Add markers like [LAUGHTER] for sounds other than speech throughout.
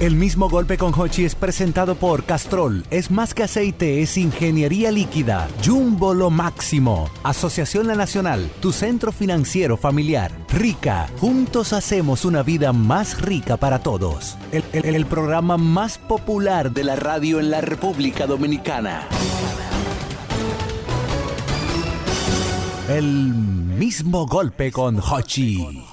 El mismo golpe con Hochi es presentado por Castrol. Es más que aceite, es ingeniería líquida. Jumbo lo máximo. Asociación La Nacional, tu centro financiero familiar. Rica, juntos hacemos una vida más rica para todos. El, el- el programa más popular de la radio en la República Dominicana. El mismo golpe con Hochi.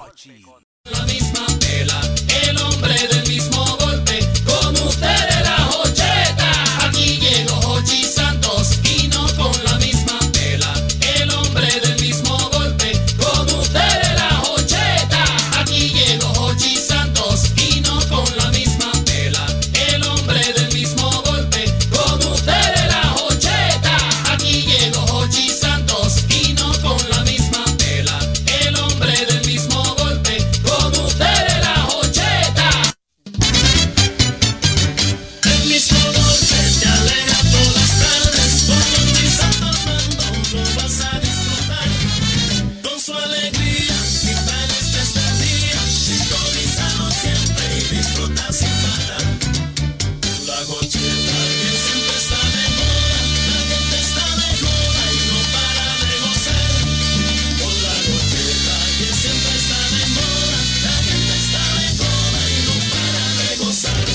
La misma tela, el hombre del mismo golpe, con ustedes la jocheta. Aquí llegó Jochi Santos y no con la misma tela, el hombre del mismo golpe, con ustedes la jocheta. Aquí llegó Jochi Santos y no con la misma tela, el hombre del mismo golpe, con ustedes la jocheta. Aquí llegó Jochi Santos y no con la misma tela, el hombre del mismo golpe, con ustedes la jocheta. El mismo golpe te alegra por las tardes, con Jochi Santos mandón lo vas a disfrutar. Con su alegría, vitales de este día, sintonizado siempre y disfruta sin parar. La gocheta que siempre está de moda, la gente está de moda y no para de gozar. Con la gocheta que siempre está de moda, la gente está de moda y no para de gozar.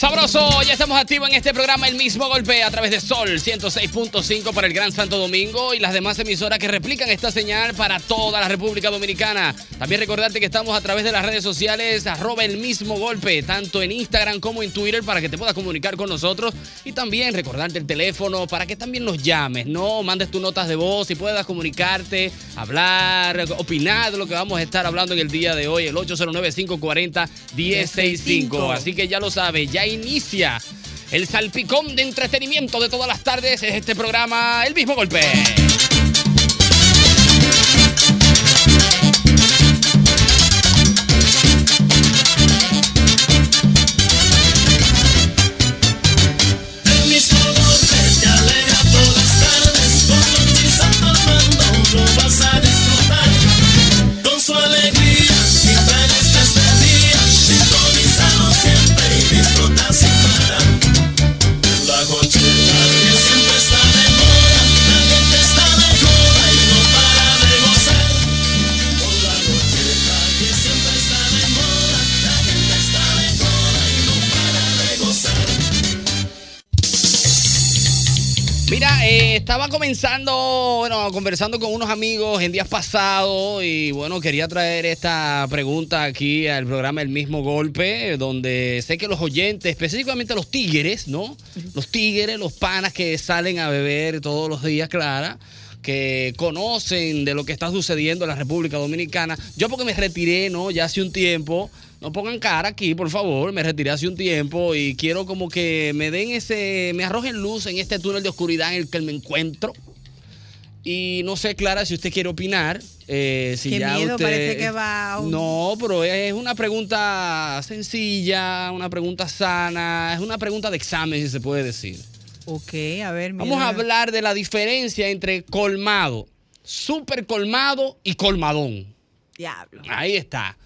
Sabroso, ya estamos activos en este programa El mismo golpe a través de Sol 106.5 para el Gran Santo Domingo y las demás emisoras que replican esta señal para toda la República Dominicana. También recordarte que estamos a través de las redes sociales, arroba el mismo golpe, tanto en Instagram como en Twitter para que te puedas comunicar con nosotros y también recordarte el teléfono para que también nos llames, ¿no? Mandes tus notas de voz y puedas comunicarte, hablar, opinar de lo que vamos a estar hablando en el día de hoy, el 809-540-1065. Así que ya lo sabes, ya inicia el salpicón de entretenimiento de todas las tardes. Es este programa, el mismo golpe. El mismo golpe te alegra por las tardes, con Jochi Santos mandón lo vas a disfrutar. Con su alegría, vitales de este día, sintonizado siempre y disfruta sin parar. La gocheta que siempre está de moda, la gente está de moda y no para de gozar. Con la gocheta que siempre está de moda, la gente está de moda y no para de gozar. Mira, eh, estaba comenzando, bueno, conversando con unos amigos en días pasados y bueno, quería traer esta pregunta aquí al programa El mismo golpe, donde sé que los oyentes, específicamente los tigres, ¿no? Los tigres, los panas que salen a beber todos los días, Clara que conocen de lo que está sucediendo en la República Dominicana. Yo porque me retiré, ¿no? Ya hace un tiempo. No pongan cara aquí, por favor. Me retiré hace un tiempo y quiero como que me den ese, me arrojen luz en este túnel de oscuridad en el que me encuentro. Y no sé, Clara, si usted quiere opinar. eh, si Qué ya miedo, usted- parece que va a un- No, pero es una pregunta sencilla, una pregunta sana, es una pregunta de examen, si se puede decir. Ok, a ver, mira. Vamos a hablar de la diferencia entre colmado, super colmado y colmadón. Diablo. Ahí está.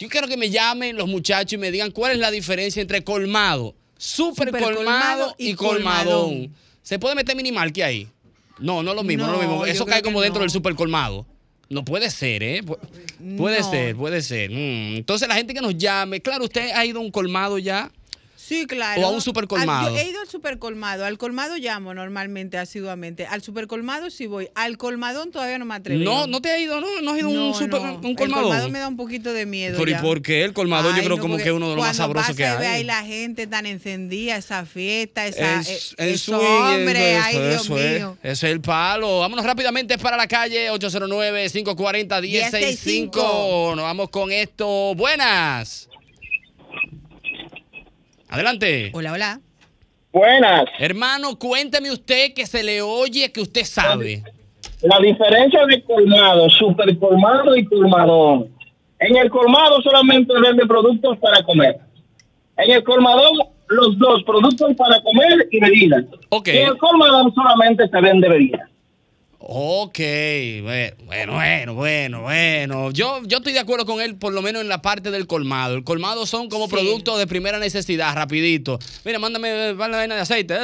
Yo quiero que me llamen los muchachos y me digan cuál es la diferencia entre colmado, super, colmado, Supercolmado y y colmadón. colmadón. ¿Se puede meter minimalque ahí? No, no es lo mismo, no, es lo No, mismo. yo Eso creo cae como que dentro no. del super colmado. No puede ser, ¿eh? Pu- Puede No. ser, puede ser. Mm, Entonces la gente que nos llame, claro, usted ha ido a un colmado ya. Sí, claro. O a un supercolmado. Al- yo he ido al supercolmado. Al colmado llamo normalmente, asiduamente. Al supercolmado sí voy. Al colmadón todavía no me atrevo. No, no te ha ido, no, no has ido a un, No, super, no. un colmadón. El colmado me da un poquito de miedo. Pero ¿y ya. por qué? El colmadón yo Ay, creo no, como porque que es uno de los más cuando sabrosos que pasa y ve ahí hay. la gente tan encendida, esa fiesta, esa. Es- eh, es eso, swing, hombre, eso, ay, Dios eso eh. es, mío. eso es el palo. Vámonos rápidamente para la calle 809-540-1065. 1065. Nos vamos con esto. Buenas. Adelante. Hola, hola. Buenas. Hermano, cuénteme usted que se le oye que usted sabe. La diferencia de colmado, super colmado y colmadón. En el colmado solamente vende productos para comer. En el colmadón, los dos, productos para comer y bebidas. Ok. Y en el colmadón solamente se vende bebidas. Ok, bue- bueno, bueno, bueno, bueno. Yo, yo estoy de acuerdo con él, por lo menos en la parte del colmado. El colmado son como Sí. productos de primera necesidad, rapidito. Mira, mándame eh, la vaina de aceite.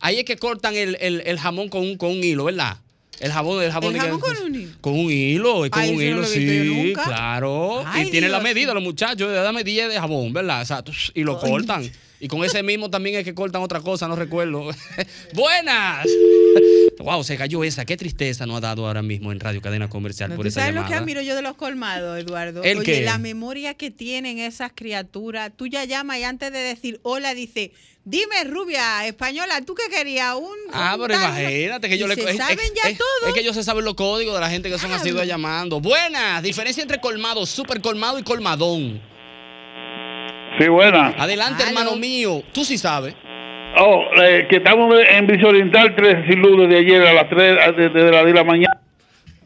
Ahí es que cortan el, el- el jamón con un, con un hilo, ¿verdad? El jabón, el jabón, de- El jamón con un hilo. con un hilo, es con Ay, un eso no hilo, lo he visto yo sí, nunca. claro. Ay, y tiene la Dios. medida, los muchachos, dame 10 de jabón, ¿verdad? Exacto. Y lo cortan. Y con ese mismo también es que cortan otra cosa, no recuerdo. [LAUGHS] Buenas. Wow, se cayó esa. Qué tristeza nos ha dado ahora mismo en Radio Cadena Comercial No, por ¿Tú esa sabes lo que llamada. admiro yo de los colmados, Eduardo? ¿El Oye, qué? la memoria que tienen esas criaturas. Tú ya llamas y antes de decir hola, dice, dime, rubia española, ¿tú qué querías? Un, Ah, un pero tal?" imagínate que yo Y le se es- saben es- ya es- todo. Es que ellos se saben los códigos de la gente que son así Hablo. llamando. Buenas, diferencia entre colmado, super colmado y colmadón. Sí, buena. Adelante, Aló. hermano mío. Tú sí sabes. Oh, eh, que estamos en Vice Oriental 3 sin luz desde ayer a las 3 a- desde las 10 de la mañana.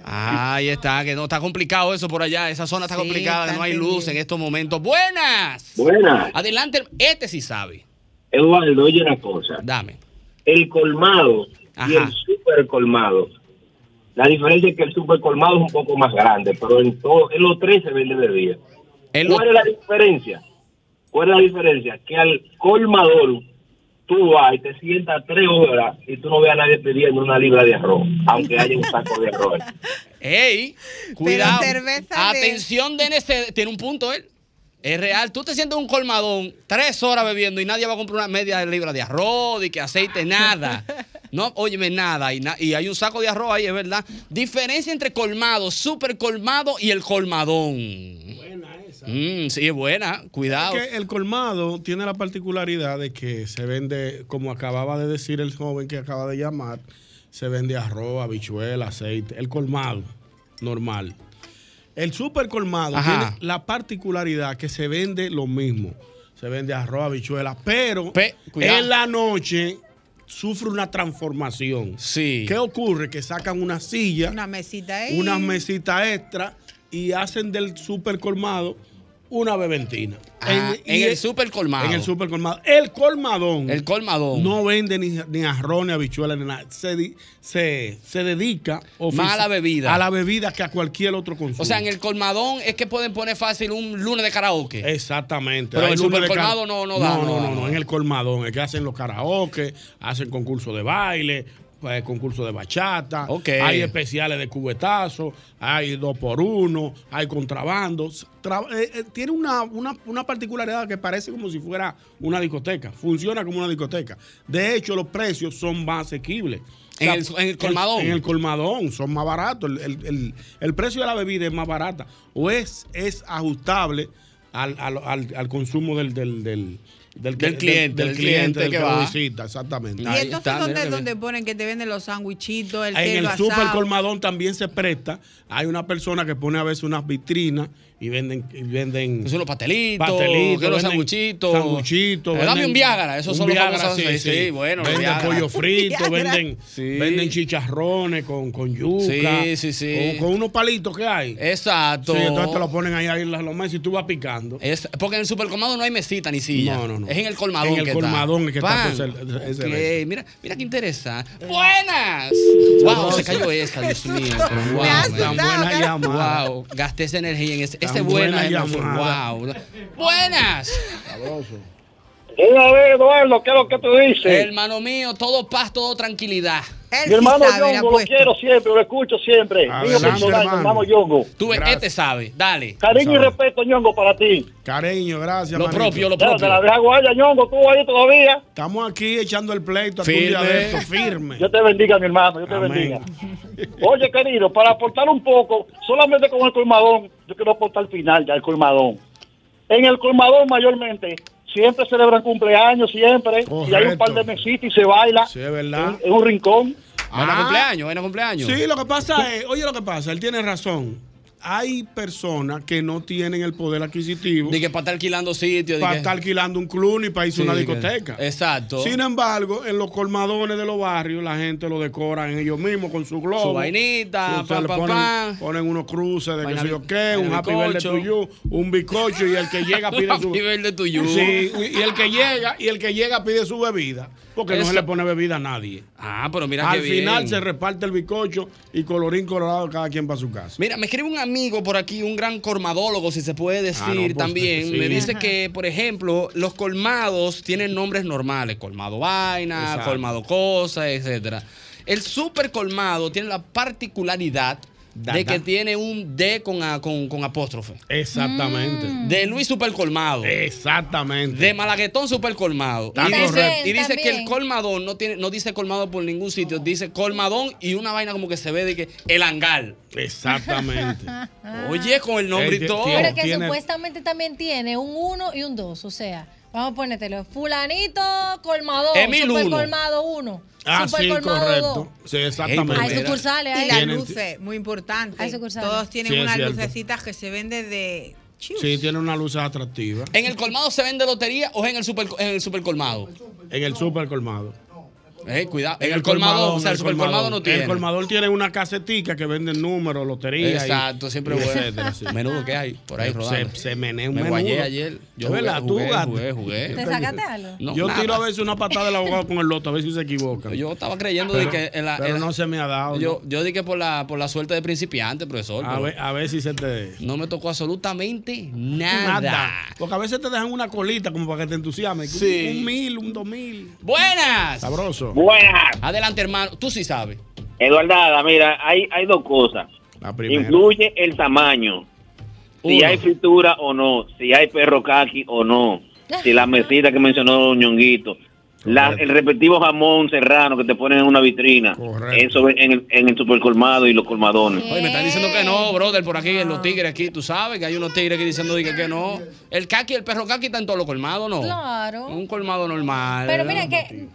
Ahí está, que no está complicado eso por allá. Esa zona está Sí, complicada, que está no hay luz entendido. en estos momentos. Buenas. Buena, Adelante, este sí sabe. Eduardo, oye una cosa. Dame. El colmado y Ajá. el super colmado. La diferencia es que el super colmado es un poco más grande, pero en, todo, en los tres se vende bebida. El- ¿Cuál es la diferencia? ¿Cuál es la diferencia? Que al colmador tú vas y te sientas tres horas y tú no veas a nadie pidiendo una libra de arroz, aunque haya un saco de arroz. [LAUGHS] ¡Ey! Cuidado. cerveza de- Atención, DNC. Tiene un punto él. Es real. Tú te sientes en un colmadón tres horas bebiendo y nadie va a comprar una media libra de arroz, de que [LAUGHS] aceite, nada. No, óyeme, nada. Y, na- y hay un saco de arroz ahí, es verdad. Diferencia entre colmado, super colmado y el colmadón. Buena esa. Mm, sí, es buena. Cuidado. Que el colmado tiene la particularidad de que se vende, como acababa de decir el joven que acaba de llamar, se vende arroz, habichuela, aceite. El colmado, normal. El super colmado Ajá. tiene la particularidad que se vende lo mismo. Se vende arroz, habichuela, pero Pe- cuidado. en la noche sufre una transformación. Sí. ¿Qué ocurre? Que sacan una silla Una mesita ahí. unas mesitas extra y hacen del super colmado una beventina. Ah, en y el super colmado. En el super colmado. El colmadón. El colmadón. No vende ni, ni arroz, ni habichuela, ni nada. Se, di- se, se dedica ofici- Más a la bebida. A la bebida que a cualquier otro consumo. O sea, en el colmadón es que pueden poner fácil un lunes de karaoke. Exactamente. Pero Hay el lunes de supercolmado car- no- no da, No, no no, da, no, no. no. En el colmadón es que hacen los karaoke, hacen concursos de baile, eh, concursos de bachata. Ok. Hay especiales de cubetazo, hay dos por uno, hay contrabandos. Tra- eh, eh, tiene una, una, una particularidad que parece como si fuera una discoteca. Funciona como una discoteca. De hecho, los precios son más asequibles. En el- en el colmadón. En el colmadón son más baratos. El, el- el- el precio de la bebida es más barata o es, es ajustable al, al- al- al consumo del, del, del, que- Del cliente, del cliente del que que va. lo visita, exactamente. Y Ahí entonces está, mira ¿dónde, que bien. dónde ponen que te venden los sandwichitos, el En telo el asado? super colmadón también se presta. Hay una persona que pone a veces unas vitrinas y venden, y venden Son los pastelitos, pastelitos, que los venden sanguchitos. sanguchitos, Eh, dame venden- un Viagra, esos un son los Viagra, famosos- eh, sí, sí, sí, bueno, los venden Viagra. [LAUGHS] pollo frito, Viagra. venden, Sí. venden chicharrones con, con yuca, Sí, sí, sí. Con, con unos palitos que hay. Exacto. Sí, entonces te lo ponen ahí, ahí en las lomas y tú vas picando. Es- porque en el supercolmado no hay mesita ni silla. No, no, no. Es en el colmadón. En el que colmadón está. que está Pan. por ser- ese Ok, evento. mira, mira qué interesante. ¡Buenas! ¡Wow! Se cayó esa, [LAUGHS] Dios mío. Pero wow, Me ha man. Tan buena asustado. llamada. Wow, gasté esa energía en ese, Tan ese buena, buena llamada. llamada. Wow. Buenas. Una vez, Eduardo, ¿qué es lo que tú dices? Hermano mío, todo paz, todo tranquilidad. Él Mi hermano sí sabe, la Yongo, lo apuesta. quiero siempre, lo escucho siempre. Mío Adelante, personal, mi hermano. hermano Yongo. Tú ves, Gracias. este sabe. Dale. Cariño y Sabe. respeto, Ñongo, para ti. Cariño, gracias. Lo manito. propio, lo Ya, te la propio. deja guaya, Ñongo, tú ahí todavía. Estamos aquí echando el pleito a tu Firme. día de esto, firme. Yo te bendiga, mi hermano, yo te Amén. bendiga. Oye, querido, para aportar un poco, solamente con el colmadón, yo quiero aportar al final ya el colmadón. En el colmadón mayormente, siempre celebran cumpleaños, siempre, y hay un Correcto. par de mesitas y se baila Sí, es verdad. en, en un rincón. Buena Ah. cumpleaños, buena cumpleaños. Sí, lo que pasa es, oye, lo que pasa, él tiene razón. Hay personas que no tienen el poder adquisitivo Dije, para estar alquilando sitio. di para que- estar alquilando un club ni para irse a una Sí, que- discoteca. Exacto. Sin embargo, en los colmadones de los barrios, la gente lo decoran ellos mismos con su globo. Su vainita, Ustedes pam, le pam, ponen, pam. ponen unos cruces de qué Vaina sé yo bi- qué, un vaina happy birthday bizcocho. to you, un bizcocho [LAUGHS] y el que llega pide su Happy birthday to you. Sí, y el que llega y el que llega pide su bebida. porque no Eso- se le pone bebida a nadie. Ah, pero mira Al qué final bien. se reparte el bizcocho y colorín colorado cada quien para su casa. Mira, me escribe un amigo por aquí, un gran colmadólogo, si se puede decir Ah, no, pues, también. sí. Me dice Ajá. que, por ejemplo, los colmados tienen nombres normales: colmado vaina, Exacto. colmado cosa, etcétera. El super colmado tiene la particularidad Da, de da. que tiene un D con, a- con- con apóstrofe. Exactamente. De Luis super colmado. Exactamente. De Malaguetón super colmado. Está Y dice, correcto. y dice que el También. colmadón no tiene, no dice colmado por ningún sitio, dice colmadón y una vaina como que se ve de que el hangar. [LAUGHS] Exactamente. Oye, con el nombre Él y ti- todo. tiene- Pero que tiene- supuestamente también tiene un 1 y un 2. O sea, vamos a ponértelo. Fulanito colmado. Emil super uno. colmado 1. Ah, super sí, colmado dos. correcto. Sí, exactamente. Hay pues Mira. sucursales. Y hay- eh. las Tienen- luces, muy importante. Hay sucursales. Todos tienen Sí, es unas cierto. lucecitas que se venden de... Chiu. Sí, tiene una luz atractiva. ¿En el colmado se vende lotería o es en el super, en el super colmado? En el super colmado. Eh, cuidado. En, el colmado, o sea, el super colmado, no tiene. El colmador tiene una casetica que vende números, lotería. y- Exacto, siempre y bueno. etcétera, sí. Menudo que hay por ahí Se- rodando. Se, se menea un Me menudo. guayé ayer. Es Yo jugué, verdad, tú jugué, gato. jugué, jugué. ¿Te sacaste algo? No, Yo nada. tiro a veces una patada del abogado con el loto, a ver si se equivoca. Yo estaba creyendo pero, de que en la- pero en la- no se me ha dado. yo, yo dije que por la, por la suerte de principiante, profesor. a, pero ver, a ver si se te. No me tocó absolutamente nada. Porque a veces te dejan una colita como para que te entusiasmes. Sí. Un, un mil, un dos mil. Buenas. Sabroso. Buenas, Adelante, hermano. Tú sí sabes. Eduardada, mira, hay, hay dos cosas. La primera. Influye el tamaño. Si Uno. hay fritura o no, si hay perro caqui o no, si la mesita que mencionó Ñonguito, la- Correcto. el respectivo jamón serrano que te ponen en una vitrina, Correcto. eso en el, en el supercolmado y los colmadones. Sí. Oye, me están diciendo que no, brother, por aquí, los tigres aquí, tú sabes que hay unos tigres que diciendo que, que no. El caqui, el perro caqui está en todos los colmados, ¿no? Claro. Un colmado normal. Pero mira que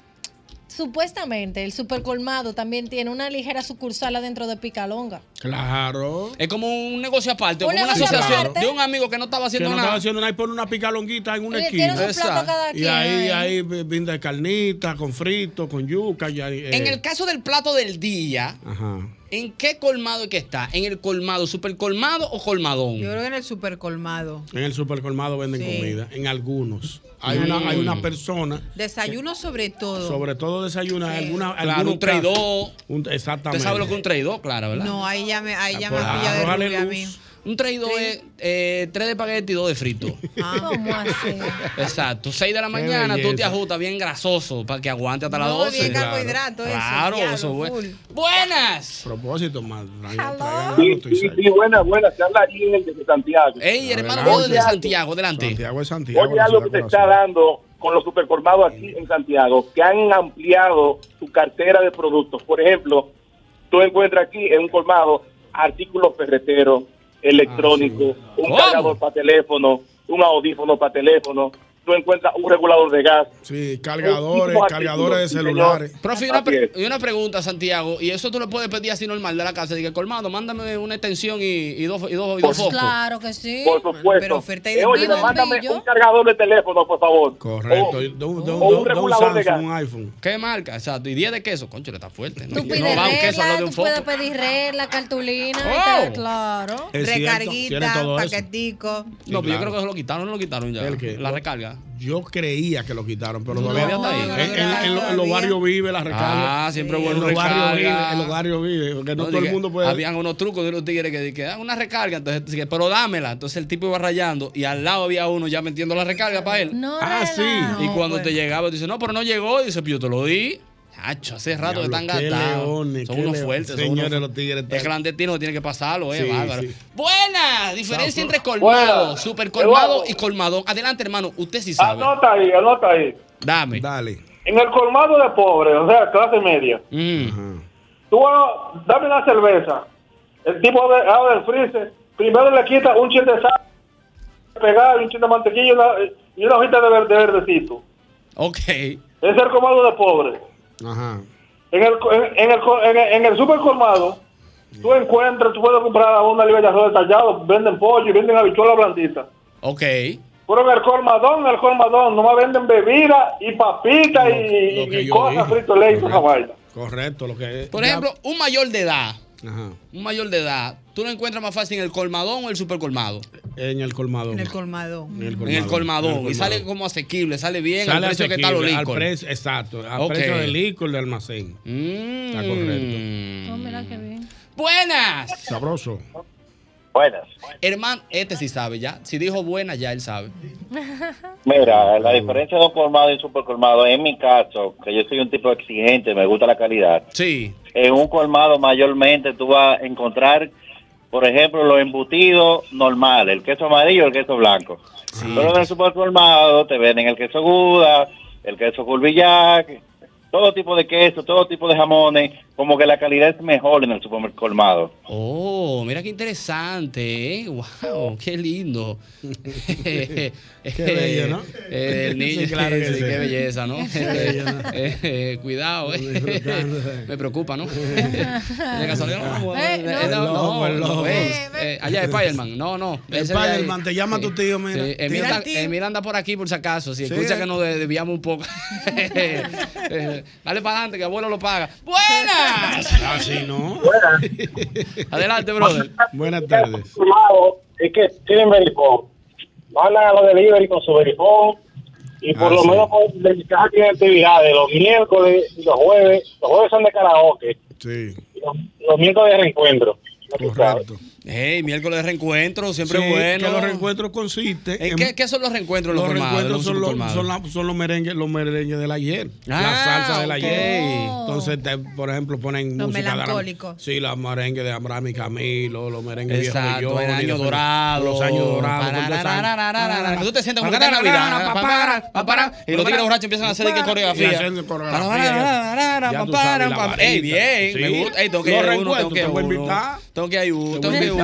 supuestamente el super colmado también tiene una ligera sucursal adentro de Picalonga. Claro. Es como un negocio aparte, Un como una negocio asociación aparte. de un amigo que no estaba Que haciendo no estaba nada. haciendo nada y pone una picalonguita en una Oye, esquina. tienen un Exacto. plato cada quien. Y ahí, ahí brinda de carnita, con frito, con yuca. Y ahí, eh, En el caso del plato del día, Ajá. ¿en qué colmado es que está? ¿En el colmado, super colmado o colmadón? Yo creo que en el super colmado. En el supercolmado venden Sí. comida. En algunos. Hay, una, hay una persona, Desayuno sobre todo. sobre todo desayuna. Sí. Alguna, Claro, algunos un traidor. casos. Un- exactamente. Usted sabe lo que es un traidor, claro, ¿verdad? No, ahí ya me, Ah, ahí ya me Pues, ha pillado de arrójale rubia a luz. mí. Un traidor es eh, tres de espagueti y dos de frito. [LAUGHS] Ah. ¿Cómo así? Exacto, 6 de la mañana tú te belleza. ajustas bien grasoso para que aguante hasta las No, 12. bien claro. carbohidrato eso. Claro, diablo, eso es full. bueno. Buenas. Propósito, más. Hello. Sí, sí, sí, buena, buena, se habla aquí desde Santiago. Ey, hermano, Adelante. vos desde Santiago, adelante. Santiago es Santiago. Oye, la algo que se ciudad está corazón. dando con los supercolmados aquí en Santiago, que han ampliado su cartera de productos. Por ejemplo, tú encuentras aquí en un colmado artículos ferreteros, electrónicos, un ¿Cómo? cargador para teléfono, un audífono para teléfono, tú encuentras un regulador de gas. Sí, cargadores, Muchísimos cargadores artículos, de sí, señor. celulares. Profe, y una, pre- Así es. y una pregunta, Santiago, y eso tú le puedes pedir así normal de la casa. Dije, colmado, mándame una extensión y, y dos, y dos, y dos focos. Claro que sí. Por supuesto. pero oferta y Eh, oye, demanda. mándame Bombillo. un cargador de teléfono, por favor. Correcto. O- De un- de un- de o un- un de un regulador de Samsung, gas. un iPhone. ¿Qué marca? Exacto. Y 10 de queso. Concho, le está fuerte. No, Tú pides no va un queso a lo regla, de un tú foco. puedes pedir regla, cartulina. Oh. y tal, claro. Es cierto, tiene Recarguita, todo eso. paquetico. No, pero yo claro. creo que eso lo quitaron, no lo quitaron ya. ¿El qué? La recarga. Yo creía que lo quitaron, pero No, todavía todavía está ahí. En, en- en lo- en los barrios vive la recarga. Ah, siempre Sí. en bueno los barrios vive, recarga. en los barrios vive, porque no, No, todo el dije, mundo puede. Habían unos trucos de los tigres que, que dan una recarga, entonces, dije, pero dámela. Entonces el tipo iba rayando y al lado había uno ya metiendo la recarga para él. No, Ah, sí. relajo. y cuando bueno. te llegaba, dice, no, pero no llegó. Y dice, "Pues yo te lo di. Hacho, hace rato que Diablo, están qué gastados. leones, Son qué unos leones. fuertes. son Señores, unos los tigres Es están- clandestino, tiene que pasarlo, eh, Sí, bárbaro. sí. Buenas, diferencia entre colmado, Buenas. super colmado Eduardo. y colmadón. Adelante, hermano, usted sí sabe. Anota ahí, anota ahí. Dame. Dale. En el colmado de pobres, o sea, clase media. Mm. Ajá. Tú, ah, dame una cerveza. El tipo abre, abre el freezer. Primero le quita un chin de sal, pegar un chin de mantequilla y una, y una hojita de, ver- de verdecito. Ok. Es el colmado de pobre. Ajá. En el, co- en, en el, co- en, el- en el super colmado, tú encuentras, tú puedes comprar una libra de arroz tallado, venden pollo y venden habichuela blandita. Ok. Pero en el colmadón, en el colmadón, nomás venden bebida y papitas y, Lo que y yo cosas dije. frito ley y toda esa vaina. Correcto, lo que es. Por ya- ejemplo, un mayor de edad. Ajá. un mayor de edad, tú lo encuentras más fácil en el colmadón o el supercolmado. En el colmadón. En el colmadón. En el En el en el colmadón. Y colmadón. sale como asequible, sale bien al precio que está los asequible, al licor. precio- Exacto, al Ok. precio del licor del almacén. Está Mm. correcto. Oh, mira qué bien. Buenas. Sabroso. Buenas. Hermano, este sí sabe ya. Si dijo buena, ya él sabe. [LAUGHS] Ah, Mira, la diferencia de un colmado y un supercolmado, en mi caso, que yo soy un tipo exigente, me gusta la calidad, Sí. en un colmado mayormente tú vas a encontrar, por ejemplo, los embutidos normales, el queso amarillo el queso blanco. Sí. Pero en el supercolmado te venden el queso Gouda, el queso Curvillac, todo tipo de queso, todo tipo de jamones, como que la calidad es mejor en el supercolmado. Oh, mira qué interesante, [LAUGHS] ¿eh? Wow, qué lindo. qué bello, ¿no? [LAUGHS] el niño, Sí, claro que sí, sí. qué [LAUGHS] belleza, ¿no? bello, ¿no? Eh, [LAUGHS] eh, cuidado, Disfrutando, ¿eh? sí. Me [LAUGHS] preocupa, ¿no? De casualidad, no, no, Eh, no. eh, no, El lobo, el no, lobo. pues, eh, allá es Spider-Man, no, no. ese de ahí. Spider-Man, te llama tu tío, mira. Sí, Emil, Mira anda, el tío. Emil anda por aquí, por si acaso. Si Sí, escucha eh. que nos de- desviamos [LAUGHS] un poco. [LAUGHS] Eh, Dale para adelante, que abuelo lo paga. ¡Buenas! Así Ah, no. [LAUGHS] Adelante, brother. Buenas tardes. es que tienen verifón. Van a los delivery con su verifón. Y por Ah, lo sí. menos con- de mi casa tienen actividades los miércoles y los jueves. Los jueves son de karaoke. Sí, y Los, los miércoles de reencuentro. Ya tú sabes. correcto. Hey, miércoles de reencuentro, siempre Sí, bueno. Que los reencuentros consisten ¿En qué, qué son los reencuentros en Los colmados, reencuentros en son los, colmados? son, la- son los merengues, los merengues del ayer, Ah, la salsa del ok. ayer. Oh. Entonces, te- por ejemplo, ponen Los música de Aram- melancólicos. sí, los merengues de Abraham y Camilo, los merengues Exacto, viejos de el Johnny, año los- dorado. los años dorados. con toda esa- Parararararara. Tú te sientes como que está en Navidad. Papara, papara. Y los tigres borrachos empiezan a hacer de que coreografía. Y hacen coreografía. Parararararara, Ya tú sabes, la papara, papara. varita. Ey, bien, Sí. me gusta. Ey, tengo que Los ir a uno, tengo reencuentros, que ir a te voy a uno. invitar. Tengo que ir a uno, Te voy a tengo que ir a invitar. uno.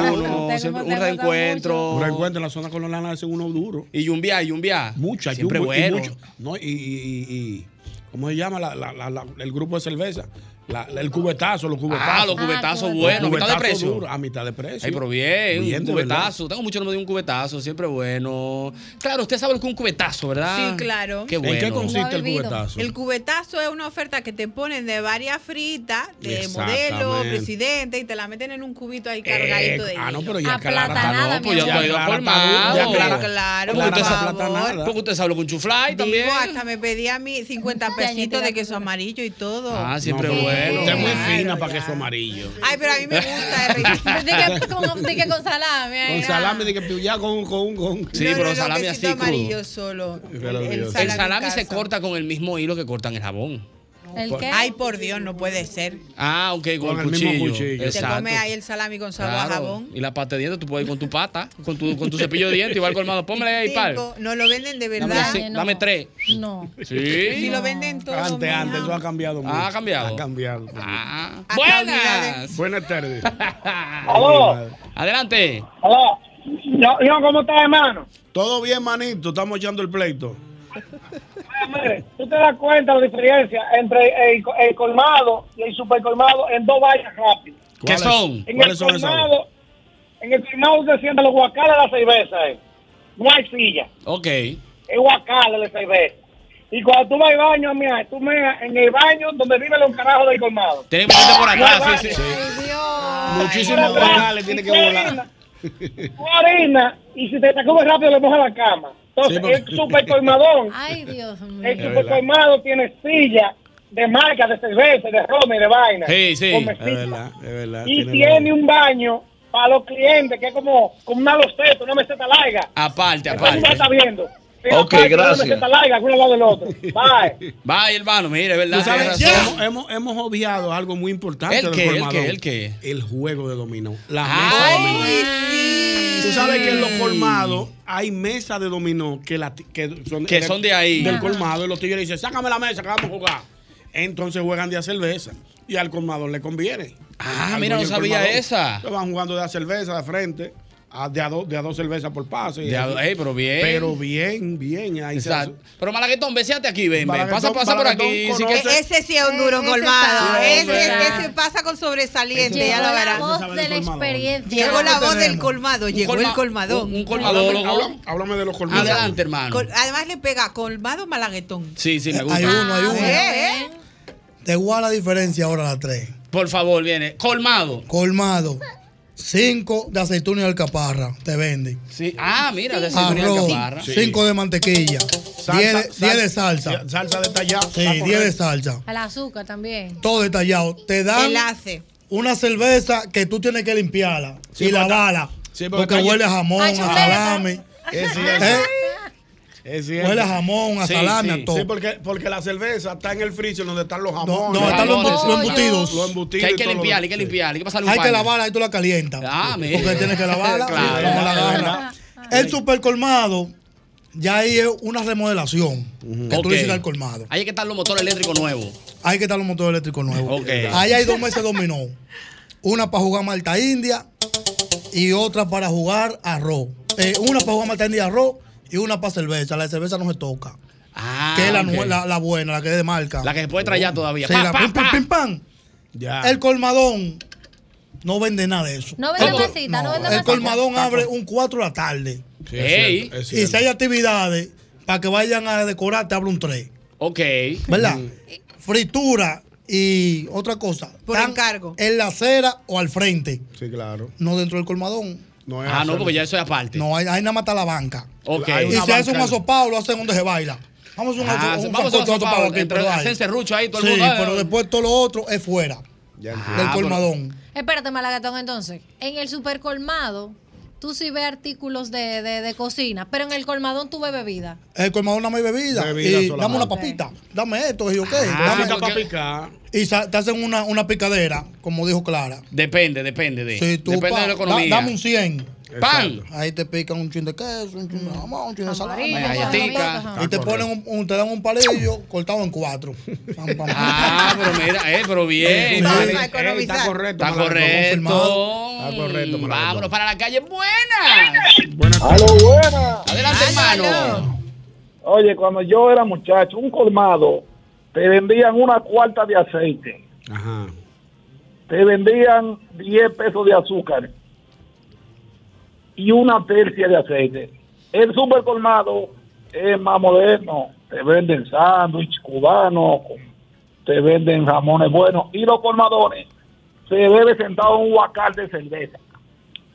Te Siempre un gusta reencuentro. Un reencuentro en la zona colonial hacen uno duro. Y yumbia, y yumbia. Mucha Siempre yugo y bueno. mucho- no, y, y- y- y- ¿cómo se llama la- la- la- la- el grupo de cerveza? La- la- el cubetazo, los cubetazos. Ah, los Ah, cubetazos cubetazo. buenos, a mitad de Cubetazo precio. duro, a mitad de precio. Ay, pero bien, Bien, un de verdad. cubetazo. Tengo mucho nombre de un cubetazo, siempre bueno. Claro, usted sabe lo que es un cubetazo, ¿verdad? Sí, claro. Ah, Qué ¿En bueno. qué consiste Lo ha el vivido. cubetazo? El cubetazo es una oferta que te ponen de varias fritas, de modelo, Exactamente. presidente, y te la meten en un cubito ahí Eh, cargadito de Ah, no, hielo. pero ya Aplatanada, Clara está- mi ya amor. Clara está- Colmado. ya Clara- Pero claro, Clara por está favor. aplatanada. Porque usted sabe lo que es un chuflay también. Digo, hasta me pedí a mí 50 Ya, ya te pesitos da de queso cura. amarillo y todo. Ah, siempre No, bueno. Usted es muy Claro, fina para ya. queso amarillo. Ay, pero a mí me gusta eh, el Dije [LAUGHS] relleno. que con, di que con salami. ahí, Con ah. salami de que ya con con con. Sí, pero salami quesito así crudo. amarillo solo. Qué maravilloso. El en salami se casa. corta con el mismo hilo que cortan el jabón. ¿El qué? Ay, por Dios, no puede ser. Ah, ok, con, Con el el cuchillo. mismo cuchillo. Te Exacto. comes ahí el salami con sabor Claro. a jabón. Y la pasta de dientes tú puedes ir con tu pata, con tu, con tu cepillo de dientes, igual colmado. Póngale ahí, par. Cinco, No lo venden de Dame, verdad. así, No. dame tres. No. Si Sí. lo venden todo. Antes, mija. antes, eso ha cambiado mucho. Ah, ha cambiado. Ha cambiado. Ah. Hasta ¡Buenas! Buenas tardes. [LAUGHS] ¡Aló! Adelante. ¡Aló! Yo, yo, ¿cómo estás, hermano? Todo bien, manito, estamos echando el pleito. Ah, mire, tú te das cuenta la diferencia entre el, el colmado y el supercolmado en dos vallas rápidas. ¿Qué ¿Cuáles- son? En el ¿Cuáles son esas? colmado, en el colmado se sientan los guacales de la cerveza, eh. No hay silla, Ok. es guacales de cerveza. Y cuando tú vas al baño, mira, tú meas en el baño donde vive los carajos del colmado. Tienes que meterte por acá, sí, sí. Ay, Dios. Muchísimos guacales guacales tiene que volar. harina, y si te sacudes rápido le moja la cama. Entonces, Sí, porque- el supercolmadón, [LAUGHS] Ay, [LAUGHS] Dios el mío. Es verdad. supercolmado tiene silla de marca, de cerveza, de ron y de vaina. Sí, sí, Con es Es mesita. verdad, es Ah, verdad. y tiene tiene razón. un baño para los clientes que es como, como una loseta, una meseta larga. Aparte, Entonces uno está aparte. viendo. Pero Ok, aparte, una gracias. meseta larga, uno al lado [LAUGHS] del otro. Bye. Vaya, hermano, mire, es Tú verdad. sabes, tiene razón. hemos, hemos- hemos obviado algo muy importante ¿El del qué, el colmadón. qué, Ah. el qué? El juego de dominó. Las mesas de dominó. Ay, Tú sabes que en los colmados hay mesas de dominó que, la ti- que, son, Que son de ahí. Del Ajá. colmado. Y los tigres dicen, sácame la mesa que vamos a jugar. Entonces juegan de a cerveza. Y al colmado le conviene. Ah, Al mira, dueño no del sabía colmadón. esa. Entonces van jugando de a cerveza de frente. a- de, a do- de a dos cervezas por pase. y De a eh. eso. do- ey, pero bien. Pero bien, bien. Ahí se Exacto. hace. Pero Malaguetón, beséate aquí, ven, ven. Malaguetón, Pasa, pasa por aquí. Malaguetón sí E- que- conoce- Ese sí es un duro Ese colmado. sabe, Ese, ¿verdad? ese pasa con sobresaliente, ya Llegó lo la verás. Ese sabe voz de la del colmadón. experiencia. Llegó la ¿Qué voz del tenemos? colmado, un llegó colma- el colmadón. Un, un Háblame, colmadólogo. háblame- háblame de los colmados. Adelante, hermano. Col- Además le pega colmado malaguetón. Sí, sí, me Hay gusta. uno, hay uno. ¿Eh? ¿Eh? Te voy a la diferencia ahora a las tres. Por favor, viene. Colmado. Colmado, Cinco de aceituna y alcaparra te venden. Sí. Ah, mira, de aceituna y Arroz, alcaparra. Sí. cinco de mantequilla, Salsa, diez, de- sal- diez de salsa. Salsa detallada. Sí, está 10 de correcto. salsa. Al azúcar también. Todo detallado. Te dan Enlace. una cerveza que tú tienes que limpiarla Sí, y porque- lavarla. sí, porque porque está- huele a jamón, Ay, a chuleta. salami. Es cierto. ¿Eh? Es cierto. Huele a jamón, a salami, a todo. Sí, porque, porque la cerveza está en el freezer donde están los jamones. No, están los embu- los embutidos. Los embutidos Que hay y que todo lo limpiar, hay que demás. limpiar, hay que pasarle un Hay que paño. lavarla, ahí tú la calientas. Ah, mira. Porque tienes que [LAUGHS] lavarla, Claro. y como la agarra. El supercolmado, ya ahí es una remodelación. Que tú Ok. le hiciste al colmado. Ahí es que están los motores eléctricos nuevos. Hay que estar los motores eléctricos nuevos. Ok. Ahí hay dos meses dominó. Una para jugar Malta India y otra para jugar arroz. Eh, una para jugar Malta India y arroz y una para cerveza. La de cerveza no se toca. Ah, que es la, ok. nue- la- la buena, la que es de marca. La que se puede traer ya todavía. Sí, Pa, la pa, pim, pim, pa. pim, pam. Ya. El colmadón no vende nada de eso. No vende El- masita, no vende El masita. colmadón abre un 4 de la tarde. Sí, es Ey. cierto, es Y si cierto. hay actividades para que vayan a decorar, te abre un 3. Ok. ¿Verdad? Mm. Fritura y otra cosa. Por Tan encargo. En la acera o al frente. Sí, claro. No dentro del colmadón. No es Ah, no, hacer- porque ya eso es aparte. No, hay, hay nada más está la banca. Ok. Hay Y una si hace un banca- asopado, lo hacen donde se baila. Vamos a un, Ah, aso- un vamos a sancocho hacer asopado aquí, entre pero hay. hacer serrucho ahí, todo el Sí, mundo. pero después todo lo otro es fuera Ya Ah, del pero- colmadón. Espérate, Malagatón, entonces. En el supercolmado, tú sí ves artículos de, de, de cocina, pero en el colmadón tú ves bebida. Ah, El colmadón dame bebida. Bebida y solamente. dame una papita. Dame esto, y yo qué. Ah, dame- Pica porque- pa' picar. y sa- te hacen una, una picadera, como dijo Clara. Depende, depende de. Si tú, depende pa- de da- la economía. dame un 100. Pan. Ahí te pican un chin de queso, un chin de jamón, un chin de salami. Amarillo, Ay, Ah, con ayatica. amarillo, ajá. Y te correcto. ponen un, un- te dan un palillo cortado en [LAUGHS] cuatro. Pam, pam, pam. Ah, pero mira, eh, pero bien. Vamos a vale. economizar. Está correcto. Está Malandro, correcto. confirmado. Está correcto, Malandro. Vámonos para la calle. Buenas. Buenas ¡A lo buena! Adelante, hermano. Oye, cuando yo era muchacho, un colmado, te vendían una cuarta de aceite, Ajá. te vendían 10 pesos de azúcar y una tercia de aceite. El super colmado es más moderno, te venden sándwich cubano, con- te venden jamones buenos y los colmadones se bebe sentado en un huacal de cerveza.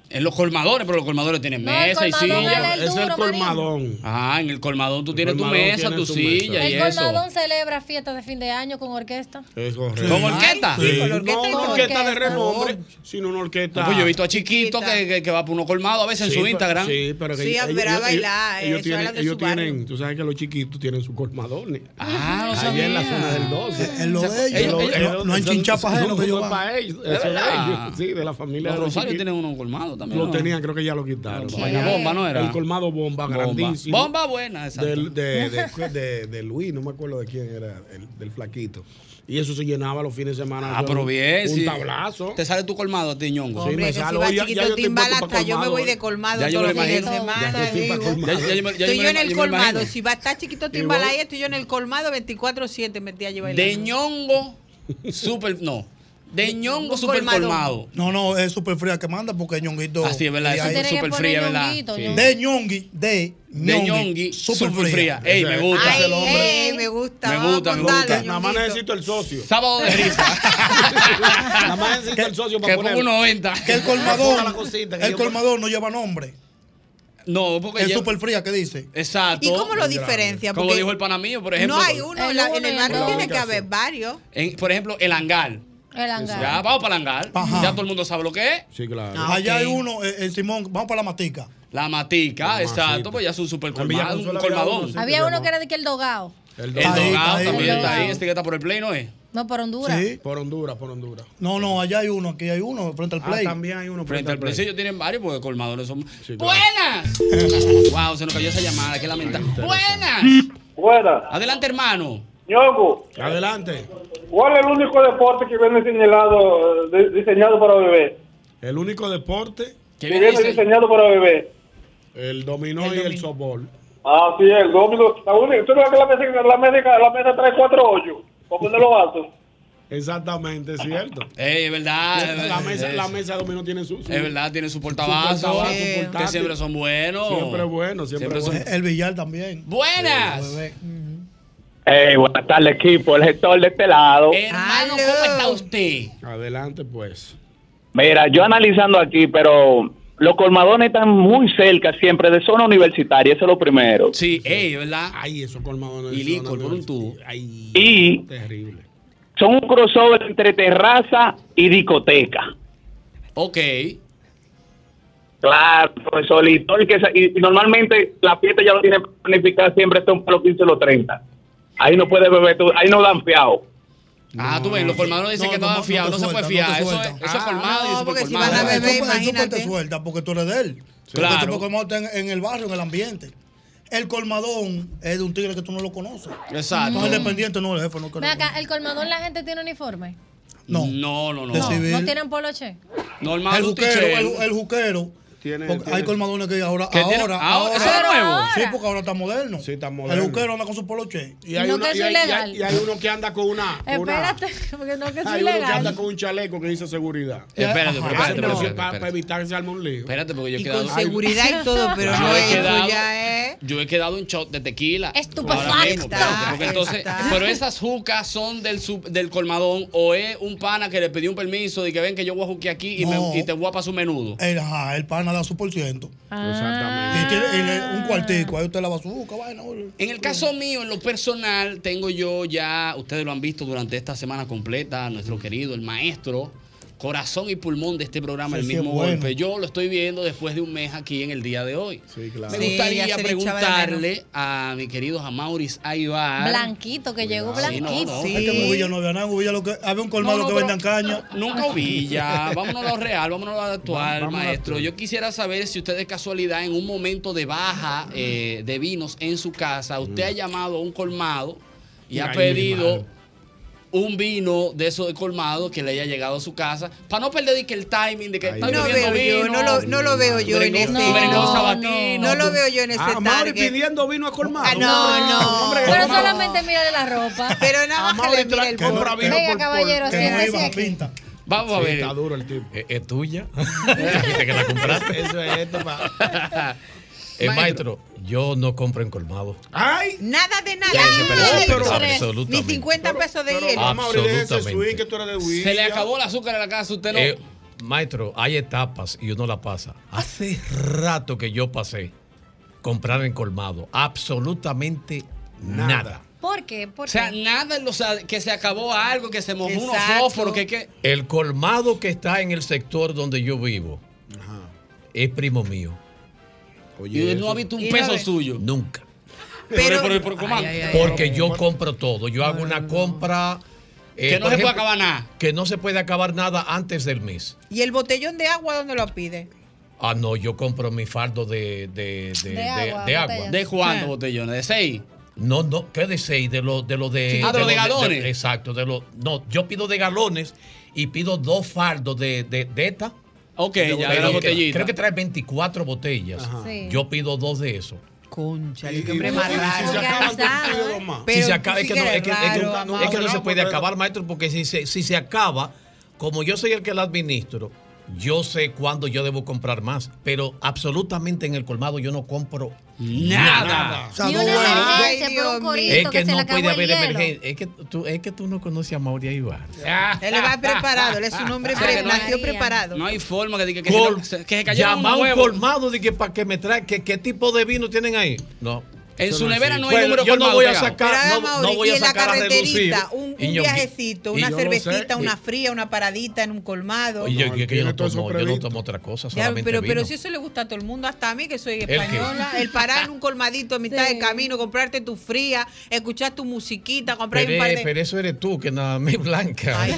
En los colmadores, pero los colmadores tienen No, el mesa y colmadón silla. es el Ese es el duro, Marín. colmadón. Ah, en el colmadón tú El tienes tu colmadón mesa, tiene tu su silla mesa. y El colmadón eso. celebra fiestas de fin de año con orquesta. Es correcto. ¿Con orquesta? Sí, con no, orquesta y una todo. orquesta de Orquesta. renombre, sino una orquesta. No, pues yo he visto a Chiquito que, que- que va por uno colmado a veces Sí, Pues, en su pe- Instagram. Sí, pero que Sí, a ver a bailar, Ellos, eso tienen, era de ellos su barrio. tienen, tú sabes que los chiquitos tienen sus colmadones. Ah, no Allá en la zona del 12. Es Eh, lo de ellos. Es lo- no- es lo- no hay son- chinchapas son- ajeno que yo son va. para ellos. Eso es verdad. de ellos. Sí, de la familia Los de los Rosario chiquitos. tienen uno colmado también. Lo ¿no? tenían, creo que ya lo quitaron. ¿Qué? Doña Bomba, ¿no era? El colmado bomba, Bomba. grandísimo. Bomba buena, exacto. Del- de, de, de- de Luis, no me acuerdo de quién era, el- del flaquito. Y eso se llenaba los fines de semana. Ah, con pero bien. Un sí. tablazo. Te sale tu colmado a ti, ñongo. Sí, me Hombre, que si sale. va Oye, ya- ya yo chiquito estoy timbal puesto pa' hasta yo me colmado, voy oye. de colmado Ya yo me todos los fines de imagino. Ya yo semana. estoy pa' digo. colmado. Ya- ya yo me- ya yo Estoy me yo lo en ima- yo el me lo colmado. imagino. Si va a estar chiquito timbal ahí, estoy yo en el colmado 24-7 metí a llevar De ñongo, super. No. De ñongo, super colmado. colmadón. No, no, es súper fría que manda porque ñonguito. Así es, y ¿verdad? Eso ahí- es Tienes que súper poner fría, ¿verdad? ñonguito, Sí. ñongo. de ñongui, de De ñongui, ñongui, súper super fría. Ey, me Ese- gusta. Ay, el hombre. ey, me gusta. Me vamos a gusta, me montarlo, gusta. Nada más ñonguito. necesito el socio. pues Sábado de risa. [LAUGHS] Nada más necesito el socio que para fue poner. 1.90. Que [LAUGHS] el Ponga la colmadón, cosita que el yo- colmadón no lleva nombre. No, porque. Es ya- súper fría que dice. Exacto. ¿Y cómo lo diferencia? Como Porque dijo el panamío, por ejemplo. no hay uno. El la- uno en el y barrio el tiene dos. que haber varios. en- por ejemplo, el hangar. El hangar. Ya, vamos para el hangar. Ajá. Ya todo el mundo sabe lo que es. Sí, claro. Ah, Allá ok. hay uno, eh, eh, Simón, vamos para la matica. La matica, La exacto, matica. pues ya es un super En Villa colmado, un Consuelo había colmadón. uno, sí. Había uno que era de que el dogao. El El Ahí, dogado ahí, también ahí. está ahí, este que está por el play, ¿no es? No, por Honduras. Sí. Por Honduras, por Honduras. No, no, allá hay uno, aquí hay uno, frente al Ah, play. también hay uno Frente al play. Sí, ellos tienen varios porque colmadores son. Pues, Sí, claro. ¡Buenas! wow, se nos cayó esa llamada, qué lamentable. ¡Buenas! Buena. Adelante, hermano. Ñongo, Adelante. ¿Cuál es el único deporte que viene señalado, eh, diseñado para bebé? El único deporte, Que ¿Qué bien viene dice? diseñado para bebé. el dominó y el softball. Ah, sí, el domingo. La única, ¿Tú no ves que la mesa, la mesa, la mesa trae cuatro hoyos? ¿Para poner los vasos? Exactamente, es cierto. Ey, es verdad. es La verdad, mesa, es- la mesa dominó tiene su, su- Es verdad, tiene su Su portavasos. portavasos, Sí. Que portátil. siempre son buenos. Siempre bueno, siempre bueno. El billar también. ¡Buenas! Bebé. Hey, buenas tardes, Eh. equipo. El gestor de este lado. Hermano, ¿cómo Aló. está usted? Adelante, pues. Mira, yo analizando aquí, pero los colmadones están muy cerca siempre de zona universitaria, eso es lo primero. Sí, ey, ¿verdad? Ay, eso colmado. Y licor por un tubo. Y Terrible. son un crossover entre terraza y discoteca. Ok. Claro, profesor, y, todo el que sa- y- y normalmente la fiesta ya lo tienen planificada siempre son para los 15 o los 30. Ahí no puede beber, tú, ahí no dan fiado. Ah, tú ves, los colmados dicen que no van fiados, no, se puede fiar. eso, es, Ah, eso es colmado y Ah, porque super si colmado. van a beber, el súper- el súper te suelta porque tú eres de él. Claro. Porque el colmado está en, en el barrio, en el ambiente. El colmadón es de un tigre que tú no lo conoces. Exacto. No, el dependiente no, el jefe no Ven acá, el colmadón la gente tiene uniforme. No. No, no, no. De No, civil. no tienen poloche. Normal, el un juquero, tichel. el, el juquero. porque tiene- hay colmadones que ahora. ¿Qué tiene? ahora, Ah, ¿eso es nuevo? Sí, porque ahora está moderno. Sí, está El moderno. juquero anda con su poloche. Y hay, No, uno, que es y hay- y hay- ilegal. y hay uno que anda con una. con una- Espérate, [LAUGHS] porque no que es hay uno que anda ilegal. con un chaleco que dice seguridad. Eh, Espérate, pero Ah, espérate, no, pero sí, pa- Para espérate. evitar que se arme un lío. Espérate, porque yo he Y quedado. con seguridad y todo, pero Yo no he eso quedado- ya es. Yo he quedado un shot de tequila. Estupefacta. Ahora mismo, espérate, porque Está, entonces, está. pero esas jucas son del, sup- del colmadón o es un pana que le pidió un permiso de que ven que yo voy a juquear aquí y, No. me, y te voy a pasar un menudo. El, ajá, el pana da su por ciento. Exactamente. Y tiene y le- un cuartico. Ahí usted la bazuca, vaina. En el caso mío, en lo personal, tengo yo ya, ustedes lo han visto durante esta semana completa, nuestro querido, el maestro, corazón y pulmón de este programa, Sí, el sí, mismo es bueno. golpe. Yo lo estoy viendo después de un mes aquí en el día de hoy. Sí, claro. Me Sí, ya gustaría se le echaba de preguntarle a mi querido Jamauris Aibar. Blanquito, que llegó Ah, Sí, no, blanquito. no. Sí. Ah, Es que en Villa no había nada. En Villa lo que, había un colmado No, no, que pero- vendían caña. [LAUGHS] Nunca [LAUGHS] Villa, vámonos a lo real, vámonos a lo actual, Vamos a lo maestro. actual. Yo quisiera saber si usted de casualidad, en un momento de baja eh, de vinos en su casa, usted Mm. ha llamado a un colmado y ha Ay, mi pedido madre. un vino de esos de colmado que le haya llegado a su casa, para no perder de que el timing de que Ay, está Dios. No bebiendo veo yo, no lo, no lo veo yo en ese. Berenjena- No, berenjena no, sabatino. No lo veo yo en ese Ah, Mauri target. pidiendo vino a colmado. Ah, no, no. Hombre, que Pero colmado. solamente mírale la ropa. Pero nada más que le Amaury mire el tra- borde. compra vino Venga, por- por- caballero, Que no Así iban a aquí. pinta. Vamos a Sí, ver. está duro el tipo. Eh, ¿Es, es tuya? [LAUGHS] ¿Dijiste que la [LAUGHS] compraste? Eso es esto pa- [LAUGHS] Eh, maestro, yo no compro en colmado. ¡Ay! Nada de nada. Ya, ese Nada de pero- nada. Ni absolutamente. 50 pesos de Pero hielo. Ah, vamos a abrir ese Absolutamente. swing que tú eres de Wii. Se le acabó el azúcar a la casa, usted no. Eh, maestro, hay etapas y uno la pasa. Hace rato que yo pasé comprar en colmado. Absolutamente nada. ¿Por qué? ¿Por o sea, qué? nada, en los- que se acabó algo, que se mojó unos Exacto. fósforos, que que... El colmado que está en el sector donde yo vivo es primo mío. Y no ha visto un Y peso eh. no ve. suyo. Nunca. Pero- Por- por- por- ¿cómo? Ay, ay, ay. Porque yo compro todo. Yo hago una compra. eh, que no por se puede ejemplo, acabar nada. Que no se puede acabar nada antes del mes. ¿Y el botellón de agua dónde lo pide? Ah, no, yo compro mi fardo de, de, de- De de- agua, de agua. botella. ¿De cuántos Ah. botellones? ¿De seis? No, no, ¿qué de seis? De los de, lo de, Ah, de lo de lo galones. exacto, de los. No, yo pido de galones y pido dos fardos de, de, de esta. Ok, ya, de pero la que- botellita. creo que trae 24 botellas. Sí. Yo pido dos de eso. Concha, Y- qué hombre y- más y- y raro. Si se acaban, tú Organizado, pides ¿eh? dos más. Pero si se acaba, tú es sí que, no, que es, eres que, es raro, que- Amaury. es que no se puede Pero- acabar, maestro, porque si se, si se acaba, como yo soy el que la administro, yo sé cuándo yo debo comprar más. Pero absolutamente en el colmado yo no compro nada. Nada. O sea, Ni no una huele. Ay, emergencia, pero Dios un mío. corito Es que que se le no acabó puede el haber hielo. emergencia. Es que, tú, es que tú no conoces a Mauricio Ibar. Él va preparado, él es un hombre Ah, pre- que no- nació preparado. No hay forma que diga que, Col- se, que se cayeron llama a unos un huevos. colmado de que para que me trae que qué tipo de vino tienen ahí no En Eso su no nevera no hay Bueno, número yo no colmado voy a pegado. sacar Pero no, ahora, no Mauri, voy y a en la sacar a reducir carreterita, un, un Y yo- viajecito, y una yo- no sé, cervecita, y- una fría, una paradita en un colmado. y yo, No, y es que tiene yo no todo eso tomo, yo no previsto. tomo otra cosa Ya, solamente pero, pero vino. si eso le gusta a todo el mundo, hasta a mí que soy qué? española, el, parar en un colmadito a mitad Sí. de camino, comprarte tu fría, escuchar tu musiquita, comprar pero, un par eh, de... pero eso eres tú que nada me blanca [LAUGHS] Ay,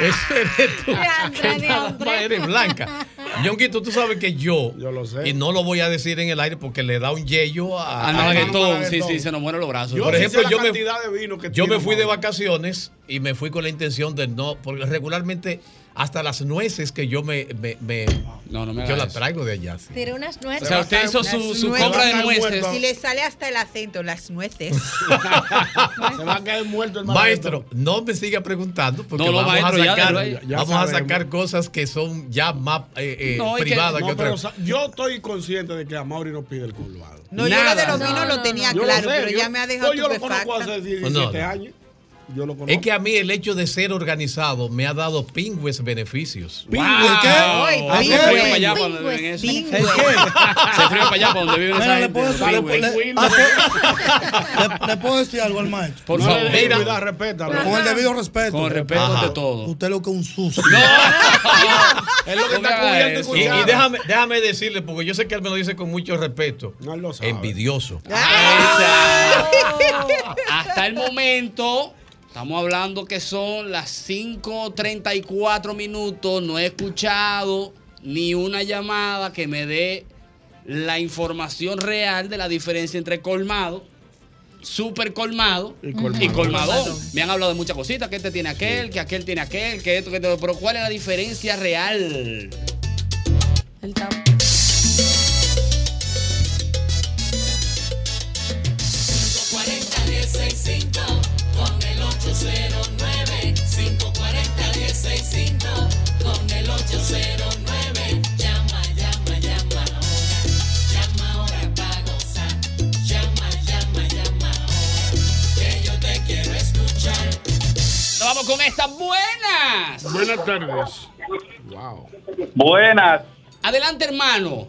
eso eres tú Diantre, que nada diantre. más eres blanca Yonguito, tú sabes que yo, Yo lo sé. y no lo voy a decir en el aire porque le da un yello a, Ah, no, a- Malaguetón, sí, Malaguetón. sí, se nos mueren los brazos. Yo Por sí sé ejemplo, la yo me- cantidad de vino que Yo me tiene, fui de Mauri. vacaciones y me fui con la intención de no, porque regularmente hasta las nueces que yo me, me- me- no, no me yo hagas las eso. traigo de allá. sí. Tiré unas O nueces. sea, usted hizo su, su Nueces. compra de Están nueces. muertos. Si le sale hasta el acento, las [LAUGHS] nueces. Se va a caer muerto el Maestro, no me siga preguntando porque No, no, vamos, maestro, a ya, sacar, ya, ya vamos a sabemos. sacar cosas que son ya más eh, eh, No, y que- privadas que, No, pero otras. sa- yo estoy consciente de que a Mauri no pide el colmado. No, yo Nada. lo de los No, vinos no, lo tenía Yo lo sé, claro, pero yo- ya me ha dejado Yo lo conozco estupefacta. hace Pues No, no. 17 años. Yo lo conozco. Es que a mí el hecho de ser organizado me ha dado pingües beneficios. Pingües, ¿qué? Ay, Ah, pingües, se frío para allá pingües, cuando viven eso. pingües. ¿El qué? Se frío para allá para donde viven Mira, esa le gente. puedo [LAUGHS] decir- Pingües. le- le- le- le puedo decir algo al maestro. Por No favor. le dé cuidado, respétalo. Con el debido respeto. Con respeto Ajá. de todo. Usted lo que es un sucio. Es lo que No está me haga cubierto eso. con- Y, y Nada. déjame, déjame decirle, porque yo sé que él me lo dice con mucho respeto. Envidioso. [LAUGHS] Hasta el momento, estamos hablando que son las 5.34 minutos. No he escuchado ni una llamada que me dé la información real de la diferencia entre colmado, super colmado y colmadón. Me han hablado de muchas cositas, que este tiene aquel, que aquel tiene aquel, que esto, que esto. Pero ¿cuál es la diferencia real? con el 809 540 165 con el 809 llama llama llama ahora llama ahora para gozar llama llama llama ahora que yo te quiero escuchar Nos vamos con estas buenas. Buenas tardes. Buenas. Adelante, hermano.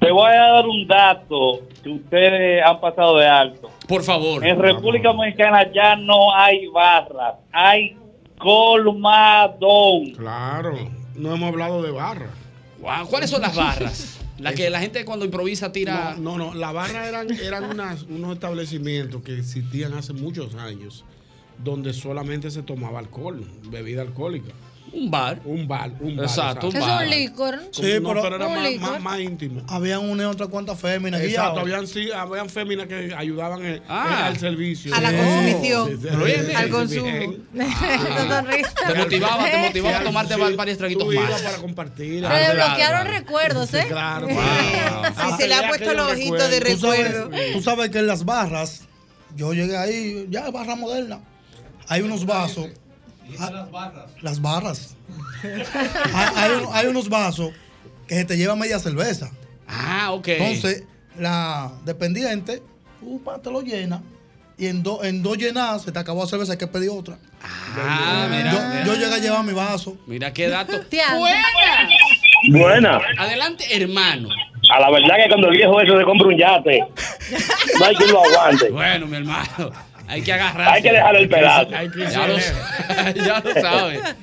Te voy a dar un dato que ustedes han pasado de alto. Por favor. En República Dominicana ya no hay barras, hay colmadón. Claro, no hemos hablado de barra. Guau, ¿Cuáles son [LAUGHS] las barras? La que la gente cuando improvisa tira. No, no, no, la barra eran, eran unas- unos establecimientos que existían hace muchos años donde solamente se tomaba alcohol, bebida alcohólica. Un bar. Un bar, un bar. Exacto, exacto. Eso es un licor. Sí, pero, era Un más, licor. más- más íntimo. Habían una y otra cuantas féminas. Exacto, guiado. habían, sí, habían féminas que ayudaban el- Ah. al servicio. A la Sí. consumición. Sí, sí, Pero sí, bien, sí, al sí, consumo. [LAUGHS] bien. Te motivaba, te motivaba a Sí, tomarte sí, varios traguitos tú ibas más. para compartir. Te desbloquearon recuerdos, ¿eh? Claro. Ah, se le ha ya puesto que yo los ojitos de Tú sabes- recuerdo. Tú sabes que en las barras, yo llegué ahí, ya barra moderna, hay unos vasos. ah, Las barras. hay, hay un- hay unos vasos que se te lleva media cerveza. Ah, ok. Entonces, la dependiente, upa, te lo llena. Y en dos en dos llenadas se te acabó la cerveza, hay que pedir otra. Ah, mira. mira. Yo llegué a llevar mi vaso. Mira qué dato. Tía, Buena. Adelante, hermano. A la verdad que cuando el viejo eso se compra un yate, no hay quien lo aguante. Bueno, mi hermano. Hay que agarrar. Hay que dejar el pedazo. Hay que- ya, lo, [LAUGHS] ya lo sabes.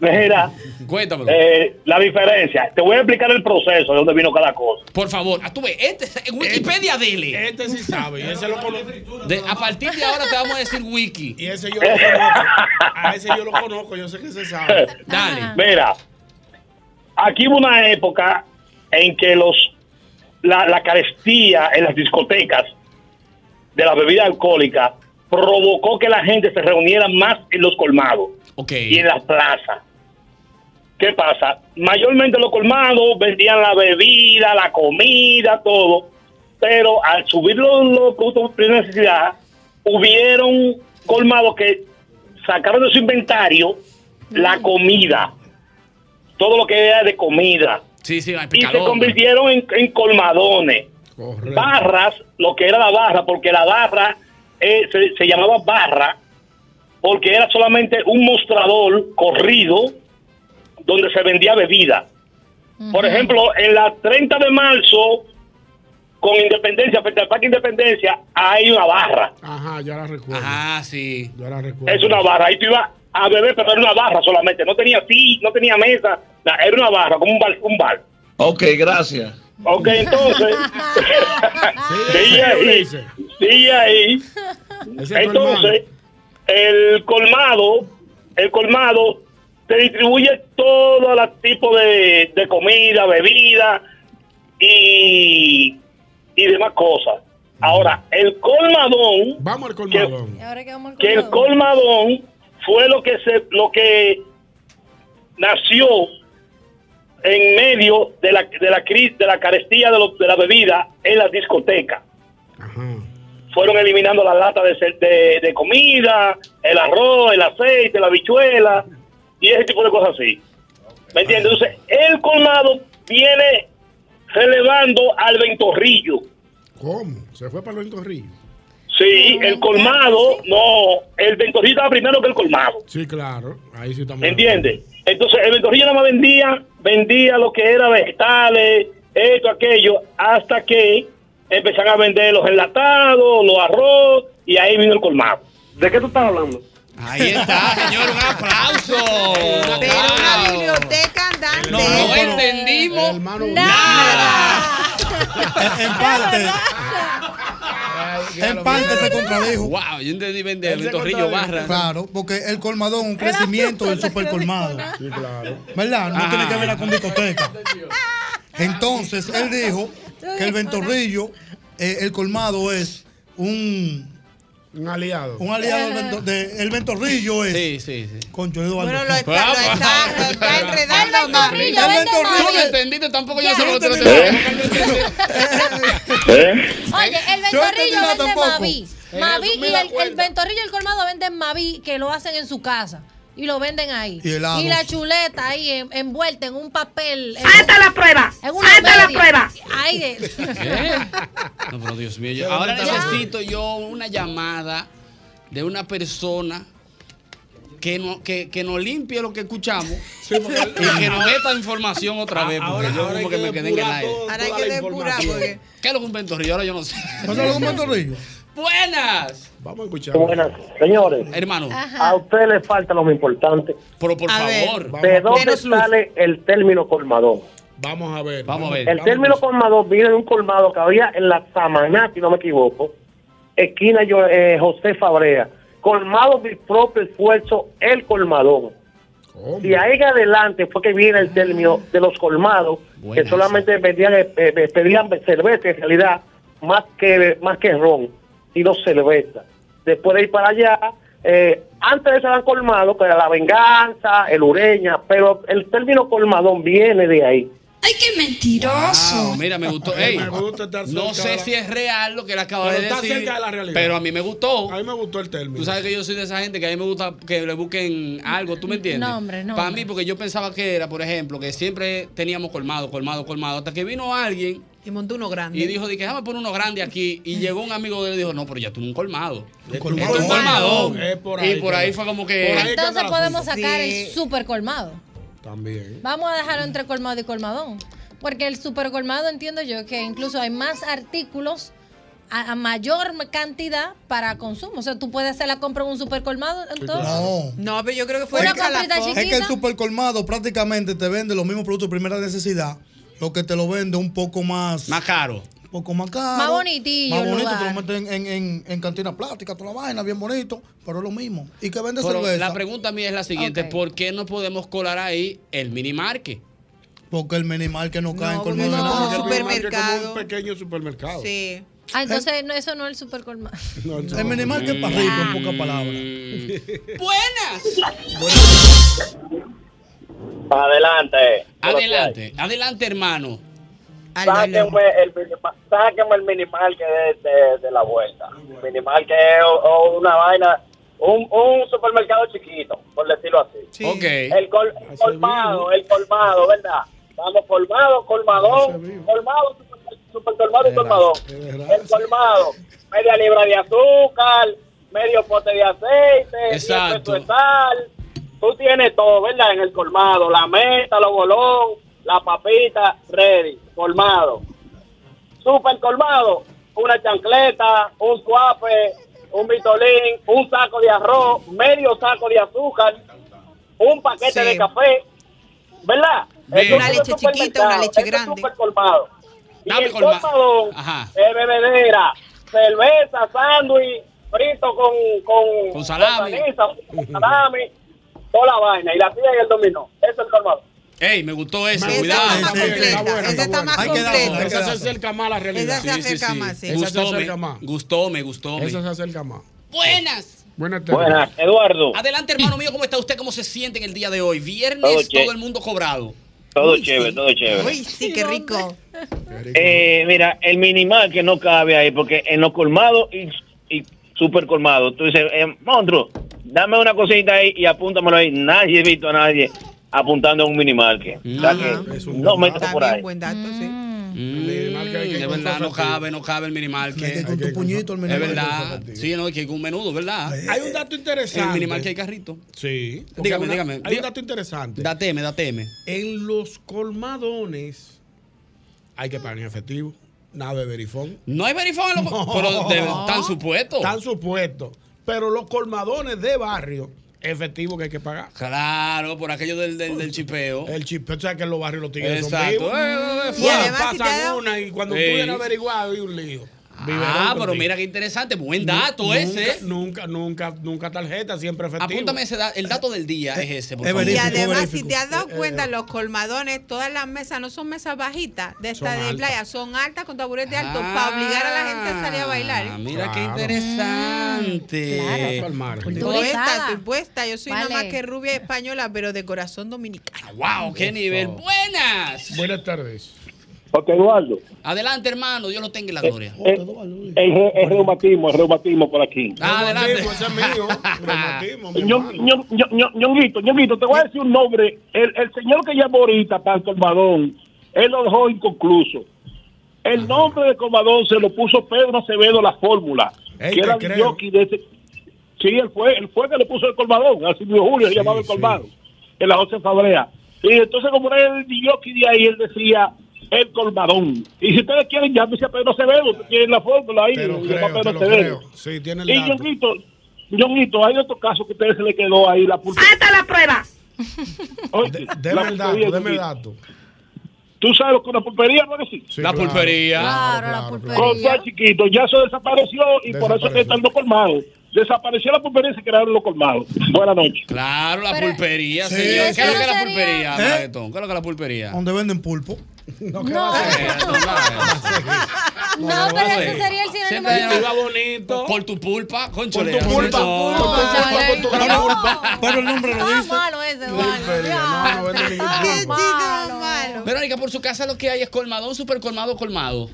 Mira, Cuéntamelo. eh, la diferencia. Te voy a explicar el proceso de dónde vino cada cosa. [LAUGHS] Por favor, ah, tú ves, este es- en Wikipedia dele. Este sí sabe, y ese lo conozco. De- a partir de ahora te vamos a decir wiki. Y ese yo lo conozco. A ese yo lo conozco, yo sé que se sabe. Dale. Mira, aquí hubo una época en que los la, la carestía en las discotecas de la bebida alcohólica provocó que la gente se reuniera más en los colmados y en las plazas. ¿Qué pasa? Mayormente los colmados vendían la bebida, la comida, todo, pero al subir los, los productos de primera necesidad, hubieron colmados que sacaron de su inventario la Mm. comida, todo lo que era de comida, Sí, sí, hay y se picadón. convirtieron en, en colmadones. Barras, lo que era la barra, porque la barra eh, se, se llamaba barra, porque era solamente un mostrador corrido donde se vendía bebida. Por ejemplo, en la 30 de marzo, con Independencia, frente al Parque Independencia, hay una barra. Ajá, yo la recuerdo. Ah, sí. Yo la recuerdo. Es una barra. Ahí tú ibas a beber, pero era una barra solamente. No tenía sí, no tenía mesa. Nah, era una barra, como un bar. Un bar. Ok, gracias. Ok, entonces. [LAUGHS] sigue ahí. Sigue ahí. Entonces, el colmado, el colmado te distribuye todo el tipo de, de comida, bebida y, y demás cosas. Ahora, el colmadón. Vamos al colmadón. ¿y ahora qué vamos al Que, el colmado? colmadón fue lo que se, lo que nació en medio de la, de la crisis, de la carestía de, lo- de la bebida en las discotecas. Fueron eliminando las latas de, ce- de- de comida, el arroz, el aceite, la bichuela y ese tipo de cosas así. ¿Me entiendes? Entonces, el colmado viene relevando al ventorrillo. ¿Cómo? ¿Se fue para los encorrillos? Sí, el colmado, no, el ventorrillo estaba primero que el colmado. Sí, claro. Ahí sí estamos. ¿Me entiendes? Entonces, el ventorrillo nada más vendía, vendía lo que era vegetales, esto, aquello, hasta que empezaron a vender los enlatados, los arroz, y ahí vino el colmado. ¿De qué tú estás hablando? Ahí está, señor, un aplauso. Pero una biblioteca andante. No, no entendimos nada. Ah, En parte. En parte se contradijo. Wow, yo entendí vender Él el se torrillo contradijo. barra. Claro, porque el colmadón es un crecimiento del super colmado. ¿Verdad? No Ajá. tiene que ver con discoteca. Entonces, él dijo que el ventorrillo, eh, el colmado es un. Un aliado. Un aliado del vento- de- el ventorrillo es. Sí, sí, sí. Con Joe Eduardo. Bueno, lo está, lo está, lo [LAUGHS] está enredando más. ventorrillo, El ventorrillo. Tú no entendiste, tampoco yo Ya. se lo traté. [LAUGHS] ¿Eh? ¿Eh? Oye, el Yo entendí ventorrillo nada vende tampoco. Mavi. En Mavi eso me y da el, el ventorrillo y el colmado venden Mavi que lo hacen en su casa. Y lo venden ahí. Y helados. la chuleta ahí en- envuelta en un papel. en- ¡Salta la prueba! en una ¡Salta la media. prueba! Ay, [LAUGHS] de- No, pero Dios mío, yo- Eh, ahora Ya. necesito yo una llamada de una persona que, no, que, que nos limpie lo que escuchamos y que nos meta información Ah, otra vez, porque yo como que me quedé en el aire. Ahora hay que depurar porque ¿Qué es lo que un ventorrillo? Ahora yo no sé. ¿No es lo que un ventorrillo? [LAUGHS] ¡Buenas! Vamos a escuchar. Buenas, señores. Hermano. A usted le falta lo más importante. Pero por A favor. ver. ¿de Vamos. dónde Denos luz. sale el término colmadón? Vamos a ver. Vamos a ver. El término colmadón viene de un colmado que había en la Samaná, si no me equivoco, esquina yo- eh, José Fabrea. Colmado mi propio esfuerzo, el colmadón. Y ahí en adelante fue que viene el término de los colmados, Buena que solamente vendían, eh, eh, pedían cerveza en realidad, más que, más que ron, sino cerveza. Después de ir para allá, eh, antes de eso eran colmados, que era la venganza, el ureña, pero el término colmadón viene de ahí. ¡Ay, qué mentiroso! mira, me gustó. Ey, Me gusta estar cerca de no sé la- si es real lo que él acaba Pero de está decir. cerca de la realidad. Pero a mí me gustó. A mí me gustó el término. Tú sabes que yo soy de esa gente que a mí me gusta que le busquen algo, ¿tú me entiendes? No, hombre, no, Para hombre. mí, porque yo pensaba que era, por ejemplo, que siempre teníamos colmado, colmado, colmado, hasta que vino alguien y montó uno grande. y dijo, dije, déjame poner uno grande aquí. [LAUGHS] Y llegó un amigo de él y dijo, no, pero ya tú un colmado. Esto es colmadón. un colmadón. Es por y ahí por que ahí va. fue como que... Entonces podemos sacar Sí. el super colmado. También. Vamos a dejarlo entre colmado y colmadón. Porque el super colmado entiendo yo que incluso hay más artículos a, a mayor cantidad para consumo. O sea, tú puedes hacer la compra en un super colmado. Entonces, No. No, pero yo creo que fue Una Rica la comprita Es foto. que el chiquita. supercolmado prácticamente te vende los mismos productos de primera necesidad, lo que te lo vende un poco más. Más caro. Un poco más caro. Más bonitillo Más el bonito, te lugar. lo meten en, en, en cantina plástica, toda la vaina, bien bonito, pero es lo mismo. ¿Y que vende Pero cerveza? la pregunta mía es la siguiente, ¿por qué no podemos colar ahí el mini market? Porque el minimal que no cae en colmado. no, nada. porque el minimarket es como un pequeño supermercado. Sí. ah, entonces no, eso no es el super colmado. El minimal que es para rico, en pocas Mm. palabras. Adelante. Adelante, adelante hermano. Sáquenme el, minima- sáquenme el minimal que es de, de la vuelta. Minimal que es o- o una vaina, un, un supermercado chiquito, por decirlo así. Ok. El, col- el colmado, el colmado, ¿verdad? Vamos, colmado, colmadón, colmado, super, super colmado y colmadón. El colmado, media libra de azúcar, medio pote de aceite, diez Exacto. pesos de sal. Tú tienes todo, ¿verdad? En el colmado, la meta, los bolón, la papita, ready, colmado. Super colmado, una chancleta, un suape, un vitolín, un saco de arroz, medio saco de azúcar, un paquete Sí. de café, ¿verdad? Bien. Eso es Una un leche chiquita, supermercado, una leche eso es grande. Super colmado. Y Dame el colma- colmadón Ajá. es bebedera, cerveza, sándwich, frito con, con, Con salami. con salami, con salami, toda la vaina, y la tía y el dominó. Eso es el colmado. Ey, me gustó eso, Esa cuidado. está más Esa completa, está buena, esa está está más buena. completa. Hay que darlo, hay que acerca más a la realidad. Esa se acerca más, sí. Esa se Gustó, acerca me, más. gustó, me gustó. me. Esa se acerca más. Buenas. Buenas tardes. Buenas, Eduardo. Adelante hermano mío, ¿cómo está usted? ¿Cómo se siente en el día de hoy? Viernes, Todo che- todo el mundo cobrado. Todo chévere, todo chévere. Uy, sí, qué rico. Eh, mira, el minimal que no cabe ahí, porque en los colmados y, y super colmados, tú dices, eh, monstruo, dame una cosita ahí y apúntamelo ahí. Nadie he visto a nadie apuntando a un minimal que. O sea que no metas por ahí. Buen dato, sí. El minimal que hay que Mm, es verdad, encontrar no sortido. cabe, no cabe el minimal que. que con tu puñito el minimal Es hay que verdad. sortido. Sí, no, es que hay un menudo, ¿verdad? Hay un dato interesante. El minimal que hay carrito. Sí. Porque hay Dígame, una- dígame. Hay un dato interesante. Dateme, dateme. En los colmadones hay que pagar en efectivo. Nada de verifón. No hay verifón en los pero de- tan supuesto. Tan supuesto. Pero los colmadones de barrio, efectivo que hay que pagar. Claro, por aquello del, del, del chipeo. El chipeo, o sea que en los barrios los tigres Exacto. son vivos. Eh, eh, eh, Y fuá. además, si te Pasan da- una y cuando tú Sí. vienes a averiguar, hay un lío. Ah, Biberón pero contigo. mira qué interesante. Buen Nu- dato nunca, ese. ¿eh? Nunca, nunca, nunca tarjeta, siempre efectivo. Eh, Apúntame ese da- el dato del día es ese, por es favor. Y verifico, además, verifico. si te has dado Eh, eh, cuenta, los colmadones, todas las mesas no son mesas bajitas de Son esta de altas. playa, son altas con taburete alto Ah, para obligar a la gente a salir a bailar. ¿eh? Mira qué Claro. interesante. Tú estás, tú puestas. Yo soy Vale. nada más que rubia española, pero de corazón dominicano. Wow, qué nivel. Buenas. Buenas tardes. Porque Eduardo, Adelante, hermano. Dios lo tenga en la gloria. eh, el, re- el reumatismo, el reumatismo por aquí. Adelante. [LAUGHS] Ñon- Ñon- Ñon- Ñon- Ñonguito, Ñonguito, te voy a decir un nombre. El, el señor que llamó ahorita para el Colmadón, él lo dejó inconcluso. El nombre de Colmadón se lo puso Pedro Acevedo la fórmula. Ey, que te era el creo. jockey de ese- Sí, él fue, él fue que le puso el Colmadón, a Silvio Julio, le llamaba el Colmadón, en la José Fabrea. Y entonces, como era el jockey de ahí, él decía el Colmadón. Y si ustedes quieren, llámese a Pedro Acevedo, que tiene la fórmula ahí, Te lo lo llama creo, te Pedro lo Acevedo. creo. Sí, tiene el Y dato. Ñonguito, Ñonguito, hay otro caso que a ustedes se le quedó ahí la pulpa. ¡Hasta la [LAUGHS] prueba! Oye, Deme la el dato, pulpería, deme el Ñonguito. dato. Tú sabes lo que una pulpería no es así. La claro, pulpería. claro, la pulpería. Cuando era chiquito, ya eso desapareció y por eso es que están los colmados. Desapareció la pulpería y se crearon los colmados. Buenas noches. Claro, la Pero- pulpería, Sí, señor. eso ¿Qué es no lo que es la sería- pulpería, ¿Eh? Maguetón? ¿Qué es lo que es la pulpería? Ah. Donde venden pulpo. No, ¿qué va a hacer? No, [LAUGHS] No, pero ese sería el sinónimo Siempre de... iba bonito. Por tu pulpa, conchole. Por tu pulpa. No, Por tu pulpa, ya, por tu gran no. Pero el nombre lo Está dice. malo ese, Eduardo. no, no vende ningún Está pulpo. malo. Verónica, por su casa lo que hay es colmadón, super colmado, colmado.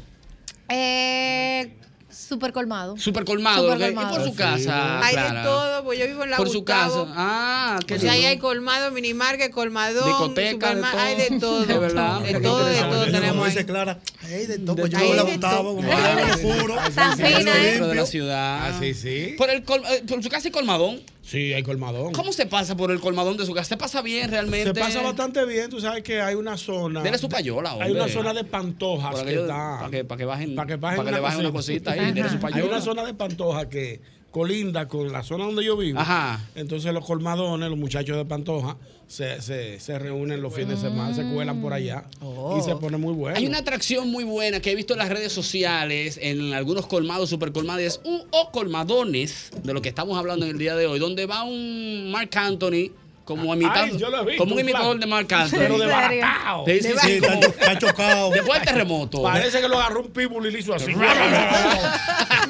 Eh, super colmado. Super colmado. Super lo que hay. colmado. Y por su casa. Hay Clara? de todo, pues yo vivo en la Por su Gustavo. casa. Ah, qué O sea, ahí lindo. hay colmado, minimarket, colmadón, Discoteca, supermar- de hay todo. de [LAUGHS] todo. De verdad, mira De qué todo, de interesante. todo Yo no tenemos Como ahí. dice Clara, hey, de todo, pues yo Ay, vivo en la de Gustavo, todo. como yo vivo en el puro. Tan yo fina, limpio. ¿eh? Centro de la ciudad. Ah, sí, sí. Por, el col- eh, por su casa hay colmadón. Sí, hay colmadón. ¿Cómo se pasa por el colmadón de su casa? ¿Se pasa bien realmente? Se pasa bastante bien, tú sabes que hay una zona. Dele su payola, Hay una hombre. zona de pantojas Para que que, está. para que, para que bajen, para que, bajen le bajen una cosita ahí, dele su Hay payola. una zona de Pantoja que colinda con la zona donde yo vivo. Ajá. Entonces los colmadones, los muchachos de Pantoja, se, se, se reúnen los fines de semana, se cuelan por allá y se pone muy bueno. Oh. Hay una atracción muy buena que he visto en las redes sociales, en algunos colmados, supercolmados un, o colmadones, de lo que estamos hablando en el día de hoy, donde va un Mark Anthony como imitando, yo lo he visto, como un un imitador flaco. de Mark Anthony. Pero de baratao. Sí, sí, sí, como- Está chocado. Después del terremoto. Parece que lo agarró un pitbull y le hizo así.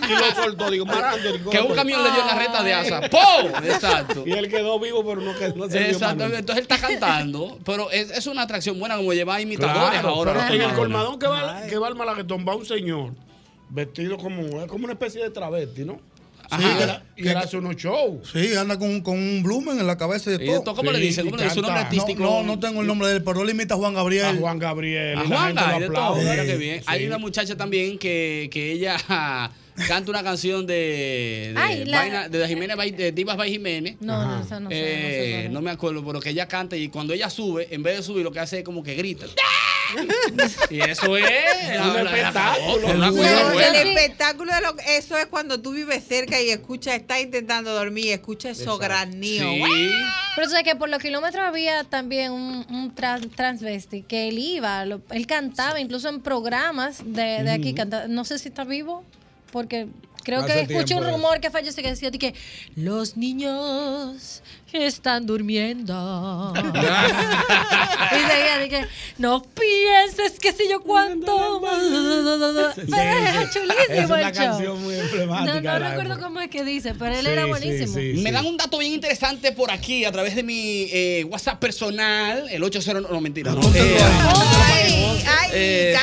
y lo soltó. Digo, "Marando, digo, Que un pues". camión le dio en la reta de asa. ¡Pum! Exacto. Y él quedó vivo, pero no, que- no se dio Exacto, mano. entonces él está cantando, pero es, es una atracción buena como llevar imitadores Claro, ahora. pero los en el colmadón colmadones. que va, que va el malaguetón va un señor vestido como, es como una especie de travesti, ¿no? Ajá. y él, y él hace unos shows. Sí, ah. anda con, con un blumen en la cabeza y de Y todo. esto, ¿cómo le Sí, dice? ¿Cómo le dice? ¿Su nombre No, artístico? No, no, tengo el nombre de él, pero él imita a Juan Gabriel. A Juan Gabriel. A y la gente Juanga, lo hay de todo, aplaude. claro que bien. Sí. Hay una muchacha también que, que ella [LAUGHS] ja, canta una canción de, de, Ay, la- vaina- de Jiménez Bay- de Divas by Jiménez. No, no, esa no sé, no sé Eh, cuál es. no me acuerdo, pero que ella canta y cuando ella sube, en vez de subir, lo que hace es como que [LAUGHS] grita. y eso es la- la- la- espectáculo. una No, cosa buena. el espectáculo de lo- eso es cuando tú vives cerca y escuchas, estás intentando dormir y escuchas esos graníos. Sí. Pero tú sabes que por los kilómetros había también un, un tran- transvesti que él iba, lo- él cantaba incluso en programas de, de aquí, Ujú. canta- no sé si está vivo, porque creo Hace que escuché tiempo un de rumor que falleció que decía de que los niños están [LAUGHS] durmiendo. y seguía de que no pienses que sé yo cuánto. Era Es chulísimo una el show. canción muy No, emblemática. no de la recuerdo época. cómo es que dice, pero él Sí, era sí, buenísimo. sí, Me dan un dato bien interesante por aquí a través de mi eh, WhatsApp personal, el 809, no mentira. no. Eh, Eh,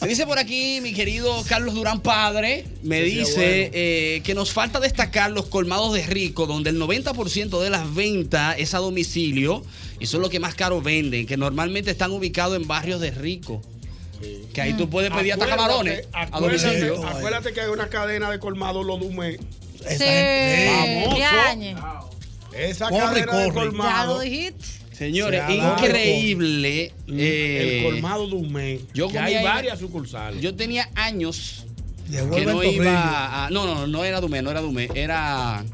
Me [LAUGHS] dice por aquí mi querido Carlos Durán Padre, me Sí, sí, dice abuelo. eh, que nos falta destacar los colmados de rico, donde el 90% de las ventas es a domicilio y son los que más caro venden, que normalmente están ubicados en barrios de rico. Que ahí Mm. tú puedes pedir hasta camarones a Acuérdate, domicilio. acuérdate que hay una cadena de colmados, los Dumé. Sí, Famoso. Diañe. Esa Corre, cadena de corre. Ya lo colmados. dijiste. Señores, Se ha dado increíble. eh, El colmado Dumé. yo que comí ahí- hay varias sucursales. Yo tenía años que Devuelve no el torrillo. iba a, No, no, no era Dumé, no era Dumé. Era.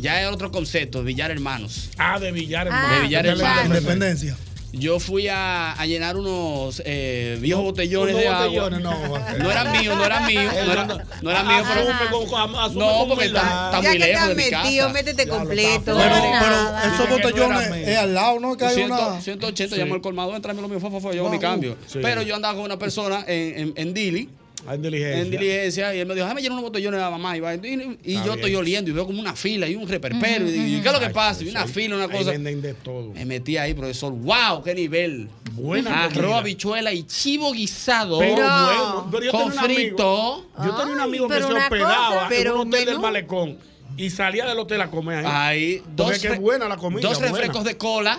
Ya era otro concepto, Villar Hermanos. Ah, de Villar Hermanos. De Villar Ah, Hermanos. Independencia. Yo fui a, a llenar unos eh, viejos botellones unos de botellones, agua. no, No, Juan. eran míos, no [LAUGHS] eran míos. No eran no eran míos, pero. Asume con- asume No, con porque está, humildad. está muy lejos de mi metido, casa. métete completo. Pero, Nada. pero esos botellones menos. es al lado, ¿no? Que hay 100, una. 180, Sí. llamó el colmado, entrame lo mío, fue, fue, fue, yo hago mi cambio. sí. Ah, Pero yo andaba con una persona en, en, en Dili. En diligencia. En diligencia, y él me dijo, déjame llenar unos botellones de mamá. Y, va, y- y Está yo bien. estoy oliendo y veo como una fila y un reperpero. Y digo, ¿y qué es lo que Ay, pasa? Y pues, una ahí- fila, una ahí cosa. venden de todo. Me metí ahí, profesor. ¡Wow! ¡Qué nivel! Buena Arroz, comida. habichuela y chivo guisado. Pero bueno, pero yo con tenía un frito. amigo, yo tenía un amigo que pero se una hospedaba cosa, pero en un un hotel del menú. malecón y salía del hotel a comer ahí. Ahí, Porque dos, es que re- es buena la comida. dos buena. refrescos de cola.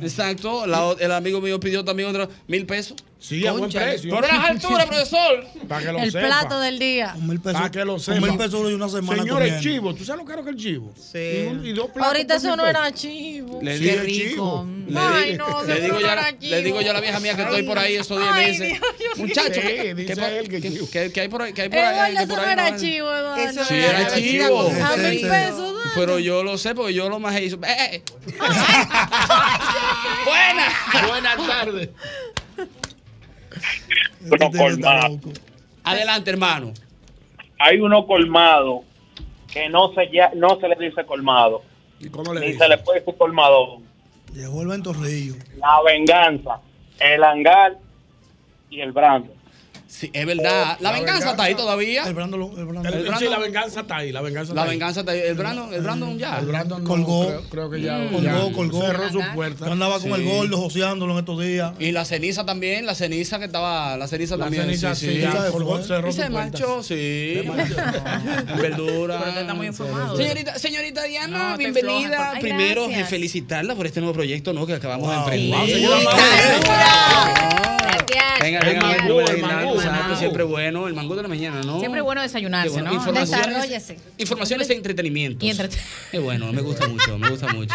Exacto. La o- el amigo mío pidió también otro mil pesos. Sí, a buen precio. [LAUGHS] Por las alturas, profesor. Para que lo El sepa. plato del día. Con mil pesos. Para que lo con sepa. mil pesos y una semana Señores, comiendo. chivo. ¿Tú sabes lo caro que es el chivo? Sí. Y, un- y dos platos Ahorita por eso mil no pesos. era chivo. Le Sí, digo, el chivo. le, Ay, di- no, le yo digo no yo a era la- le digo yo a la vieja mía que estoy por ahí esos 10 Ay, meses. Dios mío. Muchacho, Sí, ¿qué- dice qué pa- qué- qué- qué hay por ahí? ¿Qué hay por ahí? Eduardo, ¿Qué eso por no ahí? era No, chivo, Eduardo. Eso Sí, era chivo. A mil Sí. pesos. Pero yo lo sé porque yo lo más hizo. [LAUGHS] ¡Eh! Buenas tardes. Unos colmados. Adelante, hermano. Hay uno colmado que no se, ya- no se le dice colmado. ¿Y cómo ni se le puede decir colmado. Devuelve el torrillo. La venganza, el hangar y el brando. Sí, es verdad. Oh, La venganza está ahí todavía. Mm. El Brando, lo- el Brando. El- Brandon- sí, la venganza está ahí. La venganza La está ahí. venganza está ahí. El Brandon, el Brandon ya. El Brandon no, Colgó. Creo, creo que ya, Colgó, ya colgó. cerró su puerta. Yo andaba con Sí. el gordo joseándolo en estos días. Y la ceniza también, la ceniza que estaba, la ceniza La también. ceniza, sí, sí, sí. ya colgó, cerró Y su se puerta. marchó, sí. Verdura. Pero está muy informado. Señorita, señorita Diana, No, estoy floja, bienvenida. por- Ay, Primero, gracias. eh, felicitarla por este nuevo proyecto ¿no? que acabamos de emprender. Wow, señora Sí. Gracias. Venga, El venga, mangú, venga, el venga, mangú. exacto, Siempre bueno, el mango de la mañana, ¿no? Siempre es bueno Qué desayunarse, bueno. ¿no? Informaciones, Desarrollese. informaciones e entretenimientos. Y entre- Qué bueno, me gusta mucho, me gusta mucho.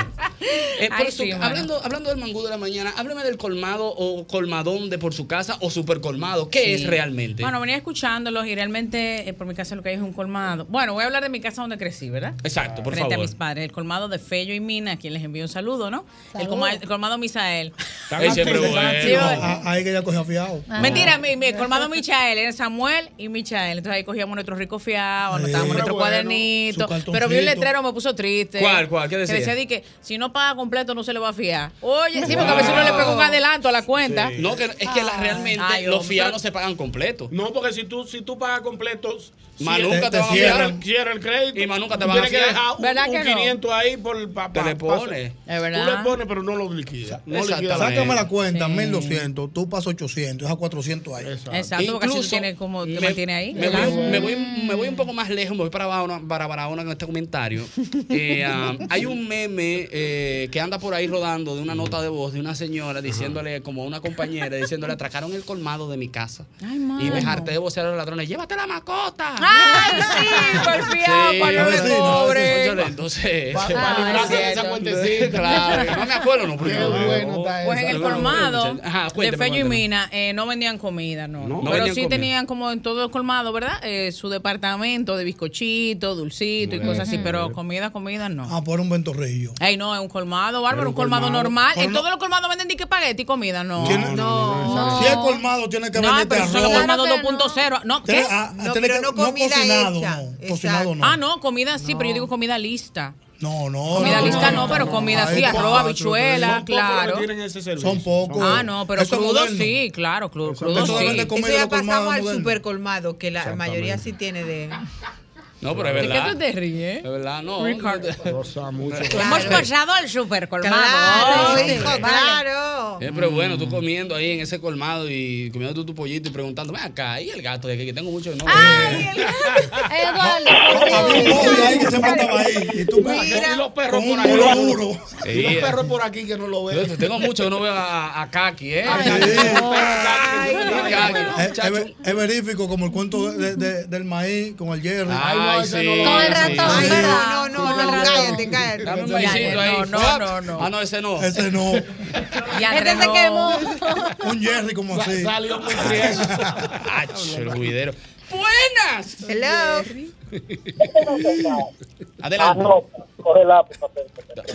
Eh, por Ay, su- sí, mano. hablando, hablando del mangú de la mañana, háblame del colmado o colmadón de por su casa o super colmado. ¿Qué Sí. es realmente? Bueno, venía escuchándolos y realmente eh, por mi casa lo que hay es un colmado. Bueno, voy a hablar de mi casa donde crecí, ¿verdad? Exacto, por Frente a favor. mis padres, el colmado de Fello y Mina, a quien les envío un saludo, ¿no? El, Saludos. coma- el colmado Misael. Están Ese activos, es están bueno. Ah. activos. Ah, Ahí que ya cogió fiado. [LAUGHS] Mentira, mi, mi colmado Michael, era Samuel y Michael. Entonces ahí cogíamos nuestros ricos fiados, anotábamos Siempre nuestro bueno, cuadernito. su cartoncito. Pero vi un letrero, me puso triste. ¿Cuál, cuál? ¿Qué decía? Que decía di que si no paga completo no se le va a fiar. Oye, sí, porque a veces uno le pega un adelanto a la cuenta. Ah. No, que, es que la- realmente Ah, Ay, los hombre. fiados no se pagan completo. No, porque si tú, si tú pagas completos, Más nunca te van a fiar. Cierra el crédito. Y más nunca te Tú van a tienes fiar. que dejar un, Ah, ¿Verdad un que no? 500 ahí por papá. Te le pones. Es verdad. Tú le pones, pero no lo liquidas. No Exactamente. liquidas. Sácame la cuenta, 1200. Tú pasas 800. Deja 400 ahí. Exacto, porque así tú Incluso, tienes como te me- mantiene ahí. Me voy, me voy- me voy un poco más lejos, me voy para Barahona, para Barahona con este [LAUGHS] comentario. Eh, ah, hay un meme eh, que anda por ahí rodando de una nota de voz de una señora diciéndole, como a una compañera, diciéndole, atracaron el colmado de mi casa. Ay, Y me mano. harté de vocear a los ladrones, llévate la mascota. Ay, sí, porfiado, Sí. para no Sí, no, pobre. Óyale, Entonces, [LAUGHS] Pa- Ah, pa' librarse es de esa cierto. cuentecita. claro, no me acuerdo, no, porque Qué no, bueno no. está Pues en el Bueno, colmado ajá, de cuénteme, Fello y cuénteme. Mina eh, no vendían comida, no. No, no Pero vendían sí comida. tenían como en todo el colmado, ¿verdad? Eh, su departamento de bizcochito, dulcito y cosas así, pero comida, comida no. Ah, por un buen torrillo. Ey, no, es un colmado, bárbaro, Era un un colmado, colmado. normal. Pero en no- todos los colmados venden dique espagueti y comida, no. Tiene- No. Si es colmado, tiene que No, venderte pero son los arroz. colmados Claro que 2.0. No, ¿qué? Tiene- ah, No, tiene pero que- no comida cocinado, hecha. no. Exacto. Cocinado no. Ah, no, comida sí, pero yo digo comida lista. No, no. Comida no, lista no, no, pero no. comida Ahí sí, está. arroz, habichuela, Son pocos los claro. que tienen ese servicio. Son pocos. Ah, no, pero Eso es crudo moderno. sí, claro, crudo, Eso crudo es sí. moderno. Eso comida ya lo colmado pasamos al moderno. super colmado, que la mayoría sí tiene de. No, pero es ¿De qué verdad. tú te ríes? Es verdad, no. Ricardo. Hemos Claro. pasado al super colmado. Claro, Ay, hijo, vale. claro. Eh, pero bueno, tú comiendo ahí en ese colmado y comiendo tú tu pollito y preguntando, ven acá, ¿y el gato de aquí? Que tengo mucho no. Eduardo, Mira, y los perros por un ahí. muro. Y los Sí. eh. perros por aquí que no lo ven. [LAUGHS] Yo tengo mucho que no veo a, a Kaki, Ah, ¿eh? Es, es ver- es verífico como el cuento de- de- del maíz con el hierro. Ay, Ay, no, ese sí. no lo Todo el veo. ratón, Sí. ¿verdad? No, no, no, cállate, cállate. Dame un maicito ahí. no, no, no. Ah, no, ese no. Ese [LAUGHS] no. Este se quemó. [LAUGHS] Un Jerry como así. Salió muy Ach, Ah, el juidero. Buenas. Hello. Adelante. Ah, no, coge la.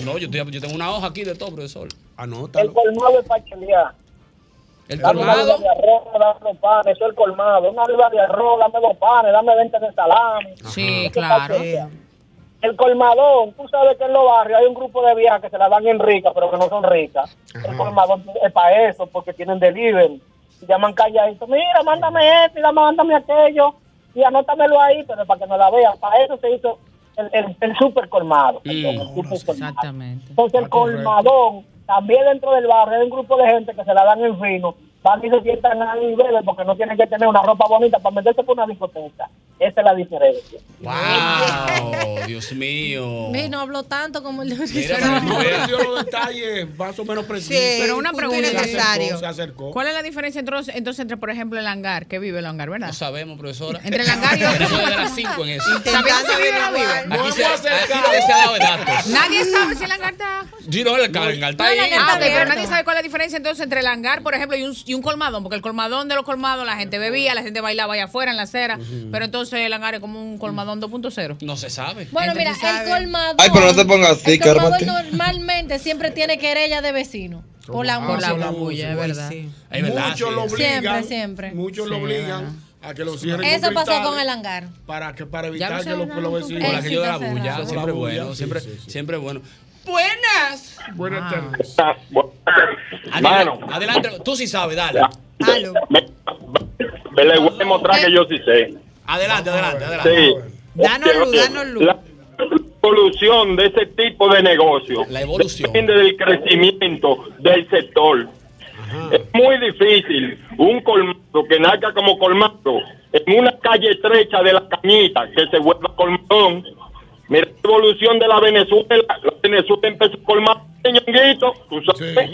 No, yo, estoy- yo tengo una hoja aquí de todo, profesor. El Anótalo. colmado es para chelear. El Dame una libra colmado. de arroz, dame unos panes, eso es el colmado. Una libra de arroz, dame dos panes, dame 20 de salami. Sí, Eso está claro. chelear. El colmadón, tú sabes que en los barrios hay un grupo de viejas que se la dan en ricas, pero que no son ricas. El colmadón es para eso, porque tienen delivery. Y llaman calladito, mira, mándame esto, mira, mándame aquello, y anótamelo ahí, pero para que no la vean. Para eso se hizo el, el, el super colmado. Mm. Entonces, el super colmado. Entonces el colmadón, también dentro del barrio hay un grupo de gente que se la dan en fino, van y se sientan ahí y beben porque no tienen que tener una ropa bonita para meterse por una discoteca. Esa es la diferencia. Wow, Dios mío. Mira, no habló tanto como el de [LAUGHS] Mira, pero no él dio los detalles más o menos precisos. pero una pregunta. Se acercó, se acercó. ¿Cuál es la diferencia entonces, entonces entre, por ejemplo, el hangar? que vive el hangar, verdad? No sabemos, profesora. Entre el hangar y otro. Yo soy de las cinco en eso. ¿Sabemos si vive o no vive? Aquí se, aquí se ha dado de datos. Nadie sabe si el hangar está... Yo no, el carga, está ahí. Ah, ok, pero nadie sabe cuál es la diferencia entonces entre el hangar, por ejemplo, y un, y un colmadón, porque el colmadón de los colmados la gente bebía, la gente bailaba allá afuera en la acera, pero entonces el hangar es como un colmadón 2.0. No se sabe. Bueno, mira, Ah, el colmador. Ay, pero no te pongas así, el colmador cálmate. normalmente siempre tiene querella de vecino. Por la Ah, bulla. son abusos, es güey, verdad. sí. Es verdad, Muchos sí, lo sí. obligan. Siempre, siempre. Muchos lo Sí, obligan a que lo cierren. Eso pasó cristales con el hangar. Para, que, para Ya evitar lo que los, que los Con vecinos. aquello de la bulla, Con la siempre bulla, bueno, sí, siempre, sí. siempre bueno. Buenas. Buenas tardes. Adelante, adelante, tú sí sabes, dale. Me le voy a demostrar que yo sí sé. Adelante, adelante, adelante. Sí. Danos luz, Oye, oye, danos luz. La evolución de ese tipo de negocio la evolución. depende del crecimiento del sector. Es muy difícil un colmado que nazca como colmado en una calle estrecha de la cañita que se vuelva colmadón. Mira la evolución de la Venezuela. La Venezuela empezó colmado, ñonguito, tú sabes.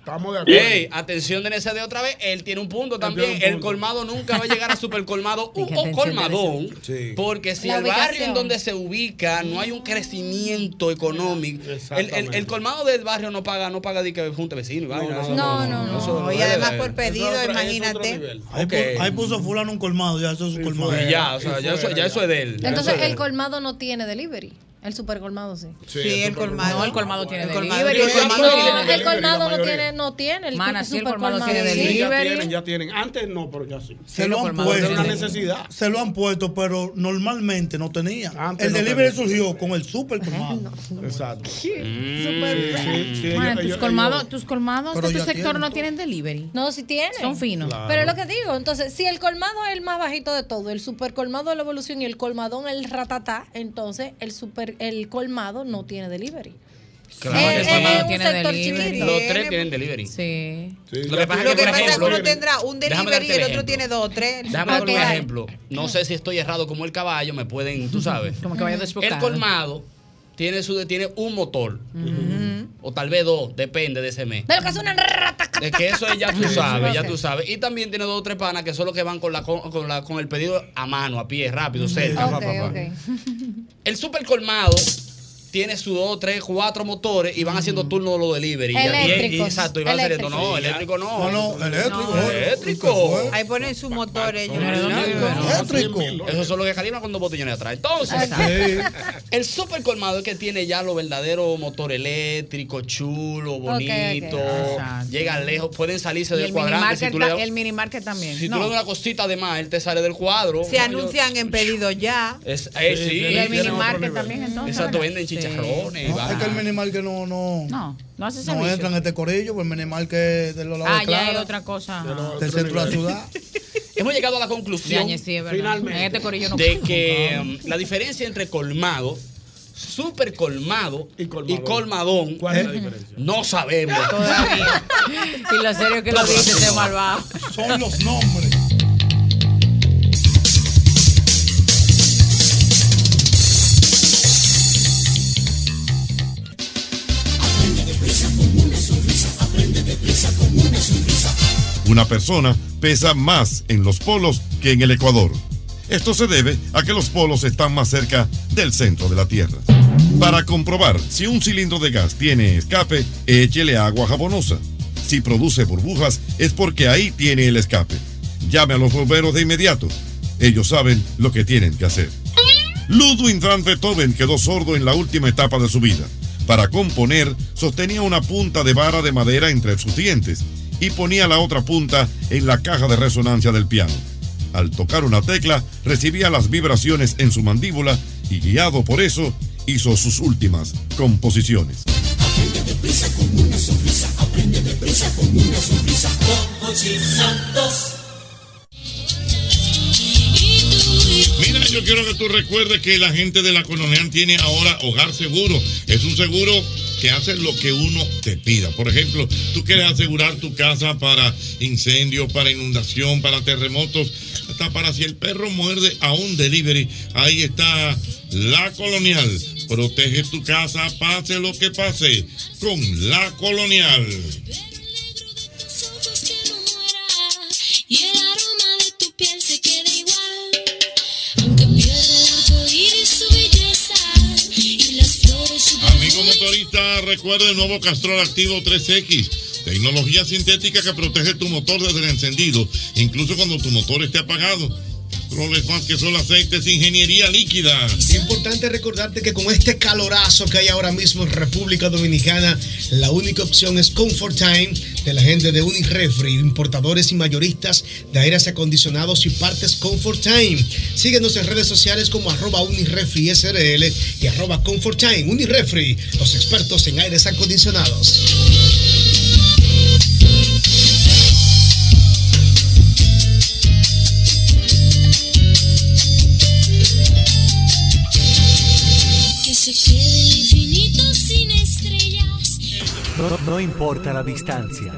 Estamos de acuerdo. Ey, atención de NCD otra vez, él tiene un punto también. tiene un El punto. colmado nunca va a llegar a [LAUGHS] supercolmado u- o colmadón. Porque si La el barrio ubicación. en donde se ubica no hay un crecimiento económico, Ah, el, el- el colmado del barrio no paga, no paga de que junte vecino. y vaina, eso no, no, no. eso Y es además de- por pedido, imagínate. [LAUGHS] Ahí, pu- Ok. ahí puso fulano un colmado, ya eso es un colmado. Y ya, o sea, ya eso, ya eso es de él. Entonces el colmado no tiene delivery. El super colmado sí. Sí, Sí, el el supercolmado. No, el colmado tiene El delivery. colmado El tiene colmado delivery. No, tiene el delivery, colmado la no mayoría. tiene, no tiene. El Mana, sí, el colmado supercolmado tiene sí. delivery. Ya tienen, ya tienen. Antes no, pero ya sí. Se lo, han Era puesto, una necesidad. se lo han puesto, pero normalmente no tenía. Ah, el no delivery tenía. surgió con el super colmado. Exacto. Super- Mm. Sí, sí, sí, Bueno, ellos- tus, ellos- colmados, tus colmados Pero de este tu ya sector tienen. no tienen delivery. No, si tienen. Son finos. Claro. Pero es lo que digo, entonces, si el colmado es el más bajito de todo, el super colmado de la evolución y el colmadón el ratatá, entonces el super el colmado no tiene delivery. Claro Eh, que eh, sí. es un sector chiquito. Los tres tienen delivery. Sí. Lo que pasa Lo por que pasa es que ejemplo, uno tendrá un déjame delivery y el darte ejemplo. otro tiene dos o tres. Déjame dar un ejemplo. No sé si estoy errado como el caballo, me pueden, [LAUGHS] tú sabes. Como caballo desbocado. El colmado tiene, su, tiene un motor. Mm-hmm. O tal vez dos, depende de ese mes. De lo que es una Es que eso es, ya tú [LAUGHS] Sí, sabes, ya ok. tú sabes. Y también tiene dos o tres panas que son los que van con, la, con, con la- con el pedido a mano, a pie, rápido, cerca. Ok, ok. El super colmado tiene sus dos, tres, cuatro motores y van haciendo Mm. turno de los delivery. Y- y- y- Eléctricos. exacto, y van haciendo, no, Eléctricos. eléctrico no. No, no, eléctrico. Pues Eléctrico. Ahí ponen su motor ellos. Eléctrico. Eso es lo que calibran con dos botellones atrás. Entonces, Exacto. el super colmado es que tiene ya lo verdadero motor eléctrico, chulo, bonito. ok. Exacto. Llega lejos, pueden salirse Y del el mini, cuadrante. Si market, tú le das, ta- el mini market también. si tú No. le das una cosita de más, él te sale del cuadro. Se anuncian en pedido ya. Es, eh, sí, Y el mini market también entonces. Exacto, ¿verdad? venden Sí. chicharrones. No, es que el minimal que no, no, No, no hace no servicio. entra en este corillo, pues el minimal que es de los lados Ah, de ya hay Clara, otra cosa. del centro de la ciudad. hemos llegado a la conclusión Yañez, sí, es verdad. finalmente En este corillo no- de que um, la diferencia entre colmado, super colmado y colmadón, ¿Cuál es la diferencia? no sabemos. [LAUGHS] Y lo serio que lo dice este malvado. Son los nombres. Una persona pesa más en los polos que en el Ecuador. Esto se debe a que los polos están más cerca del centro de la Tierra. Para comprobar si un cilindro de gas tiene escape, échele agua jabonosa. Si produce burbujas es porque ahí tiene el escape. Llame a los bomberos de inmediato. Ellos saben lo que tienen que hacer. Ludwig van Beethoven quedó sordo en la última etapa de su vida. Para componer, sostenía una punta de vara de madera entre sus dientes y ponía la otra punta en la caja de resonancia del piano. Al tocar una tecla, recibía las vibraciones en su mandíbula y guiado por eso, hizo sus últimas composiciones. Deprisa con una sonrisa, aprende deprisa con una sonrisa. Con Hochi Santos. Mira, yo quiero que tú recuerdes que la gente de la Colonean tiene ahora Hogar Seguro. Es un seguro que hace lo que uno te pida. Por ejemplo, tú quieres asegurar tu casa para incendios, para inundación, para terremotos, hasta para si el perro muerde a un delivery. Ahí está la Colonial. Protege tu casa, pase lo que pase, con la Colonial. Y el aroma de tu piel se queda igual. Aunque pierda el arco iris su belleza. Y las flores su Amigo motorista, recuerda el nuevo Castrol Activo 3X. Tecnología sintética que protege tu motor desde el encendido, incluso cuando tu motor esté apagado. Castrol es más que solo aceite, es ingeniería líquida. Importante recordarte que con este calorazo que hay ahora mismo en República Dominicana, la única opción es Comfort Time de la gente de Unirefri, importadores y mayoristas de aires acondicionados y partes Comfort Time. Síguenos en redes sociales como arroba Unirefri SRL y arroba Comfort Time. Unirefri, los expertos en aires acondicionados. Que se quede el infinito sin estrellas. No, no importa la distancia.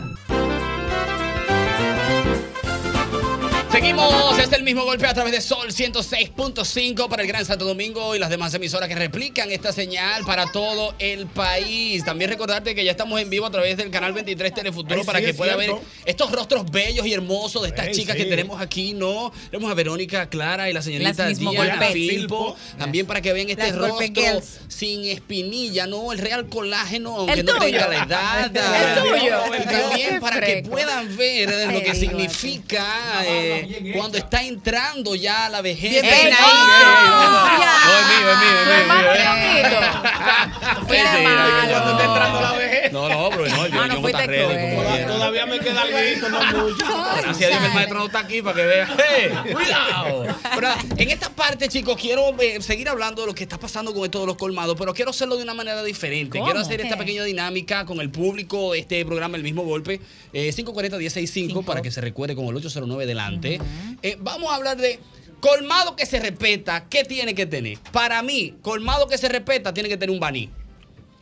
Seguimos, este es el mismo golpe a través de Sol 106.5 para el Gran Santo Domingo y las demás emisoras que replican esta señal para todo el país. También recordarte que ya estamos en vivo a través del canal 23 Telefuturo Ay, para sí, que es pueda ver cierto. estos rostros bellos y hermosos de estas Ay, chicas sí. que tenemos aquí, ¿no? Tenemos a Verónica, a Clara y la señorita Las mismo Diana golpe. Filpo. También para que vean este Las rostro golpe girls. sin espinilla, ¿no? El real colágeno, aunque El no tuyo. tenga la [LAUGHS] edad. El tuyo. Y También para que Fresco. puedan ver eh, lo que Ay, significa eh, cuando está entrando ya la vejez. Bien Ey, pegadito. ey, ey, Ya. no, es mío, es mío, es Tu mío, hermano es mío. [LAUGHS] Qué Mentira, malo. que cuando está entrando la vejez. No, no, bro, no, Ah, yo, yo voy a estar ready, como eh. Toda- quiera. Todavía me queda algo, no mucho. Gracias a Dios que el maestro no está aquí para que vea. ¡Hey! ¡Cuidado! Pero nada, en esta parte, chicos, quiero eh, seguir hablando de lo que está pasando con esto de los colmados, pero quiero hacerlo de una manera diferente. ¿Cómo? Quiero hacer esta ¿Qué? pequeña dinámica con el público, este programa, el mismo golpe, eh, 540-165, para que se recuerde con el 809 delante. Eh, vamos a hablar de colmado que se respeta, ¿qué tiene que tener? Para mí, colmado que se respeta, tiene que tener un baní.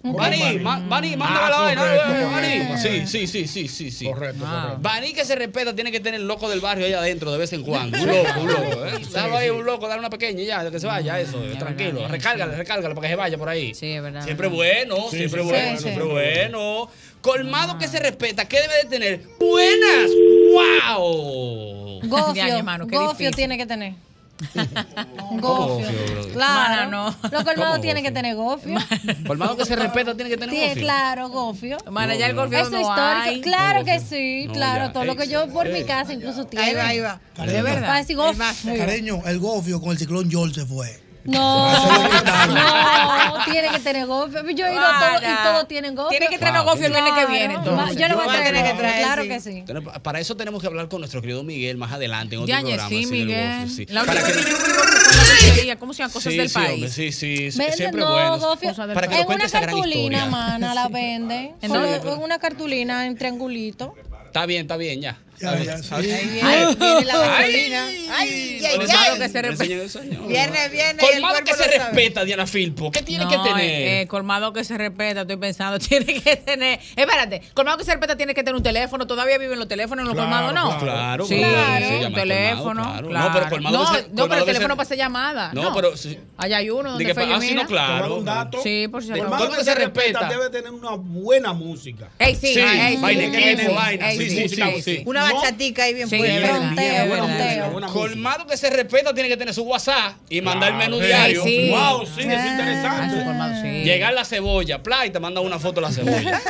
Bani, ma- Bani, mándame Ah, la vaina. correcto, Bani. correcto. Sí, sí, sí, sí, sí, sí. Correcto, correcto. Bani que se respeta tiene que tener el loco del barrio ahí adentro de vez en cuando. Un loco, un loco. ¿eh? Dale ahí un loco, dale una pequeña y ya, que se vaya eso. eh, tranquilo. recárgale, recárgale para que se vaya por ahí. Sí, es verdad. Siempre bueno, Sí, siempre sí, sí. bueno, Sí, siempre sí. bueno. Colmado que se respeta, ¿qué debe de tener? Buenas. ¡Wow! Ya, hermano, Gofio, qué gofio difícil. tiene que tener. ¿Cómo Gofio. gofio, brother? Claro, Mano, Los no. ¿Cómo colmados tienen que tener gofio. Colmado que se respeta tiene que tener Sí, gofio. claro, gofio. Mana, ya el Eso golfeo es no histórico. hay. Claro que sí, No, claro. ya. todo lo que yo por mi casa incluso tiene. Ahí va, ahí va. De verdad. Va a decir gofio. Cariño, el gofio con el ciclón George se fue. No, no, tiene que tener gofio. Yo he ido a todo y Vaya. todos tienen gofio. Tiene que traernos gofio el viernes que viene, entonces. Yo le voy a traer, Yo voy a tener que traer, Claro sí. que sí. Entonces, pa- Para eso tenemos que hablar con nuestro querido Miguel más adelante en otro Yañez, programa. así sí, del Miguel. gofio, sí. La Para última que- vez que yo fui con la dulcería, ¿cómo se llama? Cosas sí, del sí, país. hombre, sí, sí, sí, Venden, siempre no, bueno. gofio. Para que lo en una cuentes esa gran cartulina, historia. mana, la venden. ¿En Con lo- dónde? En una cartulina, en triangulito. Está bien, está bien, ya. Ya, ya, sí. Ahí viene, viene la gasolina. Ay, ay, ay. Colmado que se Viene, respeta. viene. y el Colmado que cuerpo se lo sabe. respeta, Diana Filpo. ¿Qué tiene que tener? eh, colmado que se respeta, estoy pensando, [LAUGHS] tiene que tener. Espérate, colmado que se respeta tiene que tener un teléfono. Todavía viven los teléfonos en los Claro, colmados, ¿no? claro, sí, claro, claro, se llama un colmado, teléfono. claro. claro. No, pero colmado No, que se- no, colmado pero el que se- teléfono para hacer llamadas. No, No, pero sí. Allá hay uno De donde que fue pa- ah, sí, no, claro. Te voy a dar un dato. Sí, por si El acaso. banco que se respeta debe tener una buena música. Ey, sí, Sí, ey, sí, baile, ey, tiene sí, vaina, ey, sí, sí, sí, sí, sí, ey, sí. sí. Una bachatica ahí bien Sí, fuerte. bien, Fronteo, bien, buena fronteo. música, Colmado que se respeta tiene que tener su WhatsApp y mandar el menú sí, diario. Ah, sí. Wow, sí, es Ah, interesante. Llegar la cebolla, play, y te manda una foto de la cebolla.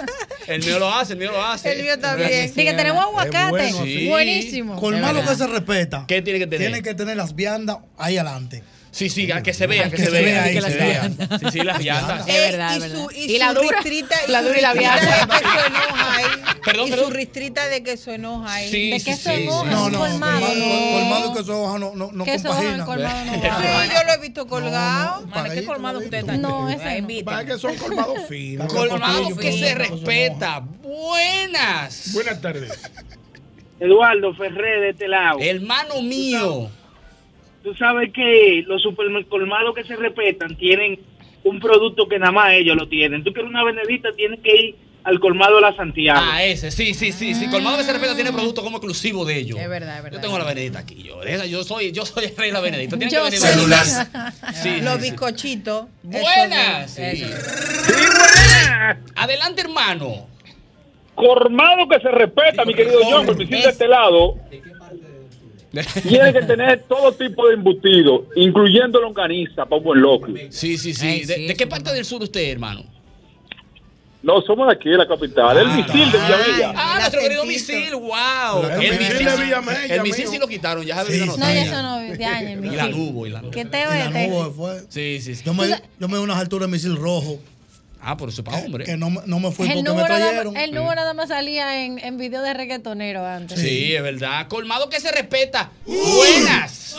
el mío lo hace, el mío lo hace. El mío también. Sí, que tenemos aguacate. bueno, sí. Buenísimo. Colmado verdad. que se respeta. ¿Qué tiene que tener? Tiene que tener las viandas ahí adelante. Sí, sí, a que se vea, A que que, se, se vea, vea, que que se se vea. Sí, sí, [LAUGHS] las llantas. Eh, verdad, y es su, verdad. y Y la su dura, ristrita, y la su dura y la ristrita viaja. de queso enoja ahí. Perdón, y su perdón. ristrita de queso enoja ahí. Sí, de sí, sí, sí. No, no, colmado. colmado, colmado que eso hoja no, no, no Que eso hoja compagina. [LAUGHS] colmado no va. Sí, yo lo he visto colgado. Mano, ¿qué colmado usted está? No, ese Ay, no. invita. Para que son [LAUGHS] colmados finos. Colmado que se respeta. Buenas. Buenas tardes. Eduardo Ferré de este lado. Hermano mío. Tú sabes que los supermercados que se respetan tienen un producto que nada más ellos lo tienen. Tú quieres una benedita, tienes que ir al colmado de la Santiago. Ah, ese, sí, sí, sí, sí. Colmado que se respeta tiene productos como exclusivo de ellos. Es verdad, es verdad. Yo tengo la benedita aquí, yo. Esa, Yo soy, yo soy el rey de la benedita. Tienen que Yo venir soy- [LAUGHS] benedita. Sí, Los sí, sí. bizcochitos. Buenas. Eso sí. Sí. Adelante, hermano. Cormado que se respeta, mi querido John, por mi de este lado. Tiene que tener todo tipo de embutido, incluyendo longaniza, para un buen loco. Sí, sí, sí. ¿De, de qué parte del sur usted, hermano? No, somos de aquí, de la capital, el misil de Villavilla. Ah, nuestro querido misil, wow. El El misil misil, de Villamella, el misil amigo. sí lo quitaron, ya se Sí, vino sí. No, ya eso no, de año, Y la nubo, y la nubo. Que te Y la vete. nube fue. Sí, sí, sí. Yo me, yo me di unas alturas de misil rojo. Ah, por eso para hombre. Que no, me- no me fui El porque me número, nada, trajeron. el número nada más salía en, en video de reggaetonero antes. Uh. Sí, es verdad. Colmado que se respeta. Buenas.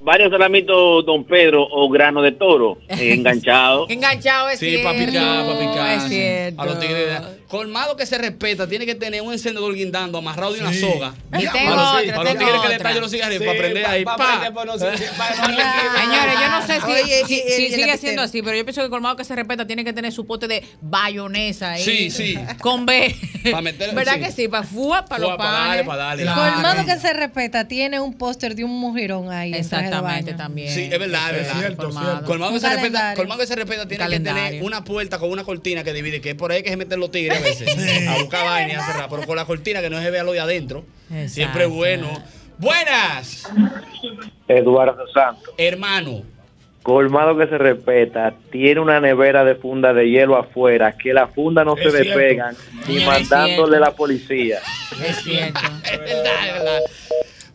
Varios salamitos Don Pedro o grano de toro eh, enganchado. Qué enganchado es Sí, para picar, para picar. Es sí. cierto. A los tigres. de edad. Colmado que se respeta, tiene que tener un encendedor guindando amarrado de una Sí. soga. Y Ya, tengo para los- otra, para los tigres tengo que le otra. tallan los cigarrillos, Sí, para prender pa- ahí. pa' pa. prender, pa' no- pa' no- Señores, yo no sé si, Oye, si- y- si y- y la sigue siendo tetera. así, pero yo pienso que el colmado que se respeta tiene que tener su pote de bayonesa ahí. Sí, sí. Con B. Pa' meter- ¿Verdad sí. que sí? Para fua, para los Fua, pa' darle, panes. pa' darle. Colmado que se respeta tiene un póster de un mujirón ahí. en traje de Exactamente, baño. también. Sí, es verdad, es Es verdad. cierto, Colmado. cierto. Colmado que Un se respeta, calendario. colmado que se respeta tiene Un que tener calendario. una puerta con una cortina que divide, que es por ahí que se meten los tigres a veces. A buscar vaina y a cerrar, pero con la cortina que no se vea lo de adentro. Siempre es bueno. Buenas, Eduardo Santos. hermano. Colmado que se respeta, tiene una nevera de funda de hielo afuera, que la funda no Es se cierto. despegan, ni Es mandándole cierto. la policía. Es cierto. Es verdad, es verdad.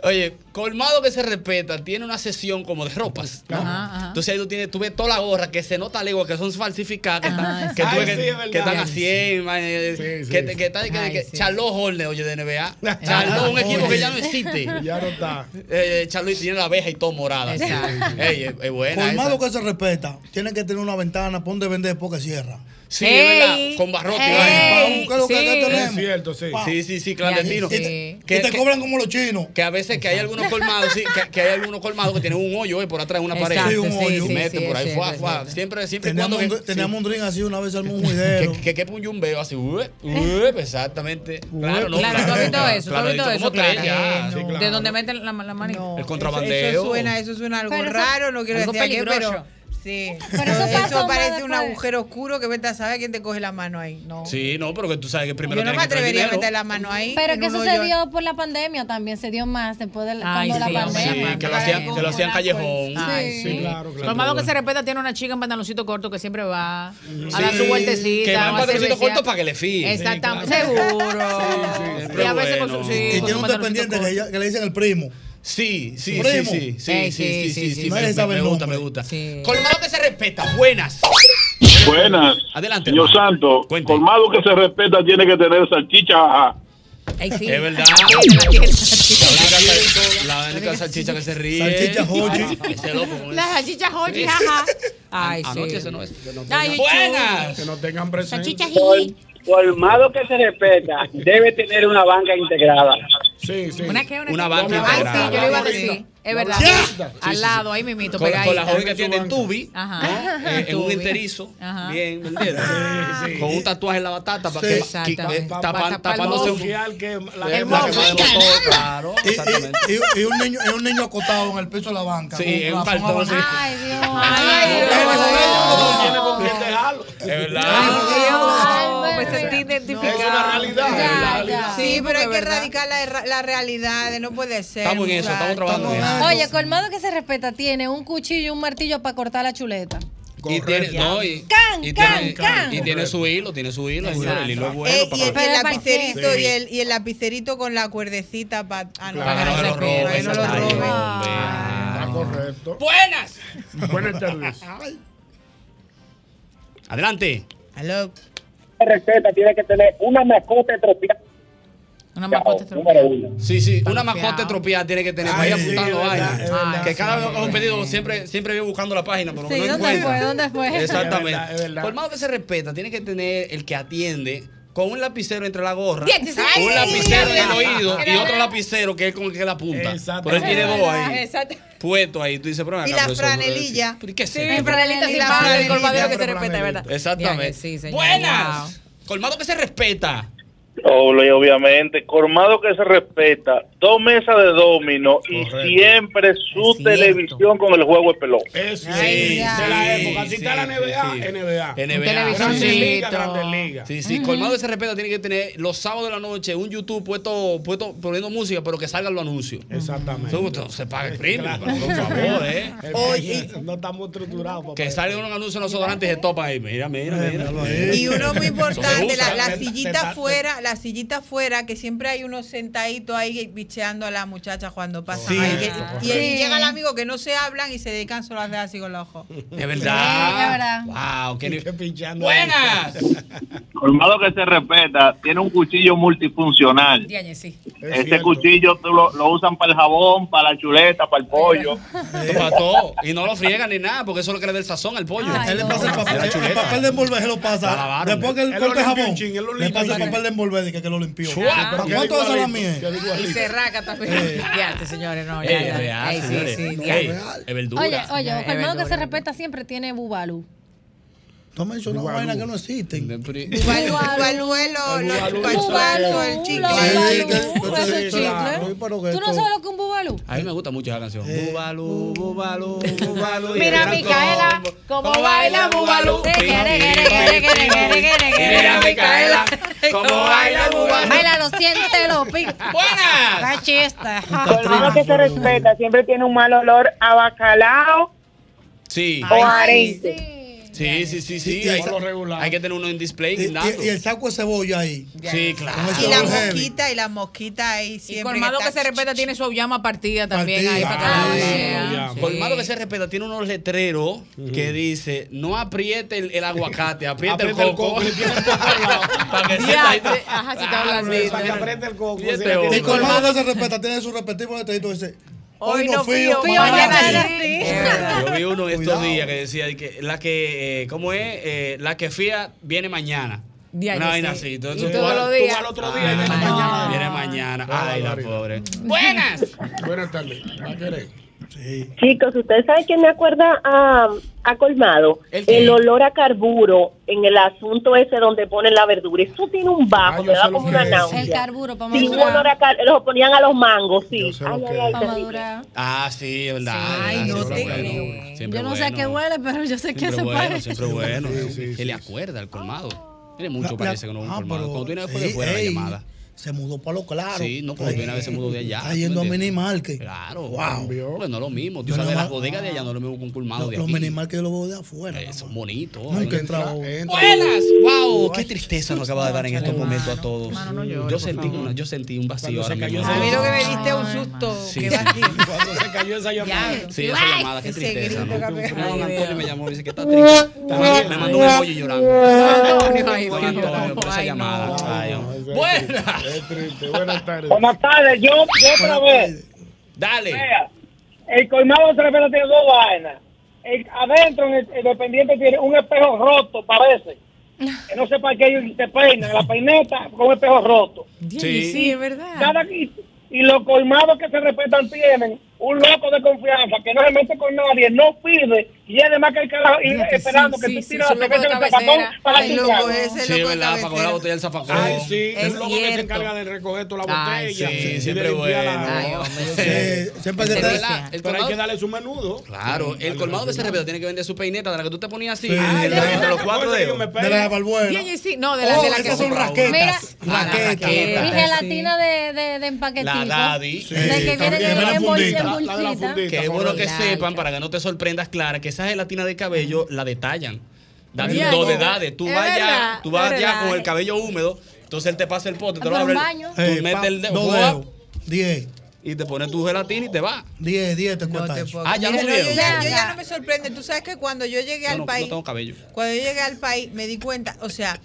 Oye, colmado que se respeta, tiene una sesión como de ropas. ¿no? Ajá, ajá. Entonces ahí tú, tienes, tú ves toda la gorra que se nota a legua, que son falsificadas, que, están, que, tú Ay, ves que- sí, es verdad. que están a Sí, 100, man, eh, Sí, sí, que, te- sí. que está- que- Ay, que- sí. Charlot Hornet, oye, de NBA. Charlot, un equipo que ya no existe. Ya no está. Eh, Charlot tiene la abeja y todo morada. sí. Exacto. Ey, es, es buena. Colmado esa. que se respeta. Tiene que tener una ventana, pon de vender porque cierra. Sí, es verdad, con barrote. Ey, vaina. Vamos, ¿qué es lo que sí. tenemos? Es cierto, sí. Sí, sí, sí, clandestino. Y, Que- te- y te cobran como los chinos. Que a veces que hay algunos colmados, sí, que, que hay algunos colmados que tienen un hoyo eh, por atrás de una pared. Exacto, Sí, un sí, hoyo. Y sí, meten sí, es por ahí, cierto, fuá, es fuá. cierto. Siempre, siempre y cuando. Teníamos, que- un, teníamos un drink así una vez al un sí. juidero. que, que quepa un yumbeo así, uh, uh, exactamente. Claro, no, Claro, tú has visto claro, eso, tú claro, has he visto dicho eso, como tres claro. ya, sí, claro. De donde meten la, la manita. El Eso contrabandeo. suena, eso suena algo Pero eso- raro, no quiero algo decir aquí, pero peligroso. sí. Pero eso pasa, Omar, parece un después. agujero oscuro que vete a saber quién te coge la mano ahí. No. Sí, no, pero que tú sabes que primero Yo no tienen me que traer atrevería a dinero. meter la mano ahí. Pero en que un eso hoyo. se dio por la pandemia también, se dio más después del, Ay, cuando sí, la Sí, pandemia. que lo hacían, que lo hacían callejón. Ay, sí. Colmado que se respeta tiene una chica en pantaloncito corto que siempre va a dar su Sí, vueltecita. Que van va a patrocinios cervecear. cortos para que le fíen. Exactamente, Sí, claro. seguro. Siempre Y a veces con bueno. su- sí, y con tiene su un pantaloncito dependiente que, ya- que le dicen el primo. Sí, sí, sí, Primo. sí, sí, sí, Ey, sí, sí, sí, sí, sí, sí, me, nadie sabe me el gusta, me nombre. gusta. Colmado que se respeta, buenas. Buenas. Adelante. Señor hermano. Santo, colmado que se respeta tiene que tener salchicha. ah, ajá. Ay, sí. Es verdad. La única salchicha que se ríe. Salchicha Jochi. Ah, Ese loco. ¿cómo es? Las salchichas Sí. Jorge, ajá. Ay, Anoche sí. eso no es. Ay, Buenas. Que no tengan presente. Salchichas y Colmado que se respeta debe tener una banca integrada. Sí, sí. ¿Una qué? ¿Una, Una qué? banca Ay, integrada. sí, yo le iba a Una decir. Es verdad. Sí, sí, Al lado, ahí mimito, Con, pegadita. con la joven que tiene tubi, Ajá. Ah. ¿no? Eh, en un Tubi. enterizo, Ajá. bien, ¿me entiendes? Sí, sí. Con un tatuaje en la batata para Sí, que exactamente. eh, Pa- tapan- pa- tapar tapándose el un mofo. que la- Eh, el la mofo. que me botó, Caramba. claro, Y- y- exactamente. Y, y un niño, es un niño acotado en el piso de la banca. Sí, con es un corazón cartón, sí. abandonado. Ay, Dios. Ay, Es Dios. Ah. verdad. Pues se siente identificado. Es una realidad, Ya, es una ya. realidad. Sí, pero hay que erradicar. erradicar la, erra- la realidad, no puede ser. Estamos en eso, estamos trabajando en eso. Oye, colmado que se respeta tiene un cuchillo y un martillo para cortar la chuleta. Y tiene, no, y, Can, y can, tiene, can. y tiene su hilo, tiene su hilo, señores, el hilo es bueno. Eh, y para el, y el cortar. lapicerito Sí. y, el, y el lapicerito con la cuerdecita ah, para Claro, no lo robes, no lo está ahí, hombre. roben. Está correcto. Buenas. Buenas tardes. Adelante. Hello. Receta tiene que tener una mascota estropeada. Una mascota estropeada. Número uno. Sí, sí, una mascota estropeada tiene que tener. Vaya Ay, sí, apuntando es verdad, vaina. es verdad. Que cada vez que hago un pedido siempre, siempre voy buscando la página, pero Sí, no ¿dónde encuentro. fue? ¿Dónde fue? Exactamente. Es verdad, es verdad. Colmado que se respeta, tiene que tener el que atiende con un lapicero entre la gorra, Bien, sí, sí. Ay, un sí, lapicero sí, en el sí. oído y Era otro verdad. lapicero que es con el que la apunta. Pero él tiene Es dos verdad, ahí. Exacto. Puesto ahí, tú dices, pero ven Y acá, la pero eso no es- franelilla. ¿Pero qué es Sí, esto? mi franelita sin palo, el colmadero que se respeta, es verdad. Exactamente. Sí, señor. Buenas. Wow. Colmado que se respeta. Doble, y obviamente. Colmado que se respeta. Dos mesas de domino y siempre su televisión con el juego de pelota. Sí, de la época. Si está la NBA, NBA. NBA. Grandes ligas, grandes ligas. Sí, sí, colmado ese respeto tiene que tener los sábados de la noche un YouTube puesto, puesto poniendo música, pero que salgan los anuncios. Exactamente. Eso, esto se [LAUGHS] paga el premio, Claro. pero por favor, [LAUGHS] eh. Oye, no estamos estructurados. papá. Que salgan unos anuncios en los sodorantes y se topan ahí. Mira, mira, mira. Y uno muy importante, eh, la, la Te sillita ta- afuera, la sillita afuera, que siempre hay unos sentaditos ahí bicheando a la muchacha cuando pasan Sí, ahí, que- correcto. y, y Sí. llega el amigo que no se hablan y se dedican solo a hacer así con los ojos. De verdad. Sí, es verdad. Wow, qué, ni- Buenas. Colmado que se respeta. Tiene un cuchillo multifuncional. sí. Ese cuchillo tú lo, lo usan para el jabón, para la chuleta, para el pollo. Para todo. Y no lo friegan ni nada, porque eso es lo que le da el sazón al pollo. Él le pasa el papel, La el chuleta. papel de envolver se lo pasa. Para lavarlo. Después que Él el lo corte de limpia un jabón, chin, él lo le limpia pasa el un papel de envolver y que, que lo limpió. Chua, ¿Para pero qué cuánto hace la igualito, mía? Y se raca también. [LAUGHS] Ya, este señores, no. Ya, Ey, es ya. real, Ey, sí, señores. sí. Ey, diablo. es verdura. Oye, oye, Es colmado que se verdura. respeta siempre tiene bubalú. No me hizo una Bubalú. vaina que no existen. Bubalú, [LAUGHS] Bubalú es lo- El lo- bubalú. el suelto, el chicle. Sí, que- Eso es chicle. claro, pero que ¿Tú no esto- sabes lo que es un bubalú? A mí me gusta mucho esa canción. Eh. Bubalú, bubalú, bubalú. Mira, Micaela, como cómo baila Bubalú. Mira, Micaela, como baila Bubalú. Bailalo, siéntelo, pica. ¡Buenas! Machista. Colmado que se respeta siempre tiene un mal olor a bacalao Sí. o a arenque. Sí, sí, sí, sí. Y- y Hay, esa- hay que tener uno en display. Y, guindando. y- y el saco de cebolla ahí. Sí, claro. Con ese Y la olor heavy. mosquita, y la mosquita ahí Y siempre. colmado que se respeta tiene su auyama partida también ahí para que Ah, la vea. Colmado que se respeta, tiene unos letreros que dice, no apriete el, el aguacate, apriete, Aprieta el coco. [LAUGHS] para que Ya, sepa ahí. te- ajá, sí te habla así. Ah, pero Para que mira, apriete el coco, fíjate sí, la tiene. Y este colmado que se respeta tiene su respectivo detallito dice. Hoy, no fío, mañana sí". Yo vi [LAUGHS] uno estos días que decía de que la que, eh, ¿cómo es? Eh, la que fía viene mañana. Ya, Una yo vaina sé. así. Y tú todos vas- los tú días. vas al otro día y viene mañana. Viene mañana. Ay, la pobre. Buenas. Buenas tardes. ¿La querés? Sí. Chicos, ustedes saben que me acuerda a, a ah, Colmado ¿El ¿El, qué? olor a carburo en el asunto ese donde ponen la verdura. Eso tiene un bajo, me da como una náusea. El carburo para Sí, un olor madurar. a car- los ponían a los mangos, sí. Ay, ay, ay, Para terrible. madurar. Ah, sí, es verdad. Ay, es verdad, no siempre te bueno. Siempre Yo no sé a bueno. qué huele, pero yo sé que Siempre se bueno, puede. siempre bueno. Se le acuerda el colmado. Ah. Tiene mucho, La- parece que no es un ah, colmado. pero- Cuando tú vienes después sí, de fuera, la ey, llamada. Se mudó para lo claro. Sí, no, porque viene a veces mudó de allá. Está yendo a ¿tú me mini entiendes? market. Claro, Wow. Pues no es lo mismo. Tú Yo sabes, nada las más- bodegas de allá no es lo mismo que un colmado Los, de los aquí. mini market yo los veo de afuera. Eh, Son bonitos. Nunca he entrado. ¡Buenas! ¡Wow! ¡Qué tristeza nos acaba de dar en estos momentos a todos! yo, sentí una- yo sentí un vacío ahora mismo. A mí lo que me diste es un susto. Sí, que sí. va aquí. Cuando se cayó esa llamada. Sí, esa llamada, qué Ese tristeza. ¿no? grito que Un pegó. Antonio me llamó y dice que está triste. Me mandó un emoji llorando. Antonio, ay, Don Antonio, por esa llamada. Ay, hombre. Buenas. Es triste. Buenas tardes. Buenas tardes, yo, yo otra vez. Dale. Vea, el colmado se respeta tiene dos vainas. El- adentro, en el, el dependiente tiene un espejo roto, parece. que no sepa que ellos se peinan, la peineta con el pejo roto. Sí. sí, es verdad. Cada- y, y los colmados que se respetan tienen un loco de confianza que no se mete con nadie, no pide, y es de más que el carajo y Mira que esperando sí, que sí, tú sí, tires su la loco de cerveza en el cabecera. zapacón para Ay, chillar. loco ese, Sí, ¿verdad? Para coger la botella del zapacón. Ay, sí, es el loco que se cierto. encarga de recoger toda la botella. Ay, sí, y de siempre limpiar la- bueno. Ay, hombre. Sí, siempre Ese que te- verdad, el Pero hay colmado- que darle su menudo. Claro, el colmado de cerveza tiene que vender su peineta, de la que tú te ponías así. Sí. Ah, entre, ya. entre los cuatro Recuerda que yo dedos. me peino. De la barbuena. Bien, y sí, no, de la, Oh, de la que esas son raquetas. Mira, Ah, la raqueta. Y gelatina de, de, de empaquetito. La daddy. De que viene en en bolsa, en bolsita. Que es bueno que sepan, para que no te sorprendas, Clara, que esa gelatina de cabello la detallan. Da Ya, dos ya. de edades. Tú Es vas verdad, ya, tú vas es ya verdad. con el cabello húmedo, entonces él te pasa el pote, te lo Por un abre, baño. tú Eh, metes pa- el dedo, dos ¡guap! dedos. 10. y te pones tu gelatina y te va. 10, 10 te cuesta eso. Ah, ya Mira, lo no, yo, veo. ya, yo ya no me sorprende. Tú sabes que cuando yo llegué Yo al no, no país, tengo cabello. cuando yo llegué al país, me di cuenta, o sea,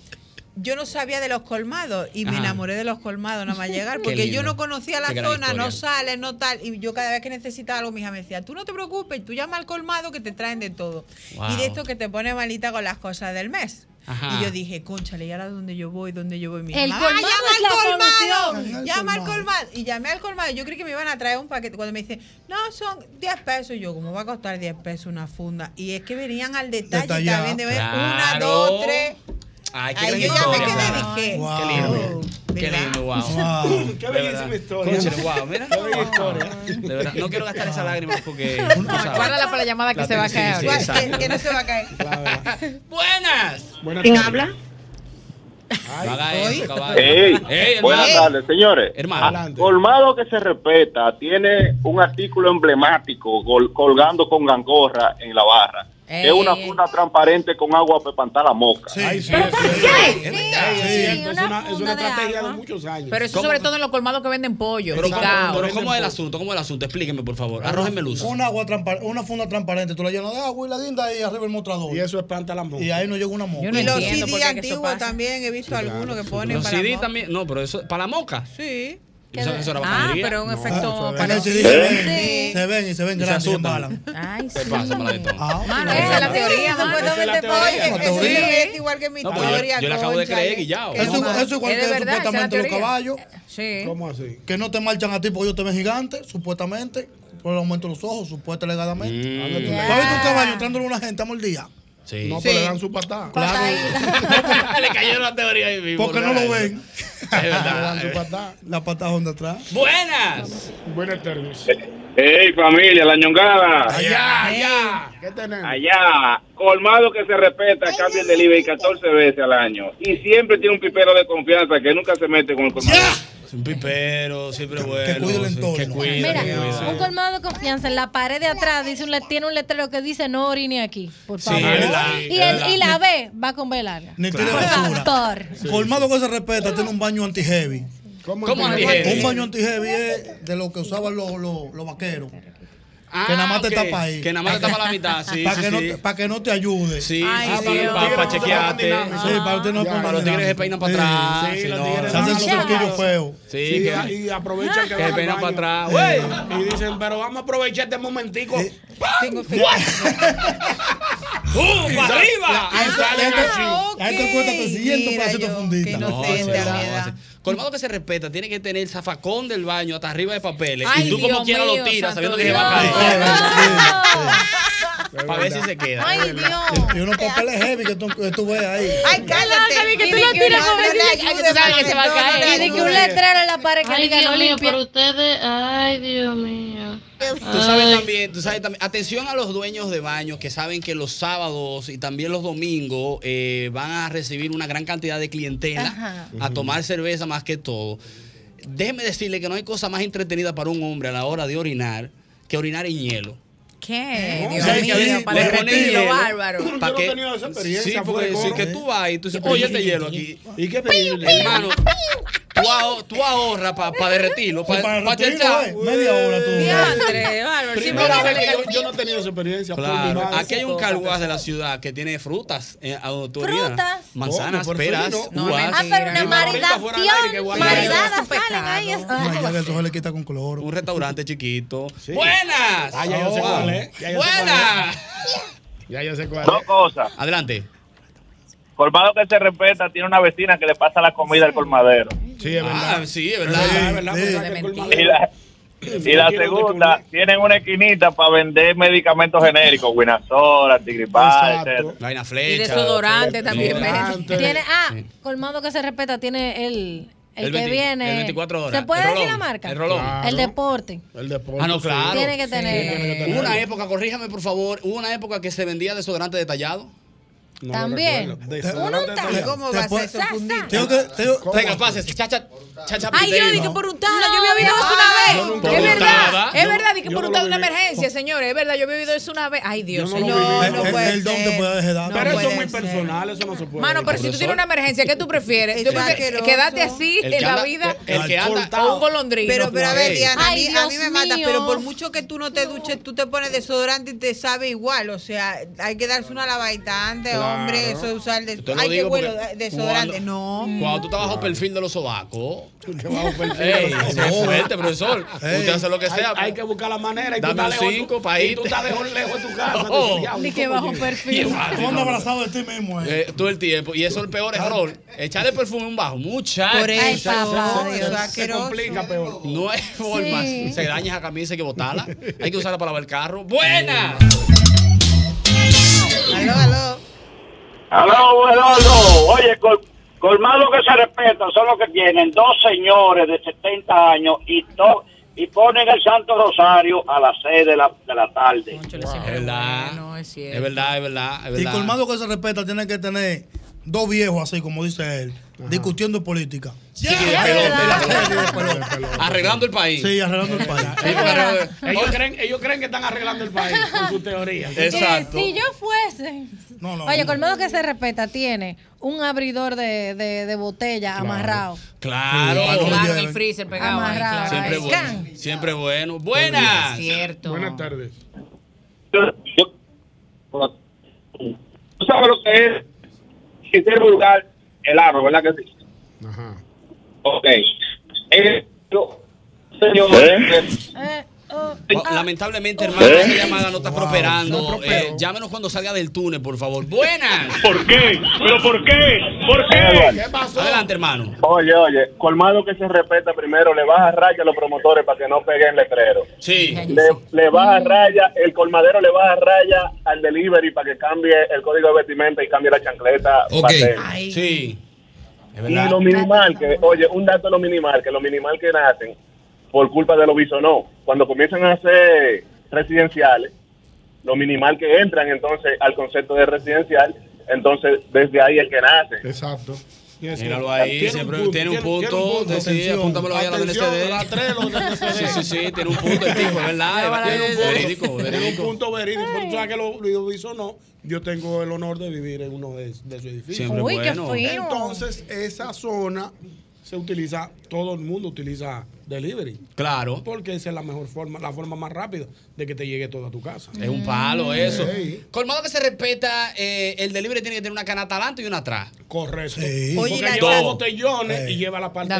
yo no sabía de los colmados y me Ajá. enamoré de los colmados nada más llegar, [LAUGHS] Qué porque yo lindo. no conocía la Qué gran zona, no historia. sales, no tal. Y yo cada vez que necesitaba algo, mi hija me decía, tú no te preocupes, tú llama al colmado que te traen de todo. Wow. Y de esto que te pone malita con las cosas del mes. Ajá. Y yo dije, conchale, ¿y ahora dónde yo voy? ¿Dónde pues, yo voy? Mi El mamá, colmado es la llama al solución. colmado. Llama al colmado. Y llamé al colmado. Yo creí que me iban a traer un paquete. Cuando me dicen, no, son 10 pesos. Y yo, ¿cómo va a costar 10 pesos una funda? Y es que venían al detalle Detallado. también de ver una, Claro. dos, tres. Ay, qué Ay, gran yo ya me historia, quedé, Clara. dije. Qué lindo. Qué lindo, wow. Wow. Qué De bellísima verdad. historia. Cónchale, wow, mira. Qué bella historia. De verdad, no quiero gastar esas lágrimas [LAUGHS] porque. tú sabes. Guárdala para la llamada que La se va a tengo- sí, caer. sí, exacto. Que no se va a caer. Buenas. ¿Quién habla? No haga eso, caballo. Ey, Ey, buenas hermano. tardes, señores. Colmado que se respeta tiene un artículo emblemático gol- colgando con gangorra en la barra. Ey. Es una funda transparente con agua para espantar la mosca. es una, es una estrategia de muchos años. Pero eso ¿Cómo? sobre todo en los colmados que venden pollo, Pero, ¿cómo, picao. pero ¿cómo es el asunto? ¿Cómo es el asunto? Explíqueme, por favor. Arrójenme luz. Una, agua transpar- una funda transparente, tú la llenas de agua y la guindas ahí arriba el mostrador. Y eso espanta la mosca. Y ahí no llega una mosca. y los CD antiguos también, he visto algunos que ponen Los para CD mo- también. No, pero eso. ¿Para la moca? Sí. Yo pensaba que eso era Ah, bacanería. pero un No, efecto eso era- En el CD se ven, se ven y se ven Y grandes. se Se asustan. embalan. Ay, ¿Qué pasa, maladito? Ah, Mano, esa es la teoría, Sí, mano. supuestamente Esa es la pollo, teoría. que Sí. eso es igual que mi No, pues yo- teoría. yo le acabo de concha, creer, que- Guillao. que Eso, no va. eso igual Es que de verdad, esa es la supuestamente los teoría. caballos. Sí. ¿Cómo así? Que no te marchan a ti porque ellos te ven gigante, supuestamente. Por el aumento de los ojos, supuestamente legadamente. Mm. ¿Tú has visto un caballo entrándole a una gente a mordida? Sí. No, Sí. pero le dan su patada. Le cayó la teoría ahí mismo. Porque no Clara, lo eso. ven. Es Le dan verdad. su patada. La patada donde atrás. Buenas. Buenas tardes. Ey, familia, la ñongada. allá. ¿Qué tenemos? Allá, colmado que se respeta, cambia el delivery 14 veces al año. Y siempre tiene un pipero de confianza que nunca se mete con el colmado. Es un pipero, siempre bueno. Que cuide el entorno. Que cuide, Mira, que cuida. un colmado de confianza en la pared de atrás dice un le- tiene un letrero que dice no orine aquí, por Sí, favor. es verdad, y, es el- verdad. y la B va con B larga. Ni tiene Por basura. favor. Colmado que se respeta, tiene un baño anti-heavy. ¿Cómo anti-heavy? Un baño anti-heavy es de lo que usaban los, los, los vaqueros. que nada más Ah, ok. te tapa ahí. Que nada más te tapa la mitad, sí, Para sí, que, no sí. te- pa' que no te ayude. Sí, sí, sí, para chequearte. Sí, para usted no Para los tigres se peinan para atrás, Sí, si los no, tigres se hacen van sus a los truquillos lados. feos. Sí, Sí, que- y aprovechan que que van al peinan baño. para atrás. Y dicen, pero vamos a aprovechar este momentico. ¡Pam! [LAUGHS] ¡Uh, Y para [LAUGHS] sal- arriba! y salen así. A esto cuesta 300 funditas. No, sí, no, sí. Colmado que se respeta, tiene que tener el zafacón del baño hasta arriba de papeles. Ay, y tú como Dios quiera lo mío, tiras, santo sabiendo que se Dios. va a caer. [LAUGHS] Para ver verdad. si se queda. Ay, Es verdad. Y unos papeles heavy que tú, que tú ves ahí. Ay, cállate. que tú lo tiras como si se- ay, tú sabes que se va a caer. Y de que un letrero en la pared que Ay, diga Dios no mío, limpia. pero ustedes, ay, Dios mío. Tú sabes también, tú sabes también, atención a los dueños de baños que saben que los sábados y también los domingos eh, van a recibir una gran cantidad de clientela Ajá. a tomar cerveza más que todo. Déjeme decirle que no hay cosa más entretenida para un hombre a la hora de orinar que orinar en hielo. ¿Qué? O sea, Dios que a veces mío, para le el ponen retiro, hielo. bárbaro. Pa' que- Sí, porque sí, ¿eh? que tú vas y tú dices, oye, este hielo aquí. ¿Y qué Hermano, tú, aho- tú ahorras para derretirlo, para Para pa retiro, echar. eh, media hora tú. Diantre, bárbaro. Sí, Primera porque vez que le- yo, yo no he tenido esa experiencia. por mi Claro, madre. aquí hay un carguas de la ciudad que tiene frutas eh, a donde tú orinas. Frutas. Manzanas, Coño, por eso peras, yo no- uvas. Ah, pero una Y ahorita fuera del aire, que maridación. guay. Maridada salen ahí. es- Ay, ya que eso se le quita con cloro. Un restaurante chiquito. ¡Buenas! Ah, ya yo sé Wow. ¿eh? cuál es. Ya yo sé cuál es. ¡Buenas! Ya yo sé cuál Dos es. cosas. Adelante. Colmado que se respeta tiene una vecina que le pasa la comida al colmadero. Sí, es verdad. sí, es verdad. es verdad, porque sabe que el colmadero- Y la, y la segunda, tienen una esquinita para vender medicamentos genéricos, Winazol, antigripal, etc. La Y desodorante también. ¿ves? Tiene, ah, colmado que se respeta, tiene el, el, El que 20, viene. el 24 horas. ¿Se puede El decir la rolón, marca? el rolón. El deporte. El deporte. Ah, no, claro. Tiene que tener. Hubo una época, corríjame por favor, hubo una época que se vendía desodorante detallado. También. Uno un detallado. ¿Cómo Te va a puede- ser? Sa, sa. Venga, pásese. Chacha, chacha. Ay, yo dije por untada. yo había oído eso Yo una nunca vez. lo Es vi. verdad. Untada. Es Yo- verdad. Dije yo no por lo untada una viví. emergencia, señores. Es verdad. Yo había oído eso una vez. Ay, Dios. Yo no lo señor. viví. no puede el don ser. te puede dar. Pero eso puede es muy personal, eso no se puede. Mano, pero si tú tienes una emergencia, ¿qué tú prefieres? Yo Está prefiero asqueroso. quedarte así El en que la anda- vida el que anda- o un golondrino. Pero, pero a ver, Diana, a Ay, mí, a Dios mí me mata, mío. pero por mucho que tú no te duches, tú te pones desodorante y te sabe igual. O sea, hay que darse una lavadita antes, Claro. hombre, eso es usar des- Yo te lo Ay, qué digo bueno, porque desodorante. cuando- No. Cuando tú estás bajo perfil de los sobacos. bajo perfil de Ey, los eso sobacos. es fuerte, profesor. Ey, Usted hace lo que hay- sea. Hay, que buscar la manera. Y tú Dame estás un lejos, cinco tú- pa' y irte. tú estás lejos, lejos de tu casa. No. tú dices, "Diablo, Ni que ¿cómo bajo llegué?" perfil. Tú andas abrazado de ti mismo, eh. Eh, todo el tiempo. Y eso es el peor error. Echarle perfume a un bajo. Muchacho. Por eso, Ay, papá, se- Dios. se- se complica peor. No hay forma. Sí. Se daña esa camisa, hay que botarla. Hay que usarla para lavar el carro. ¡Buena! Aló, aló. Aló, aló, aló. Oye, col, colmado que se respetan son los que tienen dos señores de 70 años y to- y ponen el Santo Rosario a las 6 de la, de la tarde. Es verdad. es verdad, es verdad, es Y verdad. colmado que se respeta tiene que tener dos viejos así, como dice él, discutiendo política. Sí, de pelota, de pelota. Arreglando el país. Sí, arreglando el país. Sí, porque arreglando- Ellos creen, ellos creen que están arreglando el [LAUGHS] país con su teoría. Que Si yo fuese. Oye, colmado que se respeta, tiene un abridor de, de, de botella amarrado. Claro. Sí, claro, en el freezer pegado ahí, claro. Siempre Ay, bueno. Siempre bueno. Buenas. Cierto. Buenas tardes. Tú sabes lo que es ser vulgar, el árbol, ¿verdad que sí? Ok. Eh, yo- señor, Oh, Lamentablemente, hermano, ¿Eh? esa llamada no está prosperando. Eh, llámenos cuando salga del túnel, por favor. Buenas. Eh, ¿Por qué? ¿Pero por qué? ¿Por qué? ¿Qué pasó? Adelante, hermano. Oye, oye, colmado que se respeta primero, le baja raya a los promotores para que no peguen letrero. Sí. Le, le baja raya, el colmadero le baja raya al delivery para que cambie el código de vestimenta y cambie la chancleta. Ok. para hacer. Sí. Es Y verdad. lo minimal, que, oye, un dato de lo minimal, que lo minimal que nacen por culpa de los no cuando comienzan a hacer residenciales, lo minimal que entran entonces al concepto de residencial, entonces desde ahí el que nace. Exacto. Míralo ahí, siempre tiene un punto. Sí, sí, apúntamelo ahí a la Atención, DNCD. a la tres, los DNCD. Sí, sí, sí, tiene un punto el tipo, [LAUGHS] es verdad. Tiene Es un punto- verídico, Tiene un verídico. punto verídico. Pero tú sabes que lo, lo hizo o no. Yo tengo el honor de vivir en uno de, de sus edificios. Siempre Uy, qué bueno. fino. Entonces, esa zona se utiliza, todo el mundo utiliza delivery. Claro. Porque esa es la mejor forma, la forma más rápida de que te llegue todo a tu casa. Es un Mm. palo eso. Ey. Colmado que se respeta, eh, el delivery tiene que tener una canasta adelante y una atrás. Correcto. Oye, Porque la- lleva Dos. botellones y lleva la parte.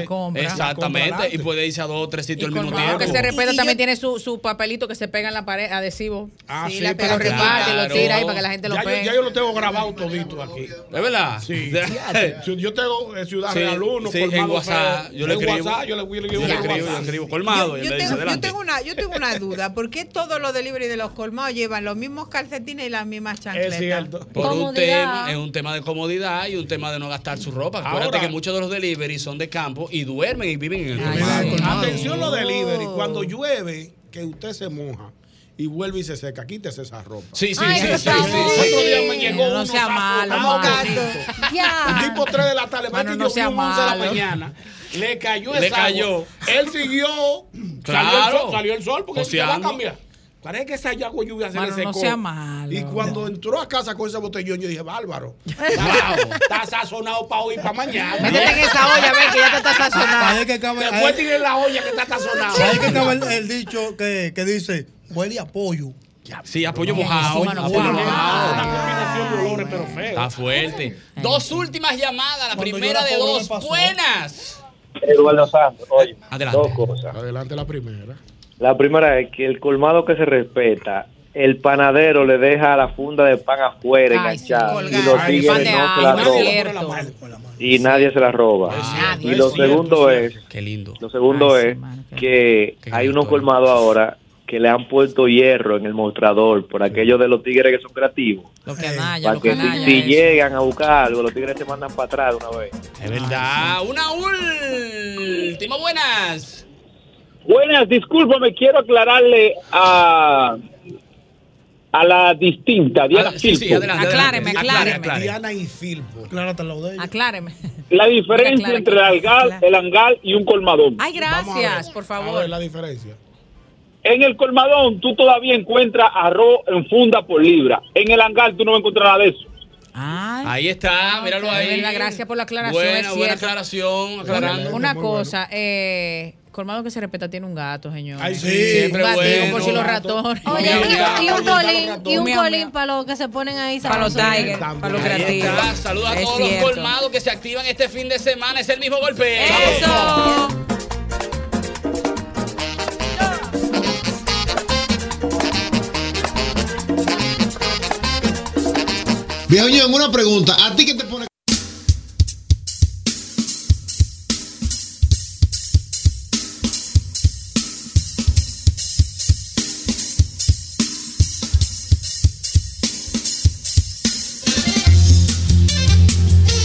Exactamente. Y puede irse a dos o tres sitios al mismo Claro tiempo. que se respeta también tiene su, su papelito que se pega en la pared adhesivo. Ah, sí, la pero pega, lo reparte, claro. lo tira ahí para que la gente lo Ya yo- pegue. ya yo lo tengo grabado todito aquí. ¿Es verdad? [LAUGHS] Sí. Fíjate. Yo- Yo tengo eh, Ciudad Ah. Sí, Real 1, sí, Colmado en WhatsApp. Feo. Yo le En escribo. WhatsApp, yo le voy a Yo le escribo, yo le escribo. Colmado. y él Yo le dice tengo, yo, adelante. tengo una, yo tengo una duda. ¿Por qué todos los delivery de los colmados llevan los mismos calcetines y las mismas chancletas? Por un tema, es un tema de comodidad y un tema de no gastar su ropa. Acuérdate que muchos de los delivery son de campo y duermen y viven en el colmado. Atención los delivery. Cuando llueve, que usted se moja y vuelve y se seca, quítese esa ropa. Sí, sí, Ay, sí, por sí, sí, favor. sí. Otro día me llegó No uno sea malo, sazonado, malo. maldito. Ya. Tipo 3 de la tarde, Mano, que no yo vi sea un 11 de la malo. mañana. Le cayó Le esa agua. cayó. Eh, Él siguió. Salió el Claro. sol, salió el sol porque se va a Coseando. cambiar. Parece que esa agua lluvia se Mano, le no secó. sea malo. Y cuando entró a casa con ese botellón, yo dije, bárbaro. Bravo. Está sazonado para hoy y para mañana. Métete en esa olla, ve, que ya te está sazonado. Ahí que cabe- Después ahí- tiene la olla que está sazonada. Ahí que cabe el, el dicho que, que dice, huele a pollo. Sí, apoyo mojado. Apoyo mojado. combinación de olores, pero feo. Está fuerte. Dos últimas llamadas, la primera de dos. Buenas. Eduardo Santos, oye, Adelante. dos cosas. Adelante la primera. La primera es que el colmado que se respeta el panadero le deja la funda de pan afuera enganchada y los Ay, tigres no pan de se la agua, roban cierto. y nadie se la roba. nadie, Ah, y lo es cierto, segundo es es, cierto. lo segundo es que hay unos colmados ahora que le han puesto hierro en el mostrador por aquellos de los tigres que son creativos. Los eh, canallas, Para los que si- canallas. si, eso. llegan a buscar algo, los tigres te mandan para atrás de una vez. Ah, Es verdad. Una última, buenas. Buenas, discúlpame, quiero aclararle a a la distinta Diana Ah, Filpo. acláreme, acláreme. Diana y Filpo. Aclárate al lado de ella. Acláreme. La diferencia Aclara, entre el hangar, el hangar y un colmadón. Ay, gracias, por A favor. ver la diferencia. En el colmadón tú todavía encuentras arroz en funda por libra. En el hangar tú no vas a encontrar nada de eso. Ahí está, míralo Ah, De ahí. verdad, gracias por la aclaración. Buena, es buena cierto. aclaración, aclarando. Una cosa, eh, Colmado que se respeta tiene un gato, señor. Ay, sí. Siempre un gatito bueno. por si los Gato. ratones. Oye, Mira, mira. y, y un colín, y un Mira, colín para los que se ponen ahí. Para los sabrosos. tigres, para los Ahí creativos. está. Saludos a Es todos cierto. los colmados que se activan este fin de semana. Es el mismo golpe. ¡Eso! Viejo Ñongo, una pregunta. ¿A ti qué te pone?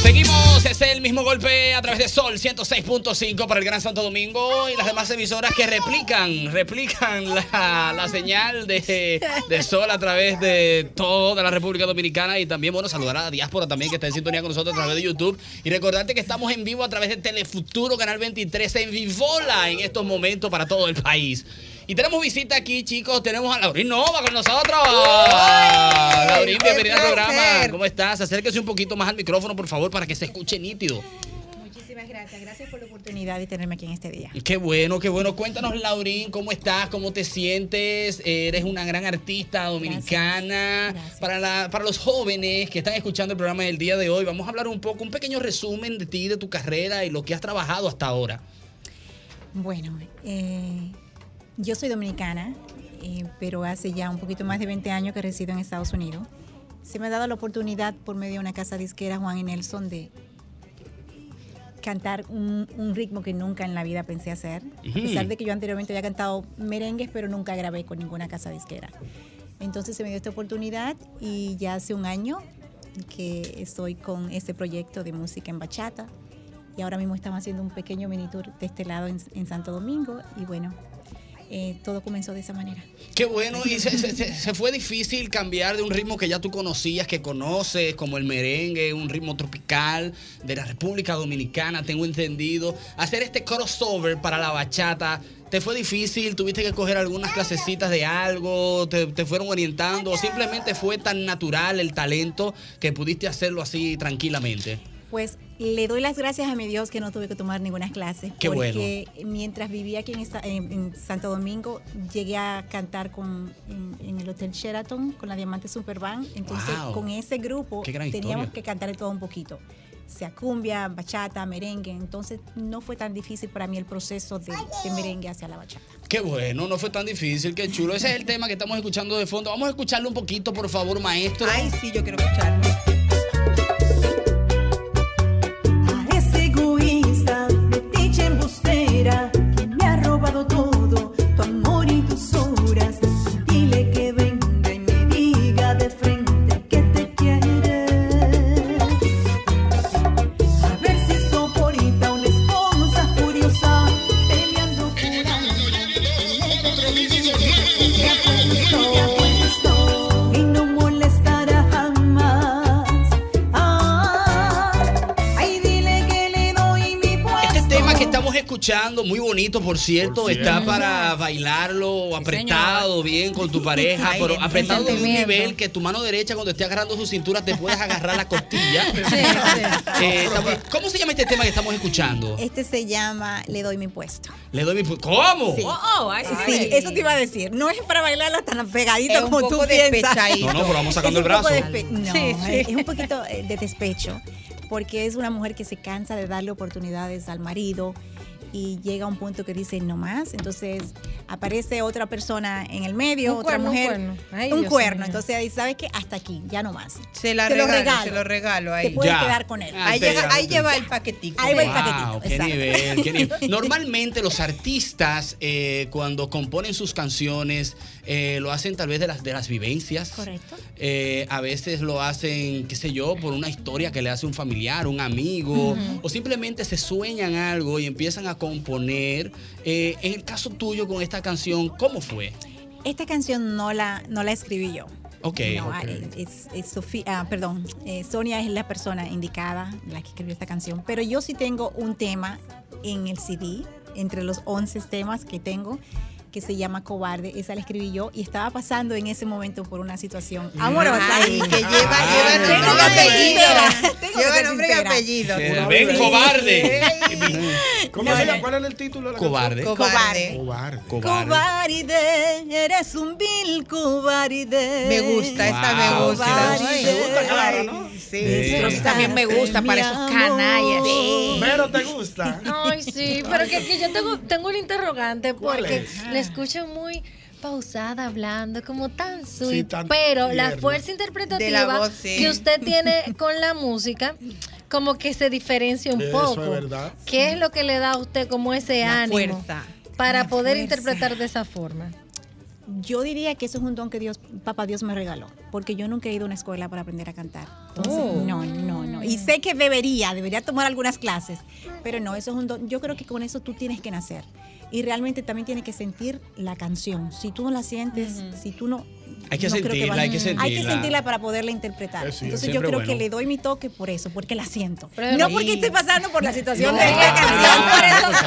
Seguimos, es el mismo golpe a través de Sol 106.5 para el Gran Santo Domingo y las demás emisoras que replican, replican la, la señal de, de Sol a través de toda la República Dominicana y también, bueno, saludar a la diáspora también que está en sintonía con nosotros a través de YouTube y recordarte que estamos en vivo a través de Telefuturo Canal 23 en Vivola en estos momentos para todo el país. Y tenemos visita aquí, chicos, tenemos a Laurín Nova con nosotros. Laurín, ¡Qué bienvenida al placer! programa. ¿Cómo estás? Acérquese un poquito más al micrófono, por favor, para que se escuche nítido. Muchísimas gracias. Gracias por la oportunidad de tenerme aquí en este día. Qué bueno, qué bueno. Cuéntanos, Laurín, ¿cómo estás? ¿Cómo te sientes? Eres una gran artista dominicana. Para, la- para los jóvenes que están escuchando el programa del día de hoy, vamos a hablar un poco, un pequeño resumen de ti, de tu carrera y lo que has trabajado hasta ahora. Bueno, eh, yo soy dominicana, eh, pero hace ya un poquito más de 20 años que resido en Estados Unidos. Se me ha dado la oportunidad por medio de una casa disquera, Juan y Nelson, de cantar un, un ritmo que nunca en la vida pensé hacer. A Ujú. pesar de que yo anteriormente había cantado merengues, pero nunca grabé con ninguna casa disquera. Entonces se me dio esta oportunidad y ya hace un año que estoy con este proyecto de música en bachata y ahora mismo estamos haciendo un pequeño mini tour de este lado en, en Santo Domingo y bueno, eh, todo comenzó de esa manera. Qué bueno. ¿Y se, se- se- se fue difícil cambiar de un ritmo que ya tú conocías, que conoces, como el merengue, un ritmo tropical de la República Dominicana, tengo entendido? Hacer este crossover para la bachata, ¿te fue difícil? ¿Tuviste que coger algunas clasecitas de algo? ¿Te, te fueron orientando? ¿O simplemente fue tan natural el talento que pudiste hacerlo así tranquilamente? Pues le doy las gracias a mi Dios que no tuve que tomar ninguna clase. Qué porque mientras vivía aquí en, esta- en- en Santo Domingo, llegué a cantar con, en, en el Hotel Sheraton con la Diamante Superband. Entonces, Wow. con ese grupo Qué gran teníamos historia. que cantar de todo un poquito. Sea cumbia, bachata, merengue. Entonces, no fue tan difícil para mí el proceso de, de merengue hacia la bachata. Qué bueno, no fue tan difícil, qué chulo. Ese es el tema que estamos escuchando de fondo. Vamos a escucharlo un poquito, por favor, maestro. Ay, sí, yo quiero escucharlo. A ese egoísta, metiche embustera, que me ha robado todo, tu amor y tus horas. Dile que venga y me diga de frente que te quiere. A ver si soporta una esposa furiosa, peleando por amor. Y no molestará jamás. Ah, Ay, dile que le doy mi puesto. Este tema que estamos escuchando, muy bonito por cierto, está para bailarlo apretado bien con tu pareja, Ay, pero el apretado de un sentimiento. nivel que tu mano derecha cuando esté agarrando su cintura te puedes agarrar la costilla. [LAUGHS] Eh, estamos- ¿Cómo se llama este tema que estamos escuchando? Este se llama Le doy mi puesto. Le doy mi... pu- ¿Cómo? Oh, Sí. sí. Sí, eso te iba a decir. No es para bailarla tan pegadito Es un como poco tú piensas. despechadito. No, no, pero vamos sacando Es el un poco brazo. despe- No, Sí, sí. es un poquito eh, de despecho, porque es una mujer que se cansa de darle oportunidades al marido, y llega a un punto que dice no más. Entonces aparece otra persona en el medio, Un otra cuerno, un mujer. cuerno. Ay, un Dios cuerno. mío. Entonces ahí sabes que hasta aquí, ya no más. Se la Te lo regalo, regalo. se lo regalo ahí. Te puedes quedar con él. Ahí, llega- ahí lleva el paquetico. Ahí va el Wow, paquetito. qué exacto. nivel, qué [LAUGHS] nivel. Normalmente los artistas eh, cuando componen sus canciones eh, lo hacen tal vez de las, de las vivencias. Correcto. Eh, a veces lo hacen, qué sé yo, por una historia que le hace un familiar, un amigo, Ujú. o simplemente se sueñan algo y empiezan a componer. Eh, en el caso tuyo con esta canción, ¿cómo fue? Esta canción no la, no la escribí yo. Ok. No, Ok. ah, es- es Sofía- ah, perdón, eh, Sonia es la persona indicada, la que escribió esta canción. Pero yo sí tengo un tema en el CD, entre los 11 temas que tengo, que se llama Cobarde. Esa la escribí yo y estaba pasando en ese momento por una situación amorosa. Mm. Ay, que lleva, Ay, lleva nombre tengo y que ser apellido. sincera, tengo que Lleva ser nombre y sincera. apellido. Eh, ven, cobarde. ¿Cómo No, no. se llama? ¿Cuál era el título de la Cobarde. canción? Cobarde. Cobarde. Cobarde, eres un vil cobarde. Me gusta, esta me gusta. Cobarde. Me gusta, claro, ¿no? Sí. Nosotros también me gusta para esos canallas. Pero te gusta. Ay, sí, pero que, que yo tengo, tengo un interrogante ¿Cuál porque es? la escucho muy pausada hablando, como tan sweet, tan pero la tierna. fuerza interpretativa De la voz, sí. que usted tiene con la música como que se diferencia un Eso es poco. verdad. ¿Qué es lo que le da a usted como ese La ánimo [LAUGHS] fuerza. para La poder fuerza. interpretar de esa forma? Yo diría que eso es un don que Dios, papá Dios me regaló, porque yo nunca he ido a una escuela para aprender a cantar. Entonces, Oh. no, no, no. Y sé que debería, debería tomar algunas clases, pero no, eso es un don. Yo creo que con eso tú tienes que nacer. Y realmente también tienes que sentir la canción. Si tú no la sientes, si tú no... Hay que no creo sentirla, vaya- hay que Hay que sentirla. sentirla para poderla interpretar. Eh, sí, Entonces yo siempre creo que bueno. le doy mi toque por eso, porque la siento. Pero- no porque estoy pasando por la situación No. de la canción, por eso-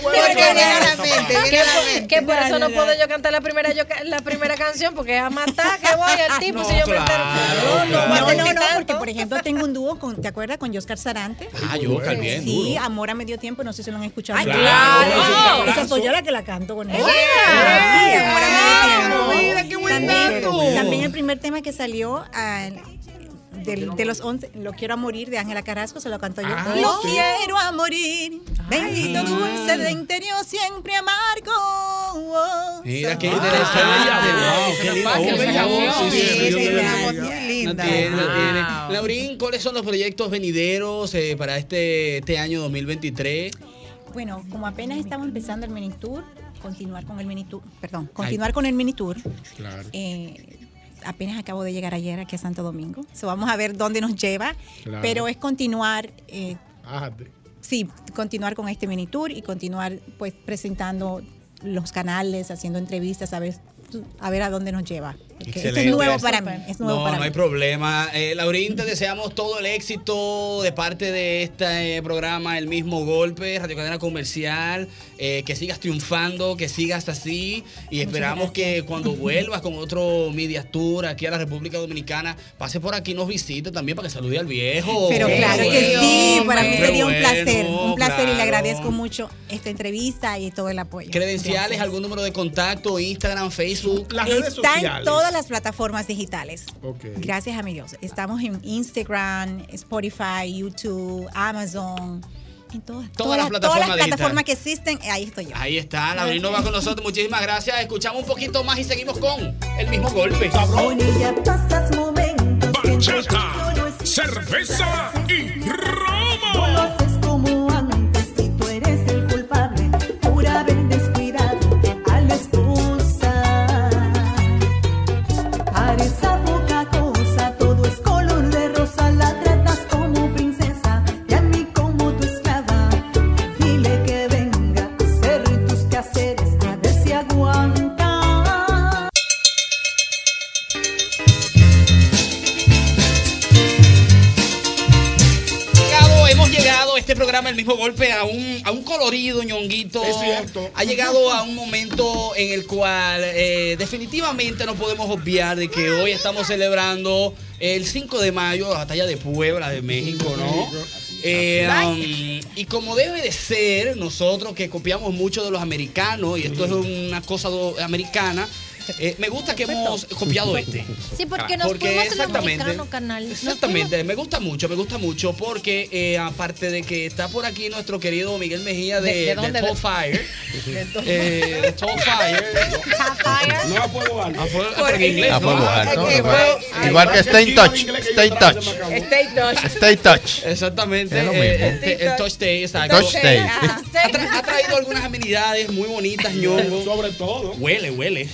Que por- Que por eso no puedo yo cantar la primera, yo ca- la primera canción, porque a matar que voy al tipo si yo me entero. No, no, claro. no, porque por ejemplo tengo un dúo con, ¿te acuerdas? Con Oscar Sarante. Ah, yo Oscar, bien, Sí, duro. Amor a medio tiempo, no sé si lo han escuchado. Ay, Claro, claro. Esa- claro. Esa soy yo la que la canto con él. Yeah. Sí, Yeah. Amor a medio Mira, tiempo. qué buen también, dato. también el primer tema que salió ah, del- de los 11, Lo quiero a morir de Ángela Carrasco, se lo canto yo. Ah, lo sí. Ah. quiero a morir, bendito dulce de interior, siempre amargo. Oh, Mira qué Ah, interesante. ah, wow, qué se me linda pasa voz, esa bella voz. canción. Sí, sí, Sí, sí, Dios te la bendiga. voz muy No linda. tiene, no tiene. Wow. Laurín, ¿cuáles son los proyectos venideros eh, para este, este año 2023? Bueno, como apenas estamos empezando el mini tour, continuar con el mini tour, perdón, continuar con el mini tour. Claro. Eh, apenas acabo de llegar ayer aquí a Santo Domingo, so vamos a ver dónde nos lleva, Claro. pero es continuar, eh, Ájate. sí, continuar con este mini tour y continuar pues presentando los canales, haciendo entrevistas, a ver, a ver a dónde nos lleva. porque Esto es Excelente. nuevo para mí, es nuevo no, para no hay mí. problema. Eh, Laurín, te deseamos todo el éxito de parte de este eh, programa, El mismo Golpe, Radio Cadena Comercial. eh, que sigas triunfando, que sigas así. Y esperamos que cuando [LAUGHS] vuelvas con otro Media Tour aquí a la República Dominicana, pase por aquí y nos visite también para que salude al viejo. Pero claro que sí, para mí Hombre, sería un Oh, bueno, placer, un placer y le claro. agradezco mucho esta entrevista y todo el apoyo. Credenciales, algún número de contacto, Instagram, Facebook. Está en todas las plataformas digitales. Gracias a mi Dios. Estamos en Instagram, Spotify, YouTube, Amazon, en todas, Todas las todas- plataformas todas las plataformas que existen, eh, ahí estoy yo. Ahí está, Laurín nos va con nosotros. Muchísimas gracias. Escuchamos un poquito más y seguimos con el mismo golpe. Bachata, cerveza y romo. No lo haces como antes y tú eres el culpable por haber descuidado al expulsar. Para esa poca cosa todo es color de rosa, la tratas como princesa y a mí como tu esclava. Dile que venga a hacer tus quehaceres a ver si aguanta. Llegado, hemos llegado este programa, el mismo golpe, a un, a un colorido ñonguito. Es cierto. Ha llegado a un momento en el cual eh, definitivamente no podemos obviar de que hoy estamos celebrando el 5 de mayo, la batalla de Puebla de México, ¿no? Eh, um, y como debe de ser, nosotros que copiamos mucho de los americanos, y esto es una cosa do- americana, Eh, me gusta que hemos copiado este. Sí, porque nos Porque fuimos a lo exactamente- mexicano, canal. Nos Exactamente, me gusta mucho, me gusta mucho porque eh, aparte de que está por aquí nuestro querido Miguel Mejía de, ¿De- de dónde? Top Fire. eh, de Top Fire. No a fuego alto. A fuego, Por- en inglés, A ¿no? fuego alto, Ok, no, pues, no. Igual que Stay in Touch, Stay in Touch. Stay touch. Stay touch. Exactamente. Es lo eh, mismo. este, el touch day, exacto. Touch Day. Ha, tra- ha traído algunas amenidades muy bonitas, ñongo. Sobre todo. Huele, huele.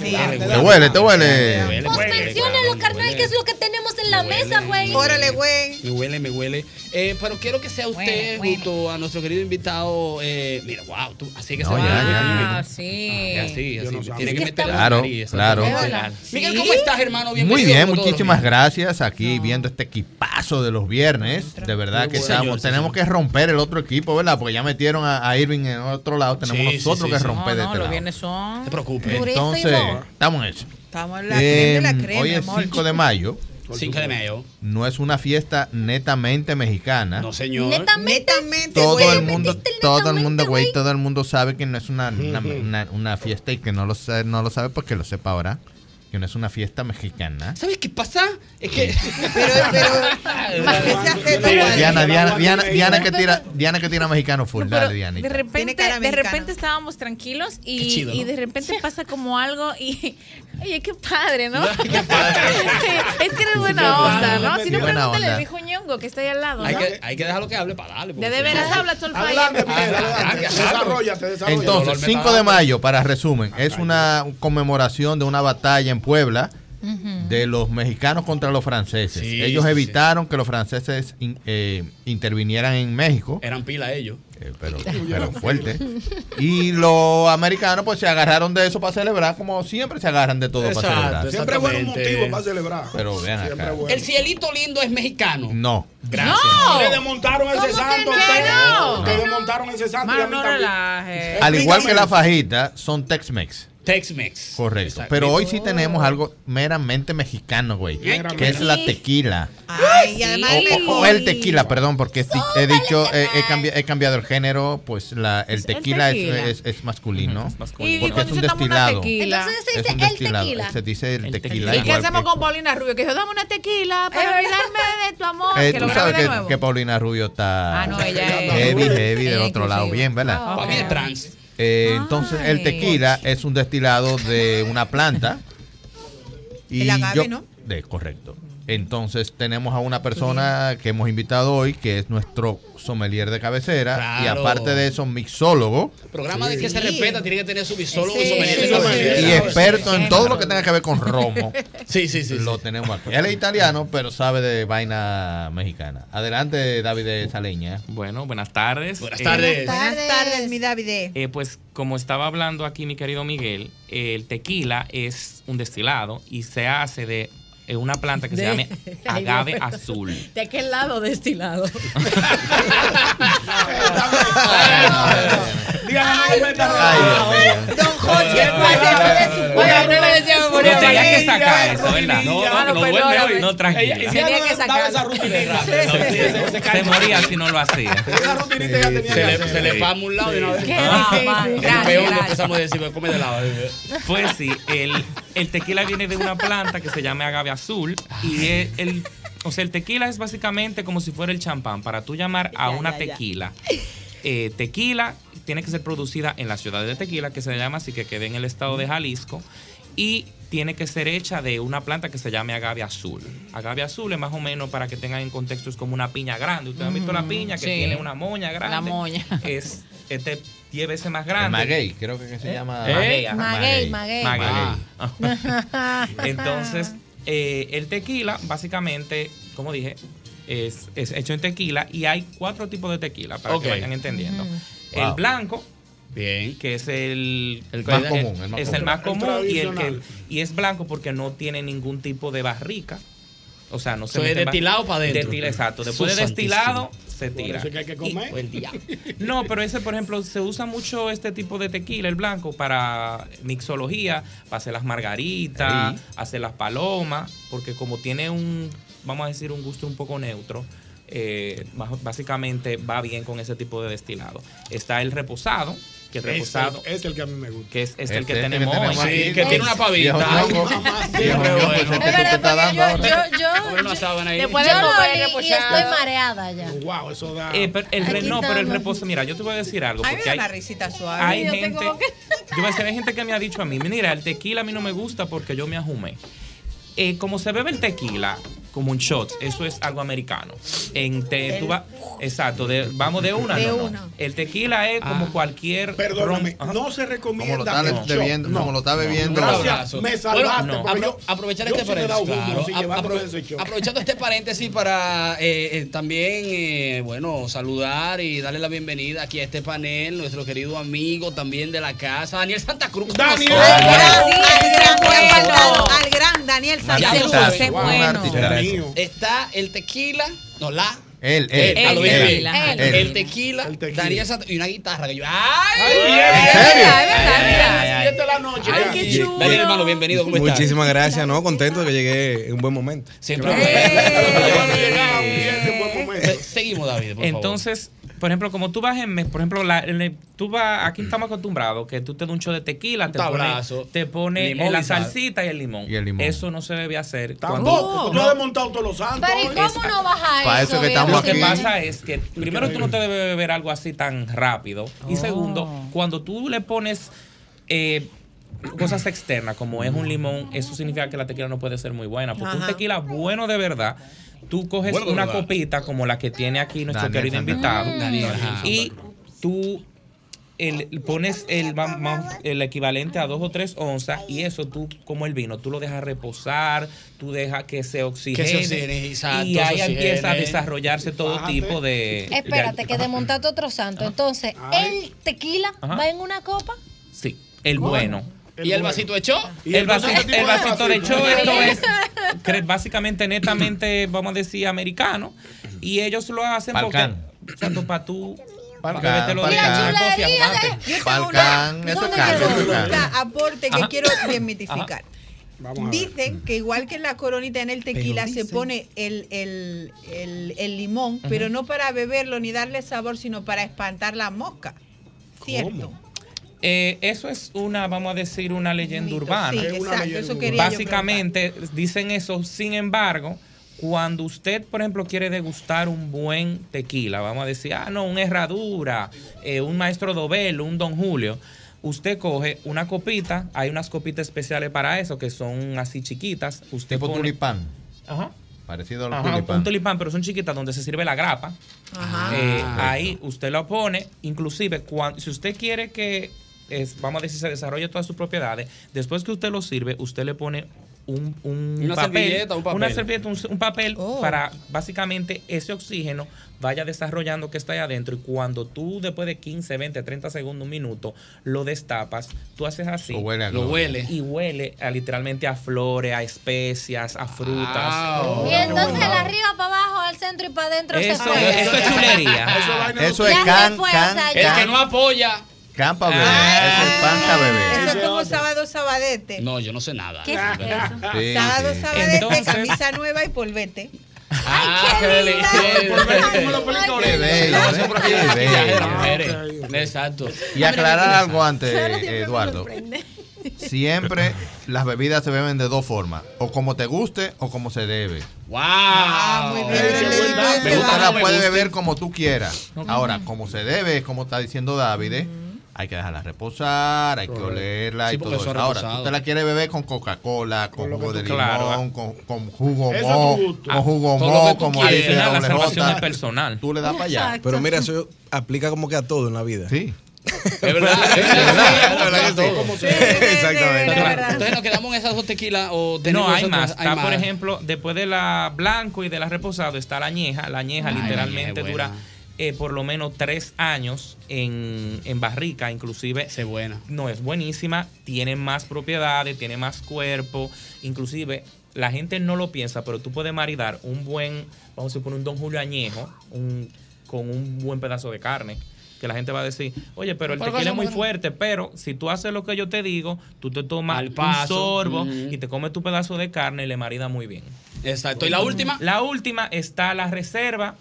Huele, Te huele, te huele. Huele, Pues huele, menciónalo, carnal, que es lo que tenemos en la mesa, güey. Órale, güey. Me huele, me huele. Eh, pero quiero que sea usted junto a nuestro querido invitado. eh, mira, wow, tú, así que se No, va. ya, Ah, sí. Así, así. tiene que meter la Claro, nariz, claro. exactamente. Miguel, ¿cómo estás, hermano? Bienvenido. Muy bien, como todos los muchísimas gracias aquí viendo este equipazo de los viernes. De verdad Muy que bueno. Señor, estamos, sí, tenemos que romper el otro equipo, ¿verdad? Porque ya metieron a, a Irving en otro lado, tenemos Sí, sí, nosotros sí, que sí. romper de No, los este lado. viernes son. te preocupes. Entonces, estamos en eso. Estamos en la crema de la Em, crema, hoy es amor. 5 de mayo. 5 de mayo. No es una fiesta netamente mexicana. No, señor. Netamente, Todo güey. el mundo, todo el mundo, güey, todo el mundo sabe que no es [LAUGHS] una, una, una- una fiesta y que no lo sabe, no lo sabe porque lo sepa ahora. Que no es una fiesta mexicana. ¿Sabes qué pasa? Es que. Pero, Diana, Diana, Diana, Diana que tira, Diana que tira mexicano full, dale, Diana. De repente, de repente estábamos tranquilos y, Qué chido, ¿no? y de repente pasa como algo y. Oye, qué padre, ¿no? [LAUGHS] es que eres buena onda, ¿no? Si no, Buena pregúntale onda. al viejo Ñongo que está ahí al lado. Hay ¿no? que, hay que dejarlo que hable para darle. De de veras habla, Solfaya. Desarrollate, desarrollate. Entonces, 5 de mayo, para resumen, Ah, es una conmemoración de una batalla en Puebla de los mexicanos contra los franceses. Sí, Ellos sí, sí. evitaron que los franceses in- eh, intervinieran en México. Eran pila ellos. Eh, pero, pero fuerte. Y los americanos pues se agarraron de eso para celebrar, como siempre se agarran de todo Exacto, para celebrar. Siempre es bueno un motivo para celebrar. Pero vean acá. El cielito lindo es mexicano. No. Gracias. No. Le desmontaron ese santo. no? Le desmontaron ese santo. y a mí no también. Al igual que la fajita, son Tex-Mex. Tex-Mex. Correcto. Pero hoy sí tenemos algo meramente mexicano, güey. Meramente. Que es la tequila. Ay, y además O, le- o- o el tequila, perdón, porque sí, he dicho, he, he cambi- he cambiado el género, pues la, el tequila, es- tequila. Es, es masculino. Y Porque es cuando un se toma una destilado. tequila. Entonces se Es dice un el destilado. tequila. Se dice el tequila. ¿Y qué igual hacemos que- con Paulina Rubio? Que yo dame una tequila para olvidarme de tu amor. Eh, que tú lo grabe sabes de que, nuevo. que Paulina Rubio está Ah, no, ella es- heavy, heavy del Ella es otro lado, inclusiva. bien, ¿verdad? Ah, ok. trans. Eh, entonces, el Ay. tequila es un destilado de una planta. Y El agave, yo- ¿no? de- correcto. Entonces, tenemos a una persona que hemos invitado hoy, que es nuestro sommelier de cabecera. Y Claro. aparte de eso, mixólogo. Programa de que se respeta tiene que tener su visólogo Y y su experto en todo lo que tenga que ver con romo. [LAUGHS] Sí, sí, sí. Lo tenemos aquí. Él es italiano, pero sabe de vaina mexicana. Adelante, David de Saleña. Bueno, buenas tardes. Buenas Buenas tardes, mi David. pues como estaba hablando aquí mi querido Miguel, eh, el tequila es un destilado y se hace de eh, una planta que se De- llama Ay, Dios. agave azul. ¿De aquel lado destilado? No tenía que sacar eso, ¿verdad? No, Ah, no, pues pues, no duerme hoy. No, tranquila. Ella- ella Tenía que no daba sacar. esa rutinita. No, se, se moría si no lo hacía. Se le, se le pama un lado y una vez. Qué el difícil. peón Gracias. empezamos a decir, come de lado. Pues sí, el, el tequila viene de una planta que se llama agave azul y el, el- o sea, el tequila es básicamente como si fuera el champán. Para tú llamar Ya, a una ya, ya. tequila, eh, tequila tiene que ser producida en la ciudad de Tequila, que se llama así que quede en el estado de Jalisco y tiene que ser hecha de una planta que se llame agave azul. Agave azul es más o menos para que tengan en contexto es como una piña grande. Ustedes han visto la Mm, Ujú, piña que sí. tiene una moña grande. La moña. Es este 10 veces más El grande. maguey, creo que se llama. ¿Eh? ajá, Maguey, maguey. Maguey. Ah. [LAUGHS] Entonces, eh, el tequila, básicamente, como dije, es, es hecho en tequila y hay cuatro tipos de tequila para Ok. que vayan entendiendo. Ujú. El Wow. blanco. Bien. Que es el, El más común, el más es común. el más El común y, el que, tradicional. y es blanco porque no tiene ningún tipo de barrica. O sea, no se Eso es mete ba- destilado pa' dentro. Destila, exacto. Después Su de destilado, santísimo. se Por tira. eso es que hay que Y- comer. O el diablo. no, pero ese, por ejemplo, se usa mucho este tipo de tequila, el blanco, para mixología, para hacer las margaritas, Ahí. hacer las palomas, porque como tiene un, vamos a decir, un gusto un poco neutro, eh, baj- básicamente va bien con ese tipo de destilado. Está el reposado, que es Este- reposado. este Es el que a mí me gusta. Que es, es el que Este es el que tenemos hoy. tenemos sí, aquí. que tiene una pavita. Viejo Ay, loco. mamá, sí, Viejo qué loco, bueno. este Es Es verdad, porque yo, yo, yo, Una sábana [LAUGHS] ahí. yo, Después de lo comer, olí y reposado. estoy mareada ya. Oh, Wow, eso da. Eh, pero el Aquí re- no, pero el estamos. reposo, mira, yo te voy a decir algo. A mí me Porque da hay, una risita suave. hay gente, yo voy a decir, hay gente que me ha dicho a mí, mira, el tequila a mí no me gusta porque yo me ajumé. Eh, como se bebe el tequila como un shot, eso es algo americano. En te- Del- tú vas- exacto, de- vamos de una. De no, no. una. El tequila es como cualquier. Perdóname, ron- ajá. no se recomienda. Como lo está mucho. bebiendo- No, como lo está no. bebiendo. Gracias, Bueno, me salvaste. no. porque Apro- yo- aprovechar yo este sí le he dado paréntesis. humo, claro. así que va Apro- por ese show. aprovechando este paréntesis para eh, eh, también, eh, bueno, saludar y darle la bienvenida aquí a este panel, nuestro querido amigo también de la casa, Daniel Santa Cruz. Daniel. Al gran Daniel Ya Sánchez. lo Artista, sé, un bueno. artista eso. Está el tequila, no la. Él, él, Ah, lo él, dije bien. él, él. El tequila, Daniel Santa y una guitarra que yo. ¡Ay! Siete de la noche. Ay, aquí. qué chulo. Daniel, hermano, bienvenido. ¿Cómo estás? Muchísimas gracias, ¿no? Contento de que llegué en un buen momento. Siempre. [LAUGHS] Eh, Seguimos, David. por favor. Entonces, por ejemplo, como tú vas en mes, por ejemplo, la- en el- tú vas, aquí estamos acostumbrados que tú te das un show de tequila, te pones tablazo, te pone limón eh, la y sal. salsita y el limón. Eso no se debe hacer. Tampoco. cuando- Yo he montado todos los santos. Pero ¿y cómo no baja Pa' eso? eh? que viejo? Lo que pasa es que primero tú no te debes beber algo así tan rápido. Y segundo, cuando tú le pones eh, cosas externas, como es un limón, eso significa que la tequila no puede ser muy buena. Porque un Ajá. tequila bueno de verdad. Tú coges Bueno de una verdad. copita como la que tiene aquí nuestro Daniel querido Santa invitado Cruz. Daniel, ajá. y tú el- pones el, ma- ma- el equivalente a dos o tres onzas y eso tú, como el vino, tú lo dejas reposar, tú dejas que se oxigene. oxigene, exacto, y ahí se oxigene. empieza a desarrollarse todo Bájate. tipo de... Espérate, que desmontaste otro santo. Entonces, el tequila Ajá. va en una [LAUGHS] copa. Sí, el bueno. ¿Y el vasito de cho? El, vasito, el vasito de show, esto es Para cre- básicamente netamente, vamos a decir, americano. Y ellos lo hacen Palcán. porque... Exacto, para tú... Palcán, bebértelo de- palcán. con entusiasmante. Palcán, eso cambia, eso Ahorita, cambia. aporte que Ajá. quiero desmitificar. Vamos a ver. Dicen que igual que en la coronita en el tequila Pero se dicen- pone el, el- el- el limón, Ujú. pero no para beberlo ni darle sabor, sino para espantar la mosca. Cierto. Eh, eso es una, vamos a decir, una leyenda Mito, urbana. sí, Es una exacto, leyenda eso quería urbana. yo Básicamente dicen eso, sin embargo, cuando usted, por ejemplo, quiere degustar un buen tequila, vamos a decir, ah, no, una herradura, eh, un maestro Dobelo, un Don Julio. Usted coge una copita, hay unas copitas especiales para eso que son así chiquitas. Usted Tipo pone- tulipán. Ajá. Parecido al Ajá, tulipán. un tulipán, pero son chiquitas donde se sirve la grapa. Ajá. Eh, Ah, Perfecto. ahí usted lo pone, inclusive cuan- si usted quiere que, es, vamos a decir, se desarrolle todas sus propiedades, después que usted lo sirve, usted le pone un, un Una papel, servilleta, un papel. Oh. una servilleta, un, un papel para básicamente ese oxígeno vaya desarrollando que está ahí adentro y cuando tú después de 15, 20, 30 segundos, un minuto, lo destapas, tú haces así, Lo huele a Lo gloria. huele. y huele a, literalmente a flores, a especias, a frutas. Ah, Wow. oh. Y entonces, el arriba para abajo, al centro y para adentro se Eso, fue. eso es chulería. [LAUGHS] [LAUGHS] Eso es can, fue, o can, sea, El que can. no apoya. Can pa' beber. Eso es pan pa' beber. Eso es como sábado sabadete. No, yo no sé nada. ¿Qué es eso? Sí, sábado sí. sabadete, Entonces- camisa nueva y polvete. Ah, qué Qué bello, qué bello. Exacto. Y aclarar algo antes, Eduardo. Siempre las bebidas se beben de dos formas, o como te guste o como se debe. ¡Wow! Ah, muy bien. Tú te la puedes gusta. beber como tú quieras. Ahora, como se debe, como está diciendo David, ¿eh? hay que dejarla reposar, hay que olerla Sí, y todo porque eso. eso ha Ahora, reposado. tú te la quieres beber con Coca-Cola, con, jugo de tú limón, quieras. con, con jugo Eso mo, es tu gusto. con jugo Con lo que mo, tú como quieras. dice La Doble salvación Rota. es personal. Tú le das para allá. Pero mira, eso aplica como que a todo en la vida. Sí. [LAUGHS] Es verdad. [LAUGHS] Exactamente. Entonces nos quedamos en esas dos tequilas o tenemos No, hay otras- más. Está, por ejemplo, después de la blanco y de la reposado, está la añeja. La añeja Ay, la añeja literalmente es buena. dura eh, por lo menos tres años en, en barrica, inclusive. Se buena. No, es buenísima. Tiene más propiedades, tiene más cuerpo. Inclusive, la gente no lo piensa, pero tú puedes maridar un buen, vamos a suponer, un Don Julio añejo un- con un buen pedazo de carne. Que la gente va a decir, oye, pero el Pero cosa tequila es muy buena. fuerte, pero si tú haces lo que yo te digo, tú te tomas Al un paso. sorbo Ujú. y te comes tu pedazo de carne y le marida muy bien. Exacto. ¿Y la última? La última está la reserva,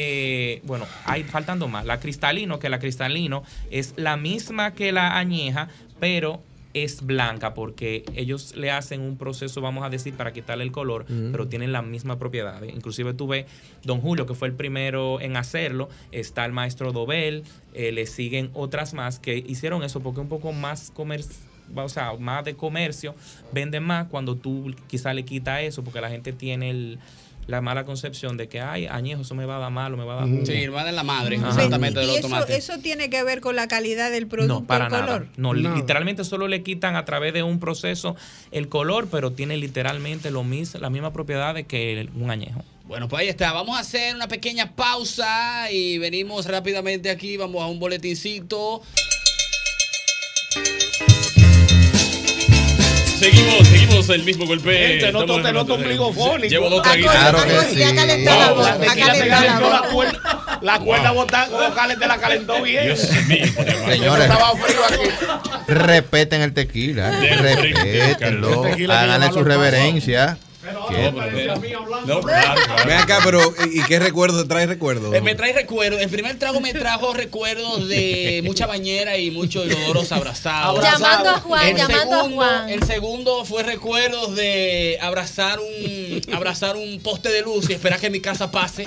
eh, bueno, hay faltando más. La cristalino, que la cristalino es la misma que la añeja, pero es blanca porque ellos le hacen un proceso, vamos a decir, para quitarle el color, Mm. pero tienen la misma propiedad. ¿eh? Inclusive tú ves Don Julio, que fue el primero en hacerlo, está el maestro Dobel, eh, le siguen otras más que hicieron eso porque un poco más comercial va, o sea, más de comercio, venden más cuando tú quizá le quita eso, porque la gente tiene el- la mala concepción de que, ay, añejo, eso me va a dar malo, me va a dar... Sí, el va de la madre, Ajá. exactamente, Y eso, eso tiene que ver con la calidad del producto, No, para el nada. color. No, No. literalmente solo le quitan a través de un proceso el color, pero tiene literalmente lo mis, la misma propiedad de que el- un añejo. Bueno, pues ahí está. Vamos a hacer una pequeña pausa y venimos rápidamente aquí. Vamos a un boletincito. Seguimos, seguimos el mismo golpe. Gente, no Estamos te en noto otro- ombligofónico. Llevo dos traguitos. Claro que Vamos, sí. Ya Vamos, calentó la tequila boca, te ya calentó la calentó. cuerda. La cuerda Wow. botada con los cales te la calentó bien. Dios mío, Señores, Estaba frío aquí. respeten el tequila. Del Respétenlo. tequila que Háganle lleva su los pasos. reverencia. No, pero- No, claro, claro. Ven acá, pero ¿y y qué recuerdo te trae recuerdo? Eh, me trae recuerdos. El primer trago me trajo recuerdos de mucha bañera y muchos loros abrazados. Llamando a Juan, El llamando a segundo- Juan. El segundo fue recuerdos de abrazar un abrazar un poste de luz y esperar que mi casa pase.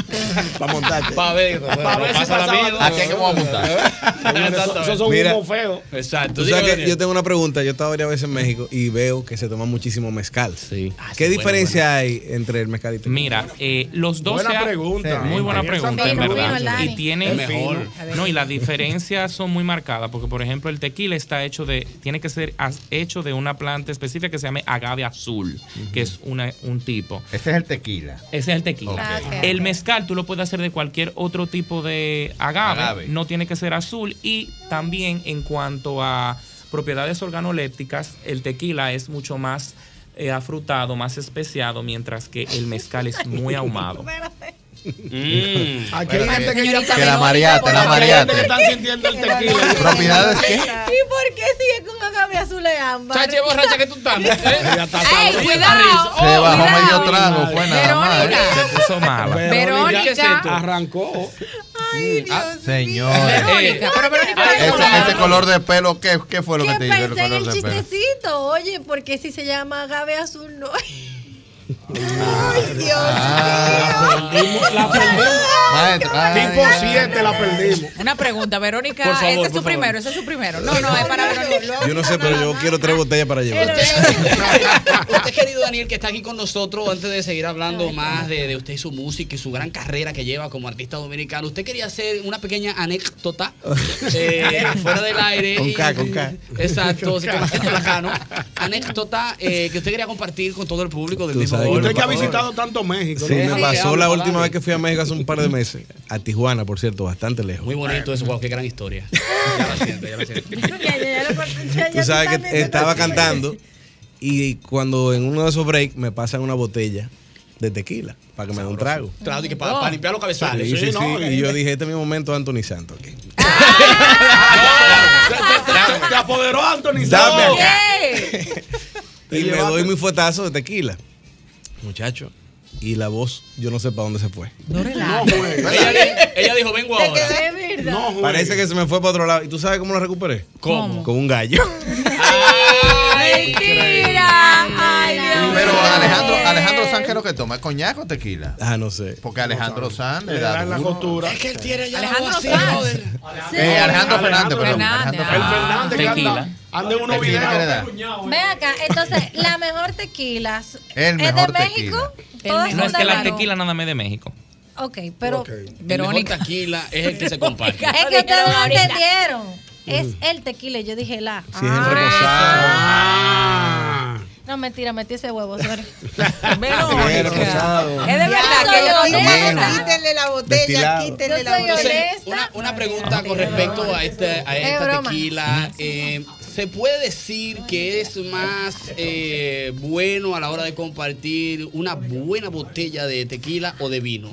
Para montarte. Para ver, Pa' ver si pasa la pasaba mierda. Aquí es que vamos a montar. Exactamente. Esos son Mira. humos feos. Exacto. Tú sabes Dígame, que Daniel. yo tengo una pregunta. Yo he estado varias veces en México y veo que se toma muchísimo mezcal. Ah, ¿Qué sí, bueno, diferencia hay entre el mezcal y este? tequila? Mira, eh, los dos Buena se ha- pregunta. muy buena Sí, pregunta sí, en sí, sí, verdad sí, sí. y tiene Es mejor. no y las diferencias son muy marcadas porque por ejemplo el tequila está hecho de tiene que ser as- hecho de una planta específica que se llama agave azul que es una, un tipo Ese es el tequila. ese es el tequila. Ok. Ah, ok. El mezcal tú lo puedes hacer de cualquier otro tipo de agave. Agave. No tiene que ser azul. Y también en cuanto a propiedades organolépticas, el tequila es mucho más eh, afrutado, más especiado, mientras que el mezcal es muy ahumado. Mm. Aquí hay gente que ya está- Que la mariate, la Aquí hay gente que mariate. están sintiendo el tequila. ¿Propiedades qué? ¿Y por qué sigue con agave azul de ámbar? Chache borracha que tú [LAUGHS] estás. Eh, Ya está sabroso. Oh, cuidado! Se bajó medio trago, fue nada más. ¿eh? Se puso mala. Verónica ¿qué es [LAUGHS] esto? arrancó. Ah, señor. Verónica, pero Verónica Ah, no es ese, colorada. ese color de pelo, ¿qué, qué fue lo que te dio el Pensé en color el de pelo? chistecito, oye, porque si se llama agave azul no. Ah, La perdimos. maestro, ah. ay, Tipo 7 la perdimos. Una pregunta, Verónica. Por favor, ese es por tu favor. primero, ese es su primero. No, no, es para Verónica. Yo no sé, pero yo quiero tres botellas para llevar. Usted, querido Daniel, que está aquí con nosotros, antes de seguir hablando más de, de usted y su música y su gran carrera que lleva como artista dominicano, usted quería hacer una pequeña [LAUGHS] anécdota eh, fuera del aire. Con y- K, con K. Exacto, Con se K. llama Sergio Lacano. Anécdota eh, que usted quería compartir con todo el público del Tú Y mismo sabes Usted Por que ha favor. visitado tanto México. Sí, ¿no? me pasó la Vamos, última dale. vez que fui a México hace un par de meses. A Tijuana, por cierto, bastante lejos. Muy bonito eso, wow, qué gran historia. Ya la siento, ya la [LAUGHS] siento. Tú sabes que estaba cantando y cuando en uno de esos breaks me pasan una botella de tequila para que me dé un trago. Claro, y que para limpiar los cabezales. Sí, sí, Sí, sí. no, Y yo dije, este es mi momento, Anthony Santos. aquí. Te- Te apoderó Anthony Dame Santos. acá. ¡Ey! Y me llevaste- doy mi fuetazo de tequila. Muchacho. Y la voz, yo no sé para dónde se fue. Ella, di- ella dijo, vengo Te ahora. quedé virda. Parece que se me fue para otro lado. ¿Y tú sabes cómo la recuperé? ¿Cómo? Con un gallo. Mentira. Ay, Dios Pero mío. Alejandro, Alejandro San, ¿qué es lo que toma? ¿Es ¿Coñac o tequila? Ah, no sé. Porque Alejandro San le Le da dan la duro. costura. Es que él tiene ya Alejandro así, Sanz. brother. Eh, Alejandro Fernández, perdón. Fernández. Alejandro Fernández que anda, Tequila. anda en unos Tequila que le da. videos. Ve acá, entonces la mejor tequila es El de mejor México. No Todas es son que de la México. tequila nada más es de México. Ok, pero [LAUGHS] Verónica. Tequila es el que se comparte. es que ustedes no entendieron. Es el tequila, yo dije la. Si es el Ah. reposado. No, mentira, metí ese [LAUGHS] huevo, sorry. Sí, el reposado. Es de verdad Diablo, que yo Leonel, no sé. Quítenle la botella, Destilado. quítenle Yo la soy botella. honesta. Una, una pregunta con respecto a, este, a Es esta broma. tequila. eh, ¿Se puede decir que es más eh, bueno a la hora de compartir una buena botella de tequila o de vino?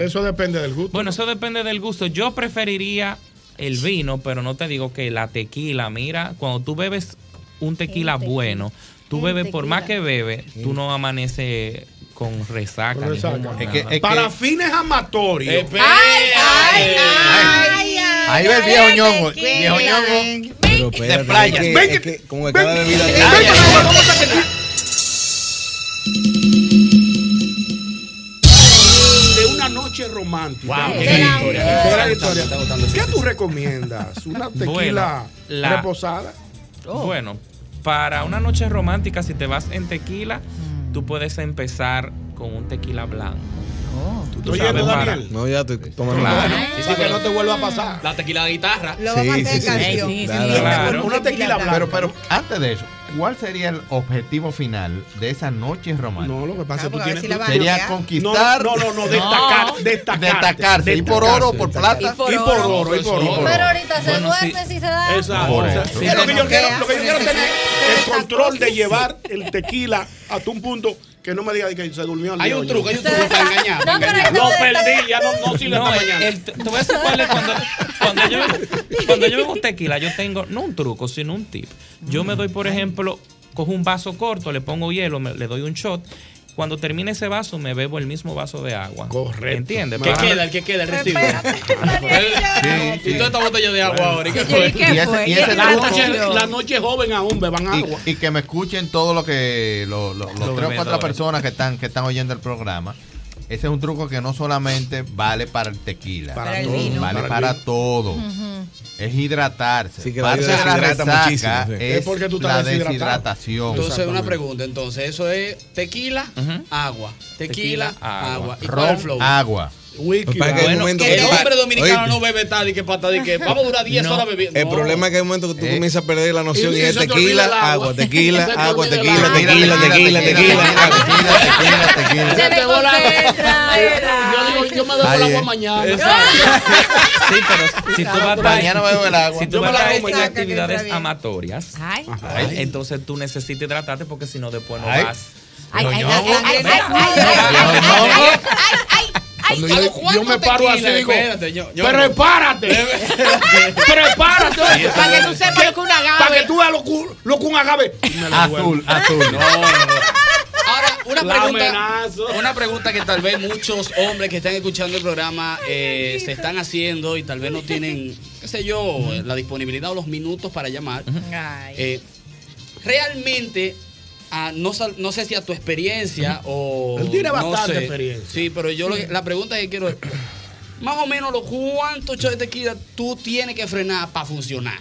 Eso depende del gusto. Bueno, eso depende del gusto. Yo preferiría el vino, pero no te digo que la tequila. Mira, cuando tú bebes un tequila, bueno, tú El bebes, por más que tequila. bebes, tú no amaneces con resaca. Mm. Con ni resaca. con Es nada. que- es Para que- fines amatorios. Ahí va el viejo ñongo. Viejo ñongo. [LAUGHS] Pero espérate, De playas. es que- Ven. es que como que cada bebida Ven. tiene- Ven. de una noche romántica. Wow, Qué qué gran historia. historia, qué gran Me está historia. gustando, me está gustando esa ¿Qué tú recomiendas? ¿Una tequila Bueno, la- reposada? Oh. Bueno, para una noche romántica, si te vas en tequila, tú puedes empezar con un tequila blanco. ¿Tú sabes, oyendo, para- Daniel? No, ya estoy tomando. Claro. Sí, Para [LAUGHS] que no te vuelva a pasar. La tequila de guitarra. Lo vamos a hacer Sí, sí, sí. canción. Sí, sí, Claro. sí. Claro. Una tequila blanca. Pero, pero antes de eso, ¿cuál sería el objetivo final de esa noche romántica? No, lo que pasa es que tú tienes tú- Sería conquistar. No, no, no, no, destacar, [LAUGHS] destacar. Destacarse. Y por oro, por plata. Y por Y por oro. oro, y por oro. Pero ahorita se pues, Bueno, duerme si se da. Exacto. Por O sea, eso. es lo que yo Sí, quiero, no lo que yo quiero creas. tener el control de llevar el tequila hasta un punto que no me diga de que se durmió. Hay un truco, hay un truco para engañar, para No, pero engañar. Lo ahí te voy a- perdí, ya no, no sirve No, hasta el- mañana. el- te voy a decir cuál es cuando, cuando yo, cuando yo bebo tequila, yo tengo no un truco, sino un tip. Yo me doy, por ejemplo, cojo un vaso corto, le pongo hielo, me- le doy un shot. Cuando termine ese vaso, me bebo el mismo vaso de agua. Correcto. ¿Entiendes? ¿Qué Para- queda? ¿El que queda? ¿El recibo? [LAUGHS] Sí, Y toda esta botella de agua ahora. ¿y qué Sí, fue? ¿y ese- y ese La truco? noche, la noche joven aún beban agua. Y, y que me escuchen todo lo que lo- lo- Los los tres o cuatro bebedores. personas que están que están oyendo el programa. Ese es un truco que no solamente vale para el tequila, Para Para el todo. vino. vale Para el para vino. todo. Es hidratarse. Sí, que la Parte vida de la deshidrata resaca muchísimo, sí. Es, Es porque tú estás la deshidratado. deshidratación. Entonces, una pregunta. Entonces, eso es tequila, agua. Tequila, agua. ¿Y cuál es Ron, el flow? agua. Lo que pasa es que hay un Bueno, momento que el que- hombre dominicano Oíste. no bebe tal y que pata y que vamos a durar 10 No. horas bebiendo. El No. problema es que hay un momento que tú Eh. comienzas a perder la noción Y- y, y es se te olvida tequila, el agua. agua, tequila, [LAUGHS] Se te agua, olvida el tequila, agua. tequila, tequila, tequila, agua. Se te va la- Yo digo, yo me dejo el Ahí agua es. mañana. Exacto. [LAUGHS] Sí, pero si tú vas a Mañana bebo el agua. Si tú Yo me vas la a bebo en mañana. actividades Está bien. amatorias, Ay. Ay. entonces tú necesitas hidratarte porque si no después no Ay. vas. Ay, No, ay, yo- ay, ay, ay, ay, ay, Cuando yo, yo me paro tequila? así y digo, Espérate, yo- yo- prepárate, prepárate. Sí, eso Para que tú es. sepas lo que un agave- Para que tú veas lo que- lo que un agave. Azul, azul. Ahora, una La pregunta, una pregunta que tal vez muchos hombres que están escuchando el programa eh, se están haciendo y tal vez no tienen, qué sé yo, la disponibilidad o los minutos para llamar. Eh, realmente, ah, no, sal- no sé si a tu experiencia o... Él tiene no bastante sé. experiencia. Sí, pero yo lo que- la pregunta que quiero es, más o menos, lo ¿cuántos shots de tequila tú tienes que frenar para funcionar?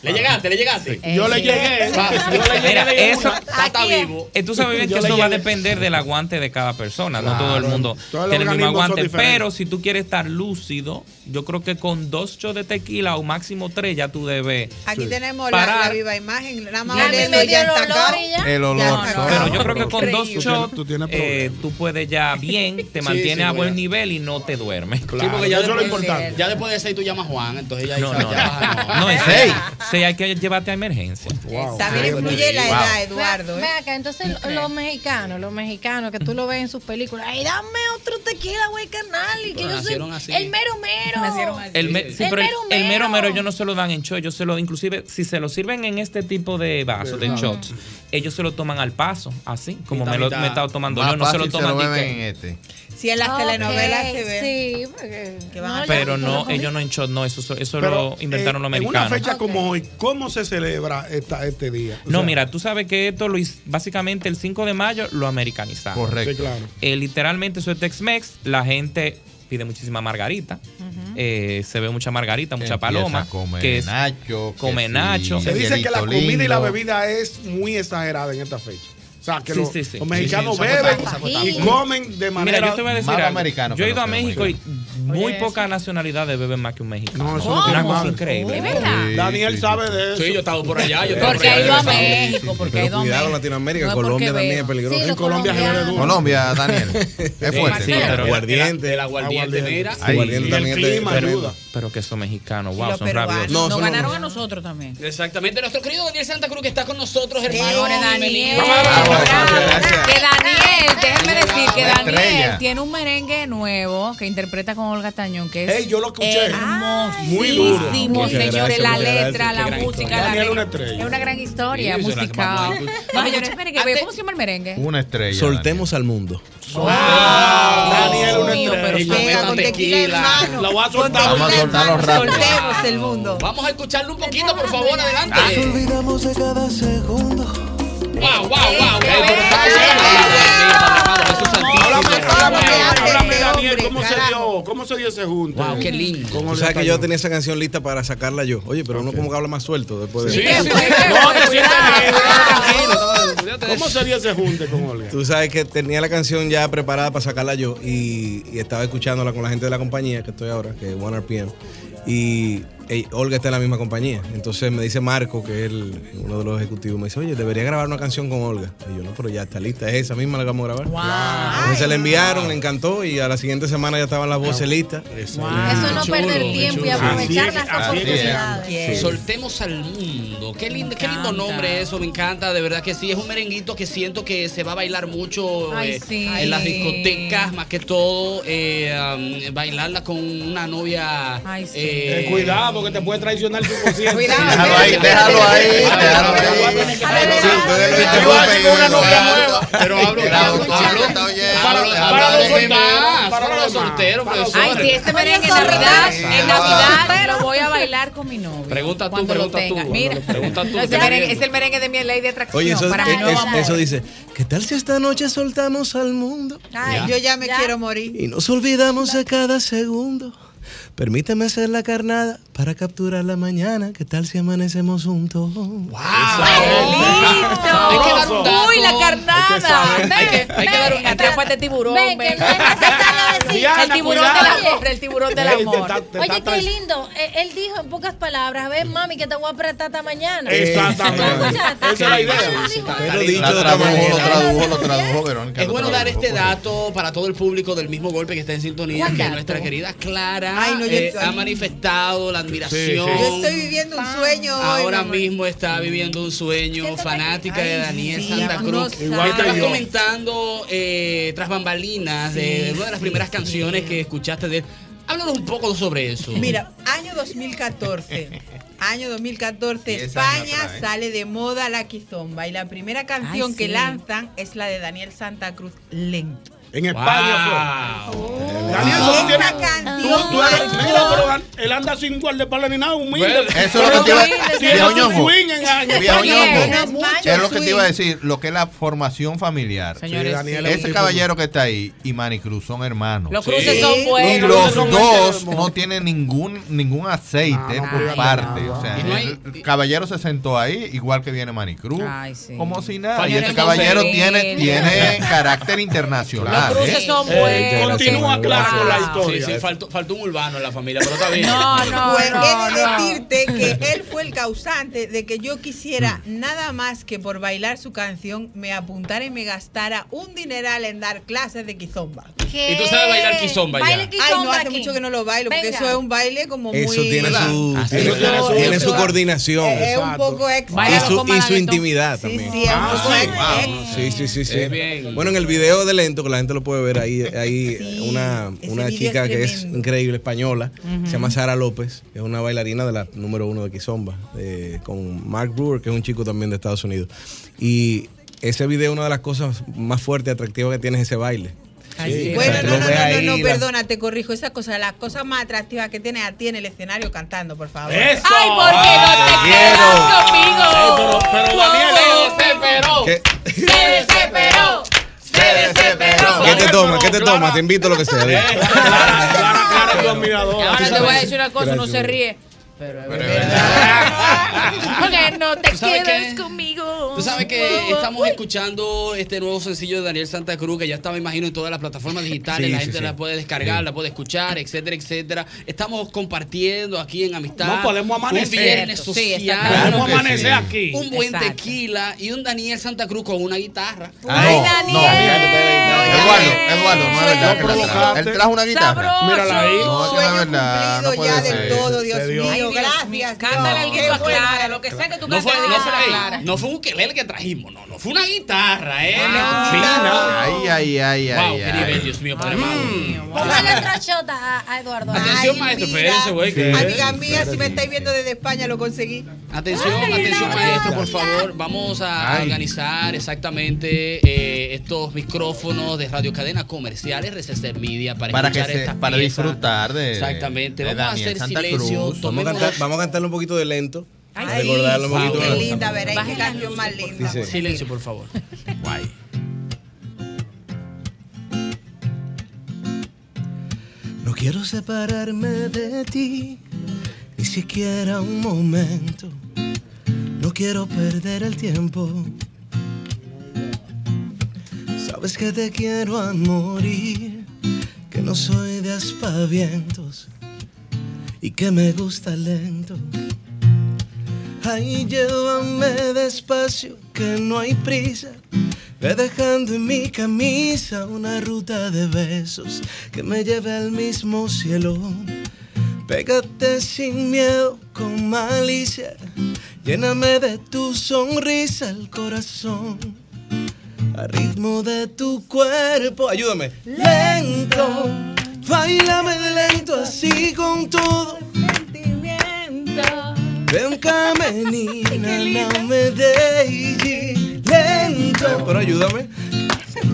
¿Le llegaste? ¿Le llegaste? Ah. Sí. Yo le llegué. Va, Yo le llegué Mira, de eso- una. Está- está vivo. Eh, tú sabes bien Yo que le eso va a llegué. depender del aguante de cada persona. no Claro. todo el mundo Todos los tiene el mismo organismos son aguante. diferentes. Pero si tú quieres estar lúcido, yo creo que con dos shots de tequila o máximo tres ya tú debes. Aquí tenemos la, Parar. la viva imagen. Nada más Ya me oliendo dio ya el está olor acá. y ya. El olor. son- Pero yo creo que con dos Increíble. shots Tú tienes- tú tienes eh, tú puedes ya bien, te Sí, mantienes sí, a voy a- buen nivel y no te duermes. sí, porque ya después, ya después de seis tú llamas a Juan, entonces ya No, ya no, baja, no. No, en seis. Seis hay que llevarte a emergencia. También influye la edad, eh, Eduardo. Ve acá, entonces lo- los mexicanos, los mexicanos que tú lo ves en sus películas, ay, dame otro tequila, güey, carnal, y que yo Pero soy nacieron así. el mero mero. El, me- sí, El pero el- mero el mero mero. mero ellos no se lo dan en shot, ellos se lo, inclusive si se lo sirven en este tipo de vasos, de Ajá. shots, ellos se lo toman al paso, así, como Mitad, me lo mitad. me he estado tomando Más yo, no se lo fácil toman ni beben que- en este. Si en las Ok, telenovelas se ve. Sí, porque. no, ya Pero tú no, lo ellos no en shot, no, eso, eso Pero, lo inventaron eh, los En una americanos. fecha como hoy, ¿cómo se celebra esta, este día? O No, sea, mira, tú sabes que esto lo hiz- básicamente el 5 de mayo lo americanizaron. Correcto. Sí, claro. Eh, literalmente eso es Tex-Mex, la gente pide muchísima margarita, eh, se ve mucha margarita, mucha Empieza paloma, a comer que es- nacho, que come sí, nacho. Se dice que la comida y la lindo. bebida es muy exagerada en esta fecha. O sea, que Sí, los, sí, sí. los Sí, mexicanos sí, beben zapatazo, zapatazo. y comen de manera Mira, yo te voy a decir algo. Yo he ido a México y [LAUGHS] muy Oye, pocas nacionalidades beben más que un mexicano. No, eso no es tiene una cosa madre. increíble. ¿De verdad? Sí, Daniel sí, sabe sí. de eso. Sí, yo estaba por allá, yo estaba Porque ha por ido a allá. México, Pero porque ha ido a México. cuidado Latinoamérica, No es porque Colombia también veo. es peligroso. Sí, los colombianos. Colombia, Daniel. Es Sí, fuerte. sí, Colombia. pero- Aguardiente. El aguardiente, mira. Ay, Aguardiente también es de- pero, pero- Pero que son mexicanos, Y wow, los son rabiosos. peruanos. Nos ganaron a nosotros también. Exactamente, nuestro querido Daniel Santa Cruz que está con nosotros, hermano. Señores, Daniel. Bienvenido. Que Daniel, déjenme decirte que Una Daniel estrella. tiene un merengue nuevo que interpreta con Olga Tañón, que es Ey, yo lo escuché. hermosísimo, Muy duro. señores, Muchas gracias, la muchas gracias. letra, Qué la gran música, historia. la Daniel es una letra. estrella. es una gran historia Sí, yo la que más musical. me gusta. Ay, señores, espere, que ve, ¿Cómo se llama el merengue? Una estrella. Soltemos al mundo. Ah, Daniel, una Mío, estrella. pero Y con pega esta con tequila, tequila, hermano. la voy a soltar. Vamos a soltarlo rápido. Soltemos el mundo. Vamos a escucharlo un poquito, por favor, Nos adelante. olvidamos de cada segundo. Wow, wow, wow. [LAUGHS] Háblame, Daniel, ¿cómo se dio? ¿Cómo se dio ese junte? Wow, qué lindo. O sea que yo tenía esa canción lista para sacarla yo. Oye, pero uno como que habla más suelto después de Sí, sí, sí. [LAUGHS] No, te sientas bien, tranquilo. ¿Cómo se dio ese junte con Olga? Tú sabes que tenía la canción ya preparada para sacarla yo y, y estaba escuchándola con la gente de la compañía que estoy ahora, que es One RPM. Y eh, Olga está en la misma compañía. Entonces me dice Marco, que es el- uno de los ejecutivos, me dice, oye, debería grabar una canción con Olga. Y yo, no, pero ya está lista, es esa misma la que vamos a grabar. Ah, Entonces se la enviaron, le encantó y a la siguiente semana ya estaban las voces listas. Eso no perder tiempo y aprovechar las Sí. oportunidades. Soltemos al mundo. Qué lindo, qué lindo nombre eso, me encanta, de verdad que sí. Es un merenguito que siento que se va a bailar mucho Ay, eh, sí. en las discotecas, más que todo, eh, um, bailarla con una novia. Ay, sí. Eh, cuidado, porque te puede traicionar tu [LAUGHS] conciencia. Cuidado, Déjalo ahí, déjalo ahí, déjalo Pero hablo hablo- hablo- para los- para los solteros, para los solteros, profesor. Ay, si este merengue en Navidad, en Navidad lo voy a bailar con mi novio. Pregunta tú, Cuando lo pregunta tú. tenga. Álvaro, Mira, Pregunta tú. No, ese Daniel. merengue- es el merengue de mi ley de atracción. Oye, eso, eh, para mi nuevo es- amor. eso dice, ¿qué tal si esta noche soltamos al mundo? Ay, yo ya me quiero morir. Y nos olvidamos de cada segundo. Permíteme hacer la carnada para capturar la mañana. ¿Qué tal si amanecemos juntos? Hay que dar un dato. Uy, la carnada. saber. Hay que, hay que dar un atrapa de tiburón. Ven, que no es necesario decir. El tiburón Diana, del cuidado. amor. El tiburón del Ey, te amor. está- te Oye, qué lindo. Eh, Él dijo en pocas palabras, a ver, mami, que te voy a apretar hasta mañana. Exactamente. Escuchaste. Esa es la idea. Pero dicho de otra manera. Lo tradujo, lo tradujo, Verónica. Es lo bueno dar tradujo. este dato para todo el público del mismo golpe que está en sintonía, ¿Cuál que dato? nuestra querida Clara Ay, no, yo eh, estoy- ha manifestado la admiración. Yo estoy viviendo un sueño hoy. Ahora mi amor. mismo está viviendo un sueño, fanática de Daniel Santa Cruz. no Igual Estabas que yo. comentando eh, tras bambalinas de, de una de las primeras canciones que escuchaste de él. Háblanos un poco sobre eso. Mira, año 2014. Año 2014, Diez años España atrás, ¿eh? sale de moda la quizomba y la primera canción Ay, que sí. lanzan es la de Daniel Santa Cruz, Lento. En España fue. Daniel, Wow. tú no Esta tienes. Tú, canción- tú eres. Mira, pero él anda sin guardaespaldas ni nada, humilde. Bueno, eso es lo que te iba- Tiene Viejo un ñongo. swing en- en Viejo España. ñongo. Tiene mucho Es lo que te swing. iba a decir, lo que es la formación familiar. Señores, Sí, Daniel es un Ese tipo- caballero que está ahí y Manicruz son hermanos. Los cruces Sí. son buenos. Y Los cruces los son dos buenos. no tienen ningún ningún aceite por parte. O sea, Y no el el caballero se sentó ahí, igual que viene Manicruz. Ay, sí. Como si nada. Y Señores, ese caballero Monterrey. tiene, [LAUGHS] tiene carácter internacional. Los cruces ¿eh? son Eh, buenos. Continúa, claro, con la historia. Ah, Sí, sí, faltó, faltó un urbano en la familia, pero está bien. [LAUGHS] No, no, Pues no, he de no. decirte que él fue el causante de que yo quisiera nada más que por bailar su canción me apuntara y me gastara un dineral en dar clases de quizomba. ¿Y tú sabes bailar quizomba ya? Baile Ay, no, quizomba hace aquí. mucho que no lo bailo, porque Venga. eso es un baile como muy... Eso tiene su, Así tiene- es. tiene su- tiene su Eso- coordinación. Es un poco extra. Y su, y su intimidad también. sí, es ¿eh? un poco Ah, sí. extra. Sí, sí, sí, sí. Es Bueno, en el video de Lento, que la gente lo puede ver, [LAUGHS] ahí hay una, ese una video chica es que es tremendo. increíble, española, Ujú. se llama Sara López, que es una bailarina de la número uno de Kizomba, eh, con Mark Brewer, que es un chico también de Estados Unidos. Y ese video, una de las cosas más fuertes y atractivas que tiene es ese baile. Sí, o sea, Bueno, tú no, lo no, no, ves no, ahí, no, la- perdona, te corrijo. Esa cosa, las cosas más atractivas que tiene a ti en el escenario cantando, por favor. ¡Eso! ¡Ay, por qué Ah, no te Eh, Ey, pero, pero Daniel. desesperó. Se desesperó. ¿Qué te toma? ¿Qué te toma? Te invito a lo que sea. dime. Y ahora te voy a decir una cosa, no se Gracias. ríe. Porque no te quedes conmigo. Tú sabes que estamos escuchando este nuevo sencillo de Daniel Santa Cruz, que ya está, me imagino, en todas las plataformas digitales. Sí, la sí, gente sí. la puede descargar, la puede escuchar, etcétera, etcétera. Estamos compartiendo aquí en Amistad. No, podemos Un amanecer. viernes Sí, social. exacto. Podemos Claro que amanecer sí. aquí. Un buen Exacto. tequila y un Daniel Santa Cruz con una guitarra. Ah, no, no. Eduardo, Eduardo, no es verdad que la trajo. provocaste. Él trajo una guitarra. Sabroso. Mírala ahí. No, es que no es verdad. No puede ser. mío, gracias. Cántale Dios. algo a Qué buena Clara, la- lo que sea que tú No fue, cantes, no, fue, cántale a ey, Clara. no fue un ukelele que trajimos, no, no fue una guitarra, eh. Ah. Fina. Ay, ay, ay, Wow, ay, qué ay. nivel, Dios mío, padre. Póngale otra shot a, a Eduardo. Atención, Ay, maestro, mira. espérense, güey. que- Amiga mía, si me estáis viendo desde España, lo conseguí. Atención, Ay, atención la maestro, broma. por favor. Vamos a Ay. organizar exactamente eh, estos micrófonos de Radio Cadena Comerciales, RCC Media, para, Para que escuchar se- estas para piezas. disfrutar de- Exactamente. de Vamos a Daniel hacer Santa silencio. Cruz. Vamos a, tomemos- cantar, vamos a cantarlo un poquito de lento. Ay, a recordarlo un sí, poquito qué de linda, veréis qué canción más linda. Dice- Silencio, por favor. Guay. No quiero separarme de ti, ni siquiera un momento. No quiero perder el tiempo. Sabes que te quiero a morir, que no soy de aspavientos y que me gusta lento. Ahí llévame despacio, que no hay prisa. Ve dejando en mi camisa una ruta de besos que me lleve al mismo cielo. Pégate sin miedo, con malicia. Lléname de tu sonrisa el corazón. Al ritmo de tu cuerpo, ayúdame. Lento, bailame lento así con todo. Ven cá, [LAUGHS] menina, no me dejes lento. Pero ayúdame.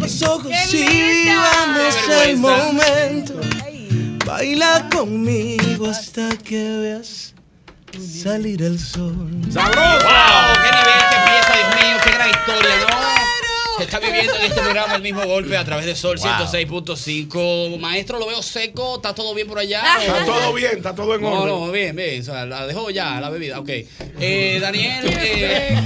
Los ojos y vamos Qué el vergüenza. momento. Baila conmigo hasta que veas salir el sol. ¡Sabroso! ¡Wow! ¡Qué nivel, qué pieza, Dios mío! ¡Qué gran historia, ¿no? Se está viviendo en este programa el mismo golpe a través de Sol Wow. 106.5. Maestro, lo veo seco. ¿Está todo bien por allá? Está todo bien, está todo en No, orden. no, bien, bien. O sea, la dejó ya, la bebida. Ok. Eh, Daniel. eh,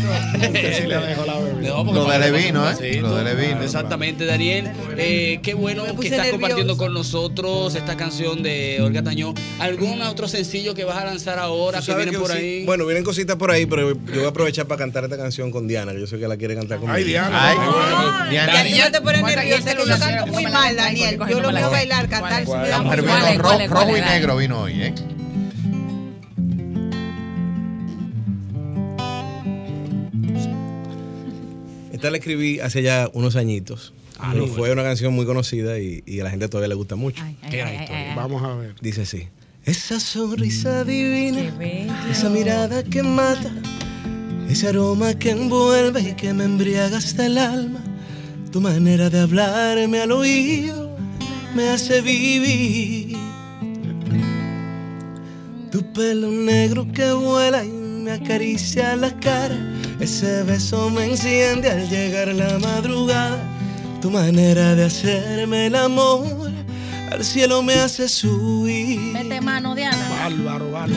Sí, le dejo la bebida. dejó porque Lo para dele que pase vino, un ¿eh? vasito. Lo dele vino. Exactamente, Daniel. Eh, qué bueno que puse estás nerviosa. compartiendo con nosotros esta canción de Olga Tañón. ¿Algún otro sencillo que vas a lanzar ahora Tú que sabes viene que sí- por ahí? Bueno, vienen cositas por ahí, pero yo voy a aprovechar para cantar esta canción con Diana, que yo sé que la quiere cantar conmigo. Ay, Diana. Ay, qué bueno. Ya, Diana. tú no te pones Guarda, y nerviosa, este que yo lucero, canto muy cógeme la mal, de Michael, Daniel. Yo cógeme lo la veo de- bailar, cantar. se me da La mujer muy vino mal. ro- rojo y negro vino hoy, ¿eh? Esta la escribí hace ya unos añitos. Ah, Pero no, fue una canción muy conocida y, y a la gente todavía le gusta mucho. Vamos a ver. Dice así. Esa sonrisa divina, esa mirada que mata, ese aroma que envuelve y que me embriaga hasta el alma, tu manera de hablarme al oído me hace vivir. Tu pelo negro que vuela y me acaricia la cara, ese beso me enciende al llegar la madrugada, tu manera de hacerme el amor al cielo me hace subir. Vete mano, Diana. Bárbaro, bárbaro.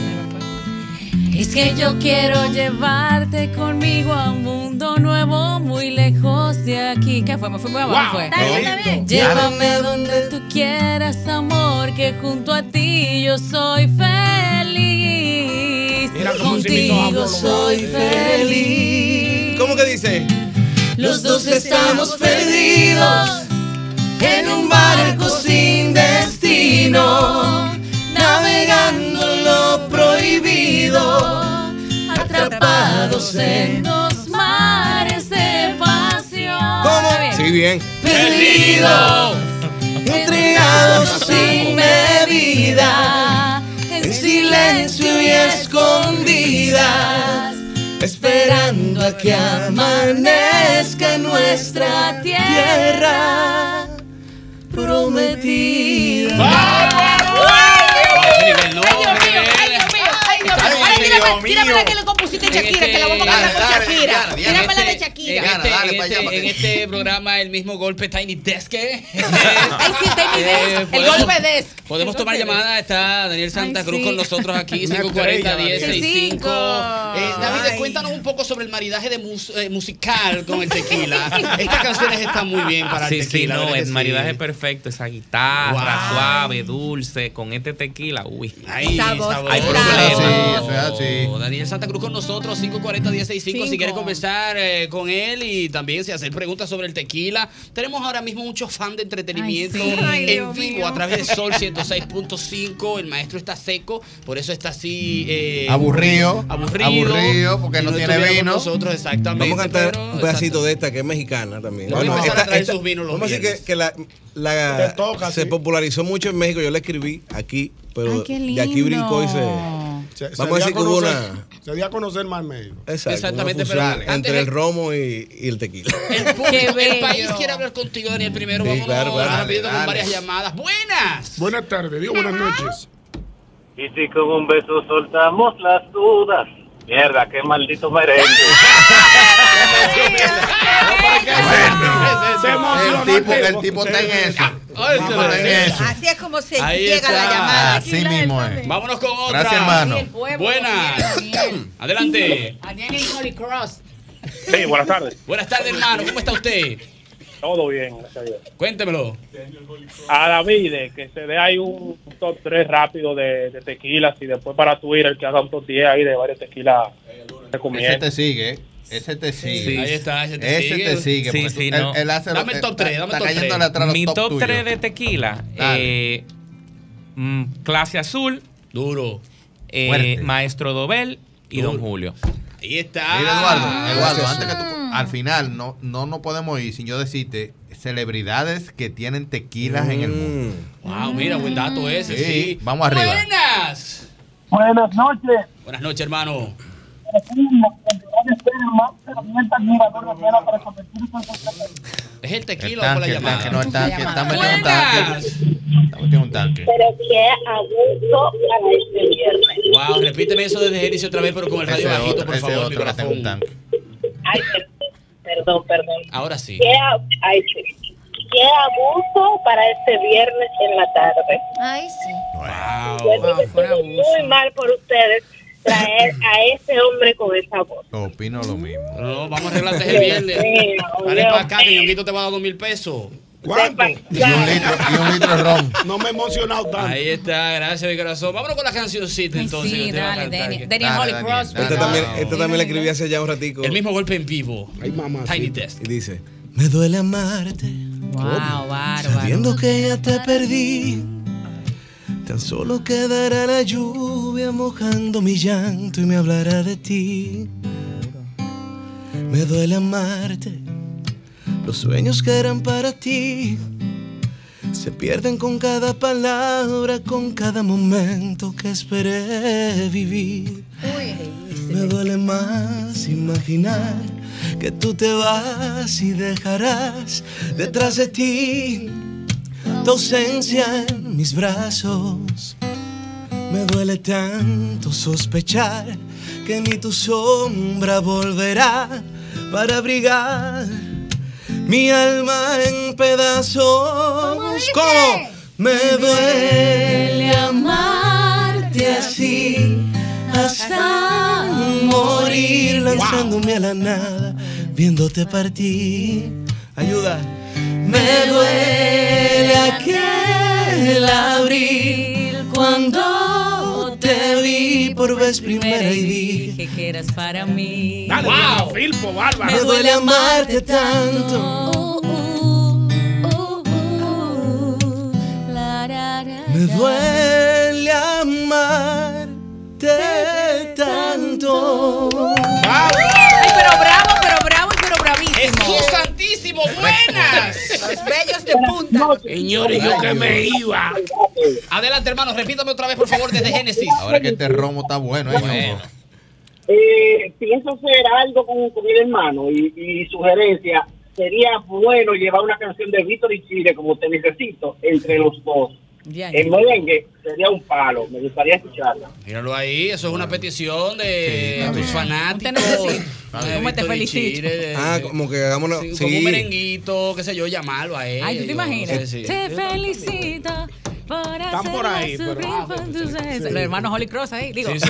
Es que yo quiero llevarte conmigo a un mundo nuevo, muy lejos de aquí. ¿Qué fue? ¿Me fui muy abajo? Wow. ¿Fue? Está bien, está bien. Llévame donde tú quieras, amor, que junto a ti yo soy feliz. Mira cómo se me hizo Contigo agua, soy wow. feliz. ¿Cómo que dice? Los dos estamos perdidos en un barco sin destino, navegando lo prohibido, atrapados en dos mares de pasión. Sí, bien. Perdidos, intrigados sin medida, en silencio y escondidas, esperando a que amanezca en nuestra tierra prometida. ¡Qué nivel, no! ¡Qué nivel! Ahora tírame- tírame la que le compusiste a Shakira, que la vamos a cantar con Shakira. Tírame la de En Shakira. este, dale, en pa' allá, este- pa' en este programa, el mismo golpe Tiny Desk. [LAUGHS] ¿eh? Ay, sí, Tiny Eh, Desk. El podemos- golpe Desk. Podemos El tomar golpe llamada. Está Daniel Santa Ay, Cruz sí. con nosotros aquí. Una 540 estrella, 10 Daniel. 65. Eh, David, Ay. cuéntanos un poco sobre el maridaje de mus- eh, musical con el tequila. Estas canciones están muy bien para sí, el tequila. Sí, ¿verdad no, que el sí? maridaje perfecto, esa guitarra Wow. suave, dulce, con este tequila, uy. Ahí, Sabor. hay Claro. problemas. Sí, eso es así. Daniel Javier Santa Cruz con nosotros, 540-165, si Cinco. quieres conversar eh, con él y también si hacer preguntas sobre el tequila. Tenemos ahora mismo muchos fans de entretenimiento Ay, sí. Ay, en Dios vivo mío. a través de Sol 106.5. El maestro está seco, por eso está así... eh, Aburrido. Aburrido. Aburrido, porque y no tiene estuviera con vino. Nosotros, exactamente. Vamos a cantar pero- un pedacito de esta que es mexicana también. Yo voy a empezar a esta- traer esta- sus vinos los vamos a decir que, que la, la- se popularizó mucho en México. Yo la escribí aquí, pero Ay, qué de aquí lindo. brincó y se. Se- se vamos a dio decir que hubo conocer- una. Se dio a conocer más medio. Exacto, Exactamente, Exactamente, pero antes entre de- el romo y, y el tequila. El, público, Qué el bello. país quiere hablar contigo, Daniel, primero. Sí, Vámonos claro, claro. rápido Dale, con varias dale. llamadas. ¡Buenas! Buenas tardes, digo buenas noches. Y si con un beso soltamos las dudas. Mierda, qué maldito merengue. El tipo, el tipo está en eso. El tipo está en eso. Así es como se Ahí llega está. la llamada. Así mismo es. Vámonos con otra. Gracias, hermano. Buenas. Adelante. Daniel en Holy Cross. Sí, buenas tardes. Buenas tardes, hermano. ¿Cómo está usted? Todo bien, gracias a Dios. Cuéntemelo. A David, que se dé ahí un top 3 rápido de, de tequilas y después para Twitter que haga un top 10 ahí de varios tequilas Ese recomiendo. te sigue, ¿eh? Ese te sigue. Sí, ahí está, ese te Ese sigue. te sigue. Sí, porque sí, tú- él- no. él hace lo- Dame el top está- tres, dame el está top cayéndole tres. atrás a los Mi top tuyos. 3 de tequila. Dale. eh, mm, clase azul. Duro. eh, Fuerte. Maestro Dobel y Duro. Don Julio. Ahí está. Mira, Eduardo, Eduardo, antes que tú- al final no no no podemos ir sin yo decirte celebridades que tienen tequilas en el mundo. Wow, mira, buen Mm. dato ese, sí. Vamos arriba. Buenas. Buenas noches. Buenas noches, hermano. Es el tequila con El la tanque, el llamada. tanque, no, el tanque, el tanque, el Buenas. Tiene un tanque. Pero si es abuso para este viernes. Wow, repíteme eso desde inicio otra vez, pero con el radio Ese bajito, otro, por ese favor, mi otro que tengo un corazón. tanque. Ay, perdón, perdón. Ahora sí. Si es ab- ay, sí. Si es abuso para este viernes en la tarde. Ay, sí. Yo digo que estuvo muy mal por ustedes traer a ese hombre con esa voz. Opino lo mismo. No, vamos a arreglar antes el viernes. Sí, Dale no, para acá, que Yonguito te va a dar dos mil pesos. ¿Cuánto? Y un litro, de ron. No me he emocionado tanto. Ahí está, gracias, mi corazón. Vámonos con la cancioncita entonces. que sí, usted va a dale, cantar. Daniel. Daniel Dale, Holy Daniel, Cross, Esta Este también, Ah, esta también la escribí hace ya un ratico. El mismo golpe en vivo. Tiny Desk. Y dice, Me duele amarte. Wow, bárbaro. Sabiendo que ya te perdí. Tan solo quedará la lluvia mojando mi llanto y me hablará de ti. Me duele amarte. Los sueños que eran para ti se pierden con cada palabra, con cada momento que esperé vivir. Me duele más imaginar que tú te vas y dejarás detrás de ti tu ausencia en mis brazos. Me duele tanto sospechar que ni tu sombra volverá para abrigar mi alma en pedazos. ¿Cómo? Me duele amarte así hasta morir lanzándome a la nada, viéndote partir. Ayuda. Me duele aquel abril cuando te vi por vez primera y dije Dije que eras para mí. Dale, Wow. Filpo, me duele amarte tanto. Uh, Me duele amarte tanto. Ay, pero bravo, pero bravo, pero bravísimo. ¡Jesús Santísimo! ¡Buenas! Los bellos de punta. Señores, yo que me iba. Adelante, hermano, repítame otra vez, por favor, desde Génesis. Ahora que este romo está bueno, ¿eh? ñongo? Eh, pienso hacer algo con, con mi hermano y, y sugerencia. Sería bueno llevar una canción de Víctor y Chile, como te necesito, entre los dos. El merengue sería un palo, me gustaría escucharla. Míralo ahí, eso es una petición de tus fanáticos. Ah, de ¿Cómo te Víctor y felicito? Chire, de- ah, como que hagamos una. Sí, Sí, Como un merenguito, qué sé yo, llamarlo a él. Ay, ¿tú te imaginas? Te felicito por hacer por ahí, pero- sufrir con tus besos. Los hermanos Holy Cross ahí, digo. Cross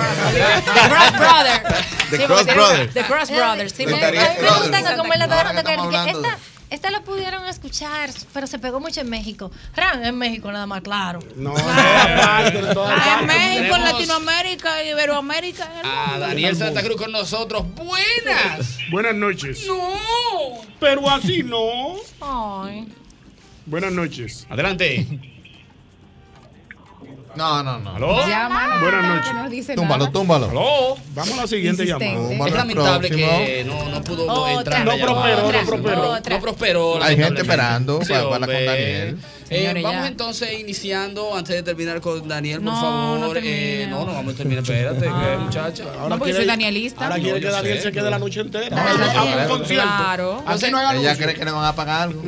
Brothers. Sí, porque Cross tiene- Brothers. Eh, The Cross Brothers. sí, Me, porque- a mí me gusta que como él la está que que esta Esta la pudieron escuchar, pero se pegó mucho en México. Ran, en México nada más, claro. No, aparte, en todas Ah, partes. en México, en Tenemos Latinoamérica, Iberoamérica. en el A mundo. Daniel Santa Cruz con nosotros. Buenas. Buenas noches. No. Pero así no. Ay. Buenas noches. Adelante. No, no, no. ¿Aló? Ya, mano, Buenas no noches. dice Túmbalo, nada. túmbalo. Aló. Vamos a la siguiente Insistente. llamada. Túmbalo Es lamentable que próximo. no, no pudo Otra, entrar. no la llamada. prosperó, Ah, no prosperó. No prosperó, Hay gente lamentablemente. esperando Sí, para hablar hombre. con Daniel. Eh, Señores, vamos ya. entonces iniciando, antes de terminar con Daniel, por No, no favor. termine. eh, No, no, vamos a terminar, espérate, que, muchacha. No, porque yo soy danielista. Ahora quiere que Daniel se quede la noche entera. a un concierto. Claro. Así no hay Ella anuncio. cree que le van a pagar algo.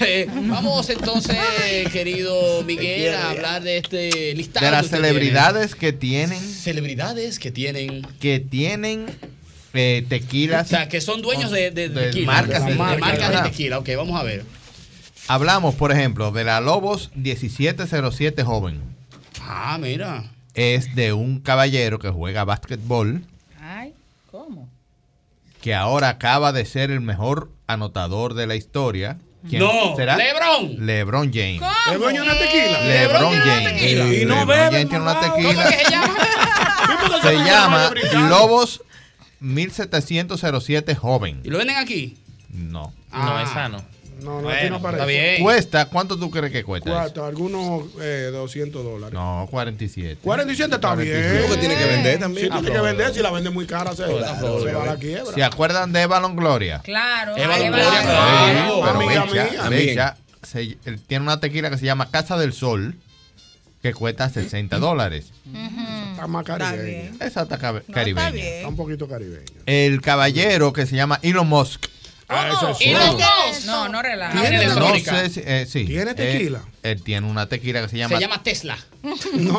Eh, Vamos entonces, querido Miguel, a hablar de este listado. De las que usted celebridades que tienen, tiene. Celebridades que tienen. que tienen eh, tequilas. O sea, que son dueños de, de, de De tequila. marcas de, de marcas tequila. de Ajá. tequila. Ok, vamos a ver. Hablamos, por ejemplo, de la Lobos 1707 joven. Ah, mira. Es de un caballero que juega básquetbol, Ay, ¿cómo? que ahora acaba de ser el mejor anotador de la historia. No, LeBron. LeBron James. ¿Le doy una tequila? LeBron James. Y no LeBron bebe. James tiene una mamá. tequila. Se llama Lobos 1707 joven. ¿Y lo venden aquí? No. No, esa no. Ah. No, no, aquí Bueno, no aparece. está bien. Cuesta, ¿cuánto tú crees que cuesta? eso? Cuatro, algunos eh, 200 dólares. No, 47. 47 está bien. 47. Porque tiene que vender también. Ah, Sí, tiene que vender. Si la vende muy cara, se, se va a la quiebra. ¿Se acuerdan de Evalon Gloria? Claro. Evalon ahí va. pero amiga Becha, mía. Becha se- él tiene una tequila que se llama Casa del Sol, que cuesta 60 dólares. Está más caribeña. Esa está cabe- Está caribeña. bien. Está un poquito caribeña. El caballero que se llama Elon Musk. Ah, eso es ¿Y suave. los dos? No, no relaja. ¿Tiene No electrónica? sé si- eh, sí. ¿Tiene Eh, tequila? Él, tiene una tequila que se llama. Se llama Tesla. [LAUGHS] No,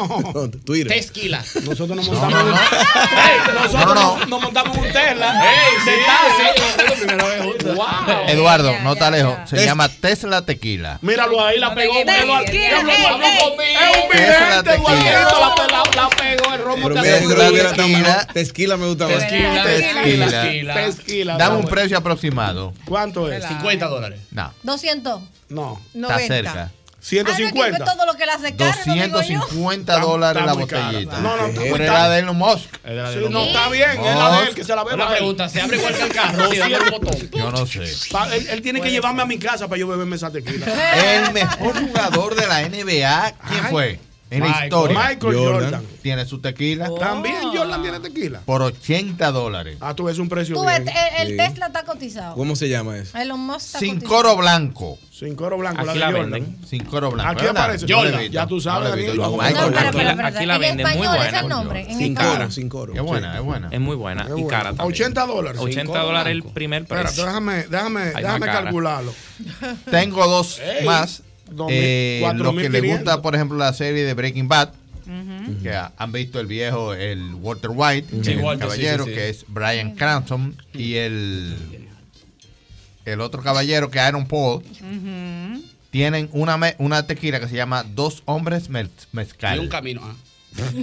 Twitter. Tesquila. Nosotros nos No, montamos. no, no. Ey, nosotros No, no, no. nos montamos un Tesla. Ey, de sí, taxi. sí, yo primera vez juntos. Wow. Eduardo, no está lejos. Se llama Tesla Tequila. Míralo ahí, la pegó. Míralo aquí. Tequila, Diablo, ey, habló ey. conmigo. Es un Tesla vidente, Tequila. Eduardito. La, la, la pegó. El romo Pero te mira, hace creo que un- era tan malo. Tequila me gusta más. Tesquila. Tequila. Tequila. Dame un precio aproximado. ¿Cuánto es? 50 dólares. No, 200. No. está Ah, cerca. no, que 150. todo lo que le hace caro, no digo yo. 250 dólares la muy cara. botellita. No, no, está muy Pero cara. era de Elon Musk. Sí, no está bien, es la de él que se la beba. Una él. pregunta, ¿se abre igual que el carro? Si dame el botón. Yo no sé. Pa- él, él tiene que llevarme a mi casa para yo beberme esa tequila. El mejor jugador de la NBA, ¿quién Ay. fue? En la Michael. historia. Michael Jordan. Tiene su tequila También Jordan tiene tequila. por 80 dólares. Ah, tú ves un precio Tú, bien. el, el- el Sí. Tesla está cotizado. ¿Cómo se llama eso? Elon Musk está Sin cotizado. coro blanco. Sin coro blanco, Aquí la la de Jordan. venden. Sin coro blanco. Aquí ¿verdad? aparece. Yo le Jordan, vi, ya tú sabes, yo le vi, Daniel, yo- lo Michael No, espera, Jordan. espera, espera. Aquí la En venden, muy español, buena. ese es el nombre. En Sin español. coro, sin coro. Es buena, es buena. Es muy buena Es y bueno. cara A también. 80 dólares. 80 dólares el primer Espera, precio. déjame, déjame, más déjame cara. calcularlo. [LAUGHS] Tengo dos Ey, más. dos mil- Eh, cuatro lo mil que le quinientos. gusta, por ejemplo, la serie de Breaking Bad. Que ha- han visto el viejo, el Walter White, Sí, el Walter, caballero, sí, sí, sí. que es Brian Cranston, y el, el otro caballero, que es Aaron Paul, tienen una, me- una tequila que se llama Dos Hombres Mez- Y un Mezcal. camino. ah.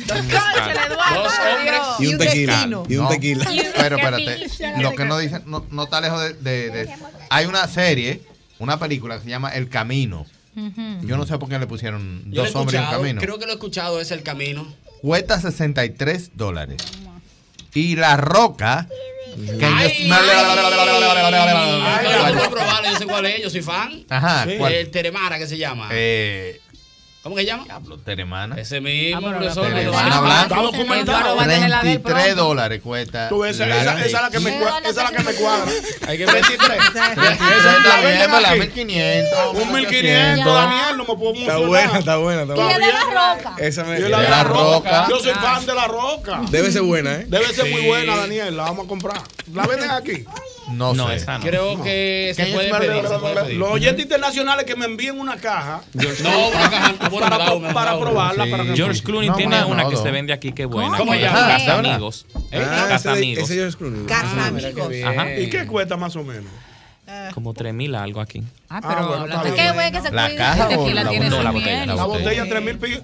Dos hombres. Y un tequila. Y un No, tequila. [LAUGHS] Pero espérate, lo que no dicen, no, no está lejos de, de- de- Hay una serie, una película que se llama El Camino. Yo no sé por qué le pusieron Yo lo he Dos Hombres y un escuchado, Camino. Creo que lo he escuchado, es el camino. cuesta 63 dólares. Y la roca. Que yo- Ay, Yo lo puedo probar, yo sé cuál es, yo soy fan. Ajá, Sí. ¿cuál? El Teremara, que se llama. Eh, ¿Cómo que se llama? Pablo Teremana. Ese mismo, pero la profesor. Teremana. Eduardo. Teremana Blanco. Está documentado. Eduardo va a tener la de él 33 pronto. dólares cuesta. Tú ves, esa, la esa, de- esa es la que me, Me cua- van a esa es la que me cuadra. Hay que ver. 23. Esa Ah, Esa está la bien, venden me la aquí. 1500. Un 1500, Daniel, no me puedo Está emocionar. buena, está buena, está Y buena. el de la roca. Esa me- Y la de La la roca. Roca. Yo Ah. soy fan de la roca. Debe ser buena, ¿eh? Debe ser muy Sí. buena, Daniel. La vamos a comprar. ¿La venden aquí? No, No, sé. esa no. Creo que se Can you puede smell pedir. it? se puede pedir. Los oyentes internacionales que me envíen una caja No, una caja. Bueno, para, me la hago, me la para hago. probarla. Sí. Para que- George Clooney No, tiene no, una no, que no. se vende aquí que es buena. ¿Cómo que se es llama? Casa Hola. Amigos. Ah, Casa ese- Amigos. Ese George Clooney. Casa Mira qué amigos. bien. Ajá. ¿Y qué cuesta más o menos? Como 3000 algo aquí. Ah, Ah, pero bueno, está hablaste- bien. ¿Qué güey que se La cuide? caja o Tequila la tiene botella. su La miel. botella. La la botella. botella, 3 mil pillos.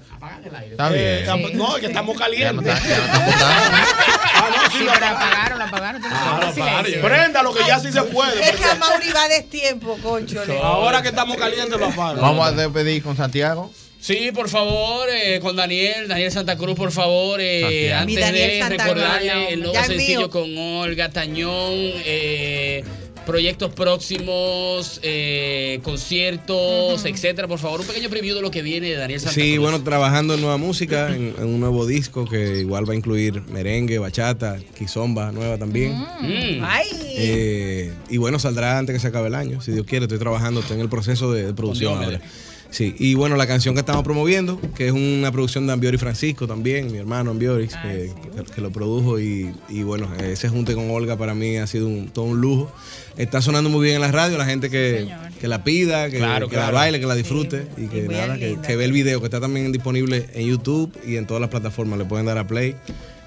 Está bien. Eh, No, es que estamos Ya no calientes. está- ya no está apuntando. [LAUGHS] Ah, no, sí, Sí, lo pero apagaron. apagaron, lo apagaron. tú no Ah, sabes, lo apagaron. silencio. Prenda lo que ya sí se puede. Es que a prenda. Mauri va de tiempo, concho. Ahora que estamos calientes, lo apagan. Vamos a despedir con Santiago. Sí, por favor, eh, con Daniel, Daniel Santa Cruz, por favor, eh, Santiago. antes Mi Daniel de Santa recordarle Cruz, no. el nuevo Ya es sencillo mío. con Olga Tañón, eh, proyectos próximos, eh, conciertos, etcétera. Por favor, un pequeño preview de lo que viene de Daniel Santa Sí, Cruz. bueno, trabajando en nueva música, en, en un nuevo disco que igual va a incluir merengue, bachata, quizomba nueva también. Mm. Ay. Eh, y bueno, saldrá antes que se acabe el año, si Dios quiere. Estoy trabajando, estoy en el proceso de, de producción Ambiore. ahora. Sí, y bueno, la canción que estamos promoviendo, que es una producción de Ambiori Francisco también, mi hermano Ambiori, que, que lo produjo. Y, y bueno, ese junte con Olga para mí ha sido un- todo un lujo. Está sonando muy bien en la radio, la gente que, que la pida, que, Claro, que claro. la baile, que la disfrute y que, muy nada, que, que ve el video, que está también disponible en YouTube y en todas las plataformas. Le pueden dar a play.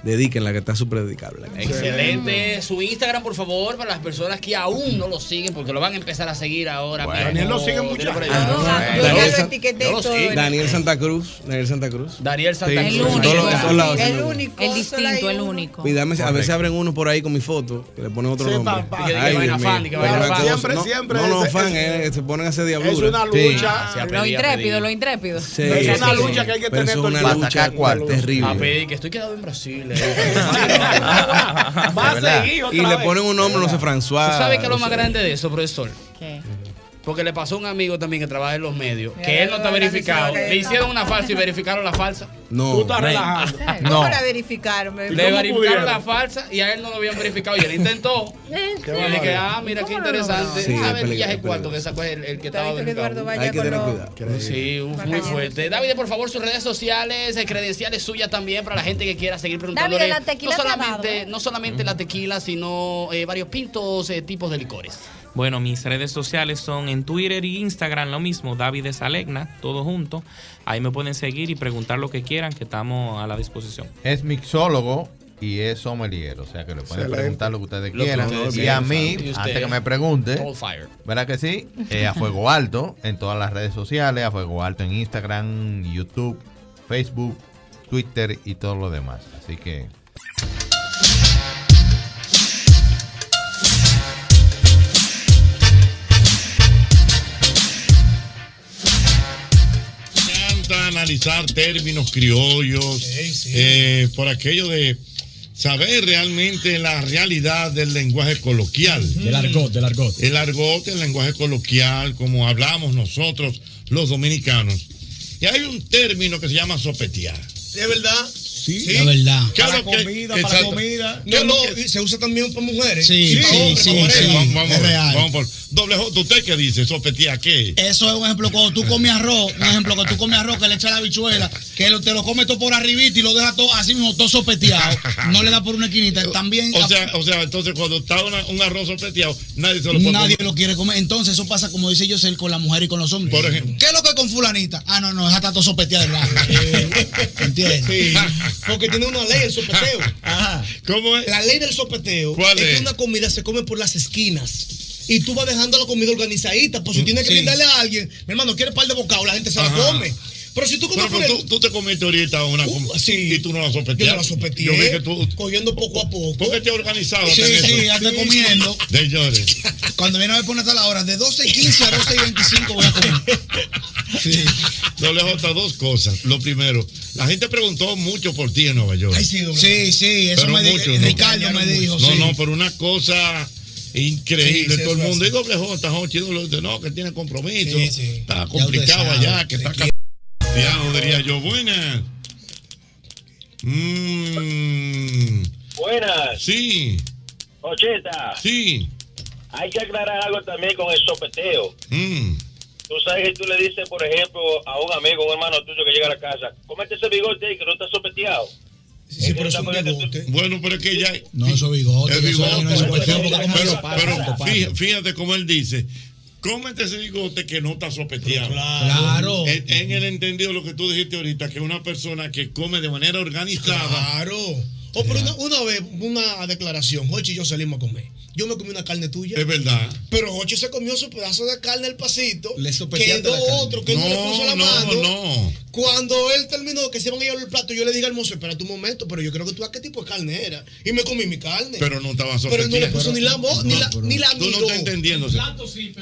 Dedíquenla, que está súper dedicable. Excelente. Su Instagram, por favor, para las personas que aún no lo siguen, porque lo van a empezar a seguir ahora. Bueno. mismo. Daniel lo sigue Dile mucho. por allá. Ah, no, Ah, bueno. Daniel Yo Sa- lo etiqueté yo lo todo. sigo. Daniel Santa Cruz. Daniel Santa Cruz. Daniel Santa Cruz. Sí, en todos los- en todos lados, sí, me gusta. El distinto, el único. Cuidame, a veces abren uno por ahí con mi foto, que le ponen otro Sí, nombre. papá. Que diga, Ay, Dios vaina mío. fan, que vaina Una fan. cosa- Siempre, no, siempre No, no, es- fan, es- eh, se ponen a hacer diablura. Es una lucha. Sí. Ah, Lo intrépido, lo intrépido. Sí. Lo Es una intrépido. lucha que hay que Pero tener eso es todo el una tiempo. lucha Sacar cuarto. terrible. A pedir Ah, pues, que estoy quedado en Brasil. eh. [LAUGHS] De verdad. Y le ponen un nombre, no sé, François. ¿Tú sabes qué es lo no más sé. grande de eso, profesor? Porque le pasó a un amigo también que trabaja en los medios, que él no está verificado. Le hicieron una falsa y verificaron la falsa. No. Tú estás relajando. ¿Cómo la verificaron? Me- Le verificaron la falsa y a él no lo habían verificado. Y él intentó. Y barbaridad. le dije, ah, mira qué ¿Cómo lo interesante. lograron? Sí, Ah, es el viaje peligroso, cuarto que sacó el, el que estaba visto que Eduardo verificado. vaya Hay que con tener los- Sí, un- muy fuerte. David, por favor, sus redes sociales, eh, credenciales suyas también para la gente que quiera seguir preguntando. David, la tequila no te ha dado, solamente, no solamente la tequila, sino eh, varios pintos eh, tipos de licores. Bueno, mis redes sociales son en Twitter y Instagram, lo mismo, David de Salegna, todo junto. Ahí me pueden seguir y preguntar lo que quieran, que estamos a la disposición. Es mixólogo y es sommelier. O sea que le pueden Excelente. preguntar lo que ustedes Lo que quieran. ustedes y a quieran, mí, Santi. Y usted, antes que me ¿eh? pregunte, all fire. ¿verdad que sí? Eh, a Fuego Alto en todas las redes sociales. A Fuego Alto en Instagram, YouTube, Facebook, Twitter y todo lo demás. Así que. encanta analizar términos criollos, eh, por aquello de saber realmente la realidad del lenguaje coloquial. Mm. Del argot, del argot. El argot, el lenguaje coloquial, como hablamos nosotros, los dominicanos. Y hay un término que se llama sopetear. ¿De verdad? Sí, de verdad. Para Claro que- comida, para exacto. comida. No, no, y se usa también para mujeres. Vamos, vamos, vamos por- Doble J, ¿usted qué dice? ¿Sopetear qué? Eso es un ejemplo cuando tú comes arroz, Ah. un ejemplo que tú comes arroz que le echas la habichuela, que lo- te lo comes todo por arribita y lo dejas todo así mismo, todo [LAUGHS] sopeteado. No le da por una esquinita. También O sea, o sea, entonces cuando está una- un arroz sopeteado, nadie se lo puede nadie comer. lo quiere comer. Entonces eso pasa como dice José con la mujer y con los hombres. Por ejemplo. ¿Qué es lo que con fulanita? Ah, no, no, esa está todo sopeteada del lado. [LAUGHS] ¿Entiendes? [LAUGHS] Porque tiene una ley el sopeteo. ¿Cómo es? La ley del sopeteo ¿Cuál es, es? que una comida se come por las esquinas. Y tú vas dejando la comida organizadita. Por si Mm, tienes que sí. brindarle a alguien, mi hermano, quiere par de bocados, la gente se la Ajá. come. Pero si tú comes Pero, por pero el- tú, tú te comiste ahorita una com- y tú no la sopeteaste. Yo no la sopeteé. Yo vi que tú. Cogiendo poco a poco. Porque te organizado. Sí, tenés sí, eso. ando [LAUGHS] comiendo. Señores. Cuando viene a ver poner hasta la hora, de 12 y 15 a 12 y 25 voy a comer. Doble J, dos cosas. Lo primero, la gente preguntó mucho por ti en Nueva York. Ay, sí, sí, sí, eso Pero me dijo. mucho, ¿no? Ricardo me dijo. No, sí. no, pero una cosa increíble. Sí, sí, Todo el eso mundo. es. Y doble J, Jochi, doble J, no, que tiene compromiso. Sí, sí. Está Ya usted complicado sabe, allá, que está te cambiado, diría yo. Buenas. Mm, Buenas, sí, Ocheta. sí. Hay que aclarar algo también con el sopeteo. Mm. Tú sabes que tú le dices, por ejemplo, a un amigo, un hermano tuyo que llega a la casa, comete ese bigote ahí que no está sopeteado. Sí, pero es un Bueno, pero es que ya. No, eso es bigote. Es eso bigote, no se puede hacer porque como pero, eso pasa, pero pasa. fija- fíjate cómo él dice. Cómete ese bigote que no está sopeteado. Claro. En, en el entendido lo que tú dijiste ahorita, que una persona que come de manera organizada. Oh, Claro. O pero una, una vez, una declaración, Jochi y yo salimos a comer. yo me comí una carne tuya. Es verdad. Pero Jochi se comió su pedazo de carne al pasito. Le sopeteaste Quedó la carne. otro que no, le puso la No, no, mano. no. Cuando él terminó, que se iban a llevar el plato, yo le dije al mozo, espérate un momento, pero yo creo que tú sabes qué tipo de carne era. Y me comí mi carne. Pero no estaba Pero él no le sofetida. puso ni la voz, ni No, la, pero- ni la Tú no miró. estás entendiendo. o sea,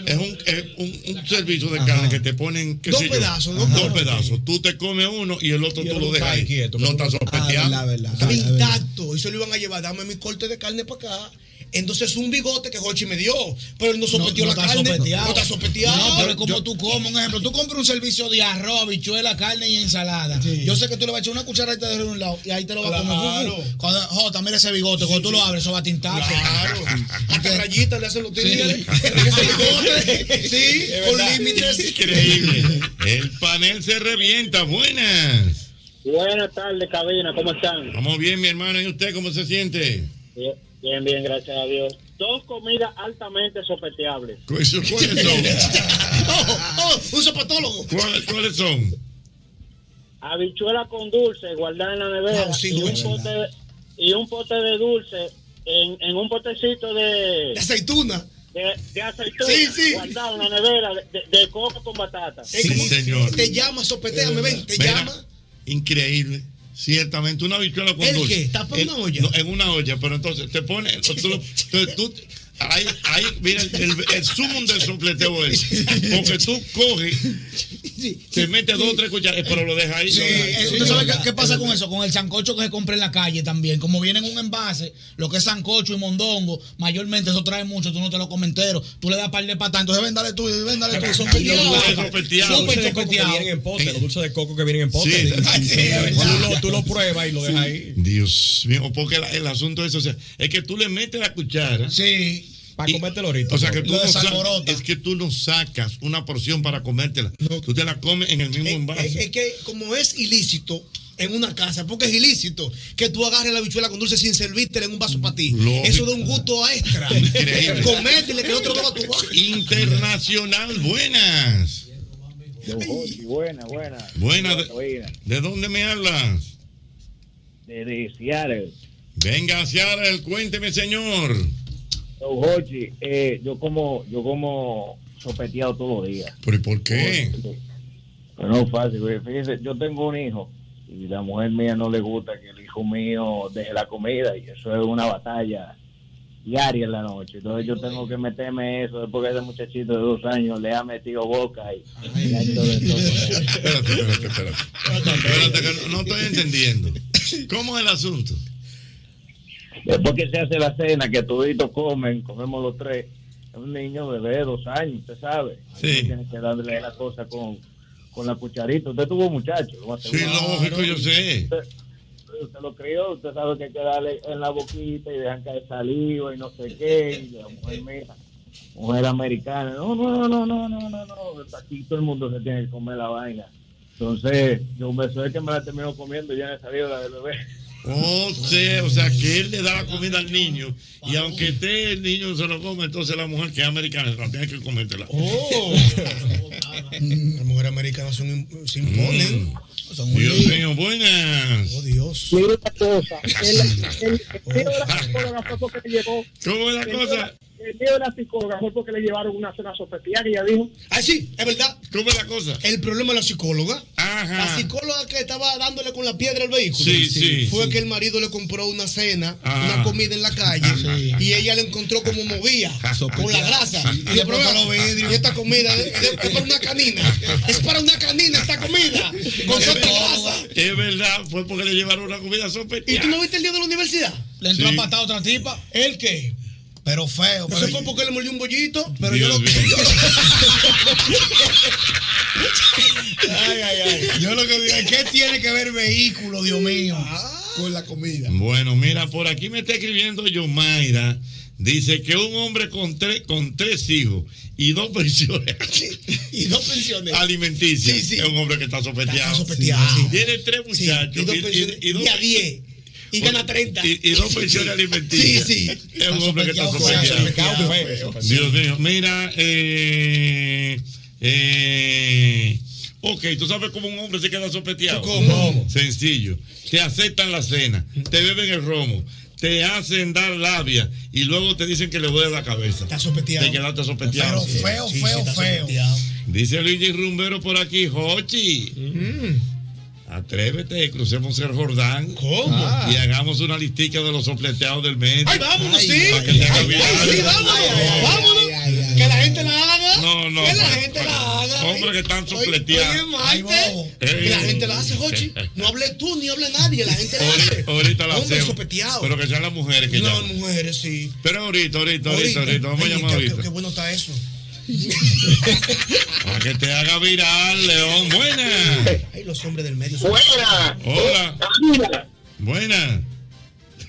es un, es un- un servicio de carne que te ponen qué Dos sé yo, pedazos, dos dos, pedazos. pedazos. Tú te comes uno y el otro Y tú el lo otro dejas está ahí. ahí quieto, Ah, no está sospeteado. Estaba intacto. Y se lo iban a llevar, dame mi corte de carne para acá. Entonces un bigote que Jochi me dio, pero él no sopetió no la está carne. sopeteado. No está sopeteado. No, pero es como tú comes, un ejemplo, tú compras un servicio de arroz, habichuela, carne y ensalada. Yo sé que tú le vas a echar una cucharadita de arroz de un lado y ahí te lo vas a comer. Claro. Fu, fu. Cuando, Jota, mira ese bigote, cuando tú lo abres, eso va tintado. Claro. Hasta rayitas le hacen los tigres. [LAUGHS] Sí, Es con verdad. límites. Increíble. El panel se revienta. Buenas. Buenas tardes, cabina, ¿cómo están? Vamos bien, mi hermano. ¿Y usted cómo se siente? Bien, bien, bien, gracias a Dios. Dos comidas altamente sopeteables. [LAUGHS] ¿Cuáles son? Oh, oh, un zapatólogo. ¿Cuáles- ¿Cuáles son? Habichuela con dulce, guardada en la nevera. No, Ah, sí, y, un dulce, pote, y un pote de dulce en, en un potecito de... De aceituna. De, aceituna. Sí, sí. Guardado en la nevera de, de- de coco con batata. Sí, señor. Te llama, sopeteame, ven, te Mira, llama. Increíble. Ciertamente, una habichuela con ¿El dulce. qué? ¿Tapa El- una olla? no, en una olla, pero entonces te pone. Tú, tú- tú- ahí, ahí, mira, el, el, sumum del sopleteo es. Porque tú coges, te metes dos o tres cucharas, pero lo dejas ahí. Sí, lo eh, dejas ahí. eso, ¿Tú sabes qué, qué pasa con eso? Con el sancocho que se compra en la calle también. Como viene en un envase, lo que es sancocho y mondongo, mayormente eso trae mucho, tú no te lo comes entero. Tú le das par de patas, entonces véndale tú, véndale tú. Son Y los peteados. dulces Son sopeteados. Los dulces de coco que peteados. vienen en pote, los dulces de coco que vienen en pote. Sí. Sí, Sí, sí, es tú, verdad. lo, tú lo pruebas y lo dejas ahí. Dios mío, porque la- el asunto es, o sea, es que tú le metes la cuchara. Sí. Para comértelo ahorita. O sea, que tú no sa- es que tú no sacas una porción para comértela. Tú te la comes en el Eh, mismo envase. Es, es que como es ilícito en una casa, porque es ilícito que tú agarres la bichuela con dulce sin servírtela en un vaso para ti. Mm, Lógico. Eso da un gusto a extra. Increíble. Comértele que el otro toma tu [LAUGHS] Internacional, buenas. buena, buena. Buena. ¿De, ¿de dónde me hablas? Desde Seattle. Venga, Seattle, cuénteme, señor. Don Jochi, eh, yo como, yo como sopeteado todos los días. ¿Pero y por qué? Pero no es fácil, porque fíjese, yo tengo un hijo y la mujer mía no le gusta que el hijo mío deje la comida y eso es una batalla diaria en la noche. Entonces yo tengo que meterme eso, es porque ese muchachito de dos años le ha metido boca y, y ha hecho de todo. Espérate, espérate, espérate. Espérate, que no, no estoy entendiendo. ¿Cómo es el asunto? Después que se hace la cena, que toditos comen, comemos los tres. Es un niño bebé de dos años, usted sabe. Sí. Tiene que darle la cosa con, con la cucharita. Usted tuvo muchachos. Sí, lógico, yo sé. Usted lo crió, usted sabe que hay que darle en la boquita y dejan caer saliva y no sé qué. Y la mujer, mira, mujer americana. No, no, no, no, no, no, no. Aquí todo el mundo se tiene que comer la vaina. Entonces, yo me soy que me la termino comiendo y ya me salió la del [LAUGHS] bebé. O sea, o sea, que él le da la comida al niño y aunque esté el niño se lo come, entonces la mujer que es americana la tiene que comértela. Oh, Mm. Las mujeres americanas son im- se imponen. Son un Dios lío. mío, buenas. Oh, Dios. Mira una [LAUGHS] cosa. el- que llegó. ¿Cómo es la cosa? El mío de la psicóloga fue porque le llevaron una cena sospechada y ella dijo. Ah, sí, es verdad. ¿Cómo es la cosa? El problema de la psicóloga. Ajá. La psicóloga que estaba dándole con la piedra al vehículo. Sí, sí, Fue sí. que el marido le compró una cena, Ah. una comida en la calle. Sí. Y ella le encontró como movía, con la grasa. Sí. Y le probó los vidrios. Y esta comida es, es para una canina. Es para una canina esta comida. [LAUGHS] Con tanta grasa. Es verdad, fue porque le llevaron una comida ¿Y sospechosa. tú no viste el día de la universidad? Le entró Sí. a patada otra tipa. ¿El qué? Pero feo. Eso fue porque le mordió un bollito. Pero yo lo Ay, ay, ay. Yo lo que digo es, ¿qué tiene que ver vehículo, Dios mío, con la comida? Bueno, mira, por aquí me está escribiendo Yomaira. Dice que un hombre con tres, con tres hijos y dos [LAUGHS] pensiones. y dos pensiones. Alimenticias. Es un hombre que está sospeteado. Está sospeteado. Sí, sí. Tiene tres muchachos. y dos pensiones. Y a diez. Y gana 30. Y, y dos pensiones alimenticias. Sí, sí. Es un hombre que está sospeteado, sospeteado. feo. Dios mío. Mira, eh, eh, ok, tú sabes cómo un hombre se queda sospeteado. ¿Cómo? Sencillo. Te aceptan la cena, te beben el romo, te hacen dar labia y luego te dicen que le duele la cabeza. Está sopeteado. Te quedaste sopeteado. Pero feo, feo, feo. Dice Luigi Rumbero por aquí, Jochi. Mm. Atrévete, crucemos el Jordán. ¿Cómo? Y hagamos una listica de los sopleteados del mes. Ay, vámonos, sí. Para que te haga Ay, viral. sí, vámonos. vámonos. que la gente la haga. No, no. Que la gente la haga. Hombres que están Oye, sopleteados. oye, Maite, Ey. que la gente la hace, [LAUGHS] Jochi. No hable tú, ni hable nadie. La gente la hace. Ahori- Ahorita la Hombres hacemos. sopeteados. Pero que sean las mujeres que No, llaman. mujeres, sí. Pero ahorita, ahorita, ahorita, ahorita. Vamos a Ay, llamar qué- ahorita. Qué, qué bueno está eso. Para que te haga viral, León. Buena. Ay, los hombres del medio. son- Buena. Hola. Mira, Buena.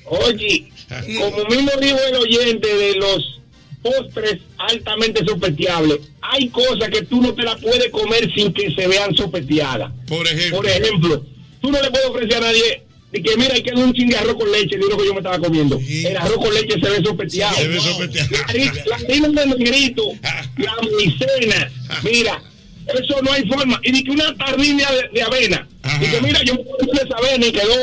Oye, como mismo dijo el oyente de los postres altamente sopeteables, hay cosas que tú no te las puedes comer sin que se vean sopeteadas. Por ejemplo. Por ejemplo, tú no le puedes ofrecer a nadie de que mira, hay que dar un chingue de arroz con leche, digo que yo me estaba comiendo. El arroz con leche se ve sopeteado. Se ve La harina- La harina de negrito, la maicena, mira, eso no hay forma. Y ni que una tarrina de, de avena. Y que mira, yo me puse esa avena y quedó,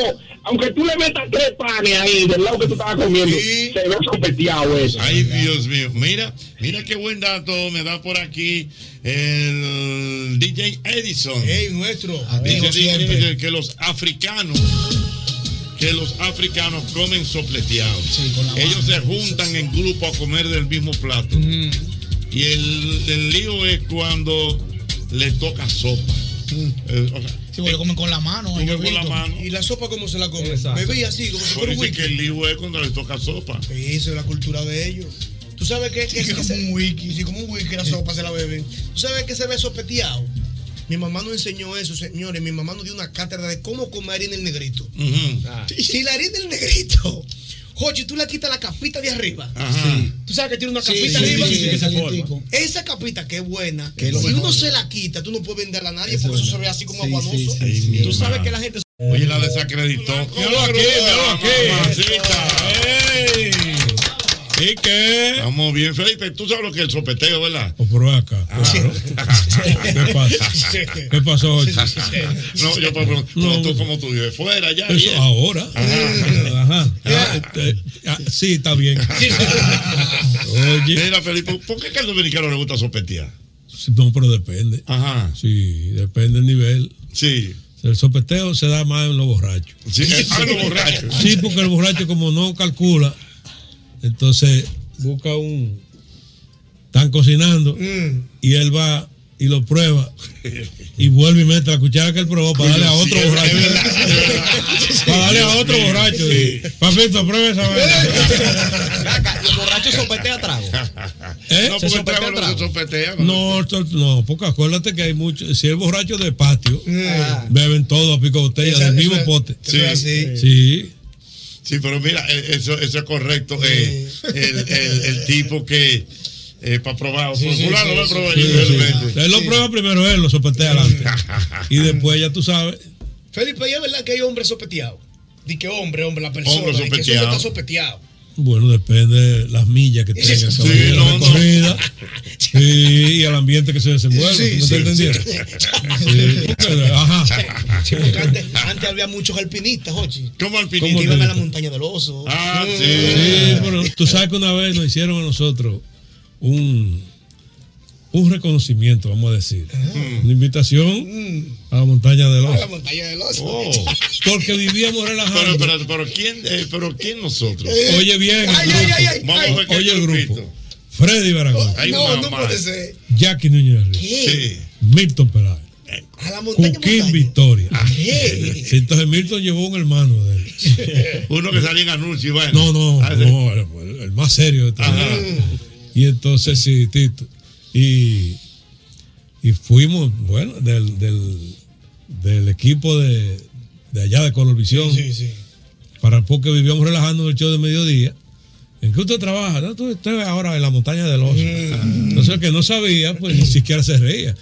aunque tú le metas tres panes ahí del lado que tú estabas comiendo, se ve sopeteado eso. Ay, Dios mío. Mira, mira qué buen dato me da por aquí el DJ Edison. Ey, nuestro. Dice, amigo dice siempre. que los africanos que los africanos comen sopleteados. Ellos se juntan en grupo a comer del mismo plato. Y el, el lío es cuando le toca sopa. Eh, o sea, Sí, porque lo comen con la mano. Comen yo he con la visto. mano. ¿Y la sopa cómo se la comen? Bebí así, como si Por fuera un eso es wiki. que el lío es cuando le toca sopa. Sí, eso es la cultura de ellos. Tú sabes que, que, como un wiki, sí, como un wiki la sopa se la beben. Tú sabes que se ve sopeteado. Mi mamá nos enseñó eso, señores. Mi mamá nos dio una cátedra de cómo comer harina el negrito. Y Si la harina del negrito, Jochi, tú le quitas la capita de arriba. Ajá. Tú sabes que tiene una Sí, capita sí, arriba. sí, sí, que se Calientico. forma. Esa capita que es buena. Que es lo si mejor. uno se la quita, tú no puedes venderla a nadie porque eso se ve así como aguadoso. Ay, mi tú sabes hermano. que la gente. Oye, la desacreditó. Míralo aquí, míralo aquí. ¿Y qué? Estamos bien, Felipe. Tú sabes lo que es el sopeteo, ¿verdad? O por acá. [LAUGHS] Ah, ¿Qué pasa? ¿Qué pasó? Jochi? No, yo puedo preguntar. ¿Cómo tú, cómo tú vives? Fuera, ya. Eso bien. ahora. Ajá. Ah, eh, ah, Sí, está [LAUGHS] bien. Mira, Felipe, ¿por qué que al dominicano le gusta sopetear? No, pero depende. Ajá. Sí, depende del nivel. Sí. El sopeteo se da más en los borrachos. Sí, ah, los borrachos. Sí, porque el borracho como no calcula, entonces busca un... Están cocinando Mm. y él va y lo prueba y vuelve y mete la cuchara que él probó para darle a Coño, otro sí, es borracho. Para darle a Dios otro mío, borracho. sí. Papito, pruebe esa vaina. Los borrachos sopetea [LAUGHS] trago. ¿Eh? No, ¿Se porque el sopetea trago no se trago? sopetea. ¿no? No, esto- no, porque acuérdate que hay muchos. Si es borracho de patio, Ah. beben todo a pico de botella, Esa- del eso mismo es- pote. eso es así. Sí. Sí, pero mira, eh, eso, eso es correcto. eh, el, el- el tipo que para probar, por sí, sí, fulano Ah, lo he sí, probado sí, yo, sí. realmente. Él lo prueba primero, él lo sopetea [LAUGHS] adelante. y después ya tú sabes. Felipe, ¿y es verdad que hay hombres sopeteados? Di que hombre, hombre, la persona. Hombre di que eso sopeteado. está sopeteado. Bueno, depende de las millas que tenga esa Sí, vaina, no, la no. [LAUGHS] recorrida, sí, y al ambiente que se desenvuelve. Sí, ¿no sí. te entendieron? [LAUGHS] Sí, porque- Ajá. Sí, porque antes, antes había muchos alpinistas, Jochi. ¿Cómo alpinistas? Que iban a la montaña del oso. Ah, Mm. Sí, pero tú sabes que una vez nos hicieron a nosotros un, un reconocimiento, vamos a decir. Mm. Una invitación a la montaña de A la los. montaña del oso. Porque vivíamos relajados. Oh. Pero, pero, pero, ¿quién, eh, pero ¿quién nosotros? Oye bien, el Eh, Ay, grupo. ay, ay, ay, Vamos a ver qué oye el grupito. grupo. Freddy Baragón. Oh, Ay, No, no mamá. puede ser. Jackie Núñez de Río. Sí. Milton Peláez. A la Cuquín Victoria. Ah, [LAUGHS] ¿Qué? Entonces Milton llevó un hermano de él. [LAUGHS] Uno que salía en anuncio y vaina. No, no, Ah, sí. no, el, el más serio de todos. Ajá. Y entonces sí, Tito. Y, y fuimos, bueno, del, del, del equipo de, de allá de Colorvisión. Sí, sí. Para porque vivíamos relajando en el show de mediodía. ¿En qué usted trabaja? No, tú- usted ahora en la montaña del oso. Mm. Entonces el que no sabía, pues ni siquiera se reía.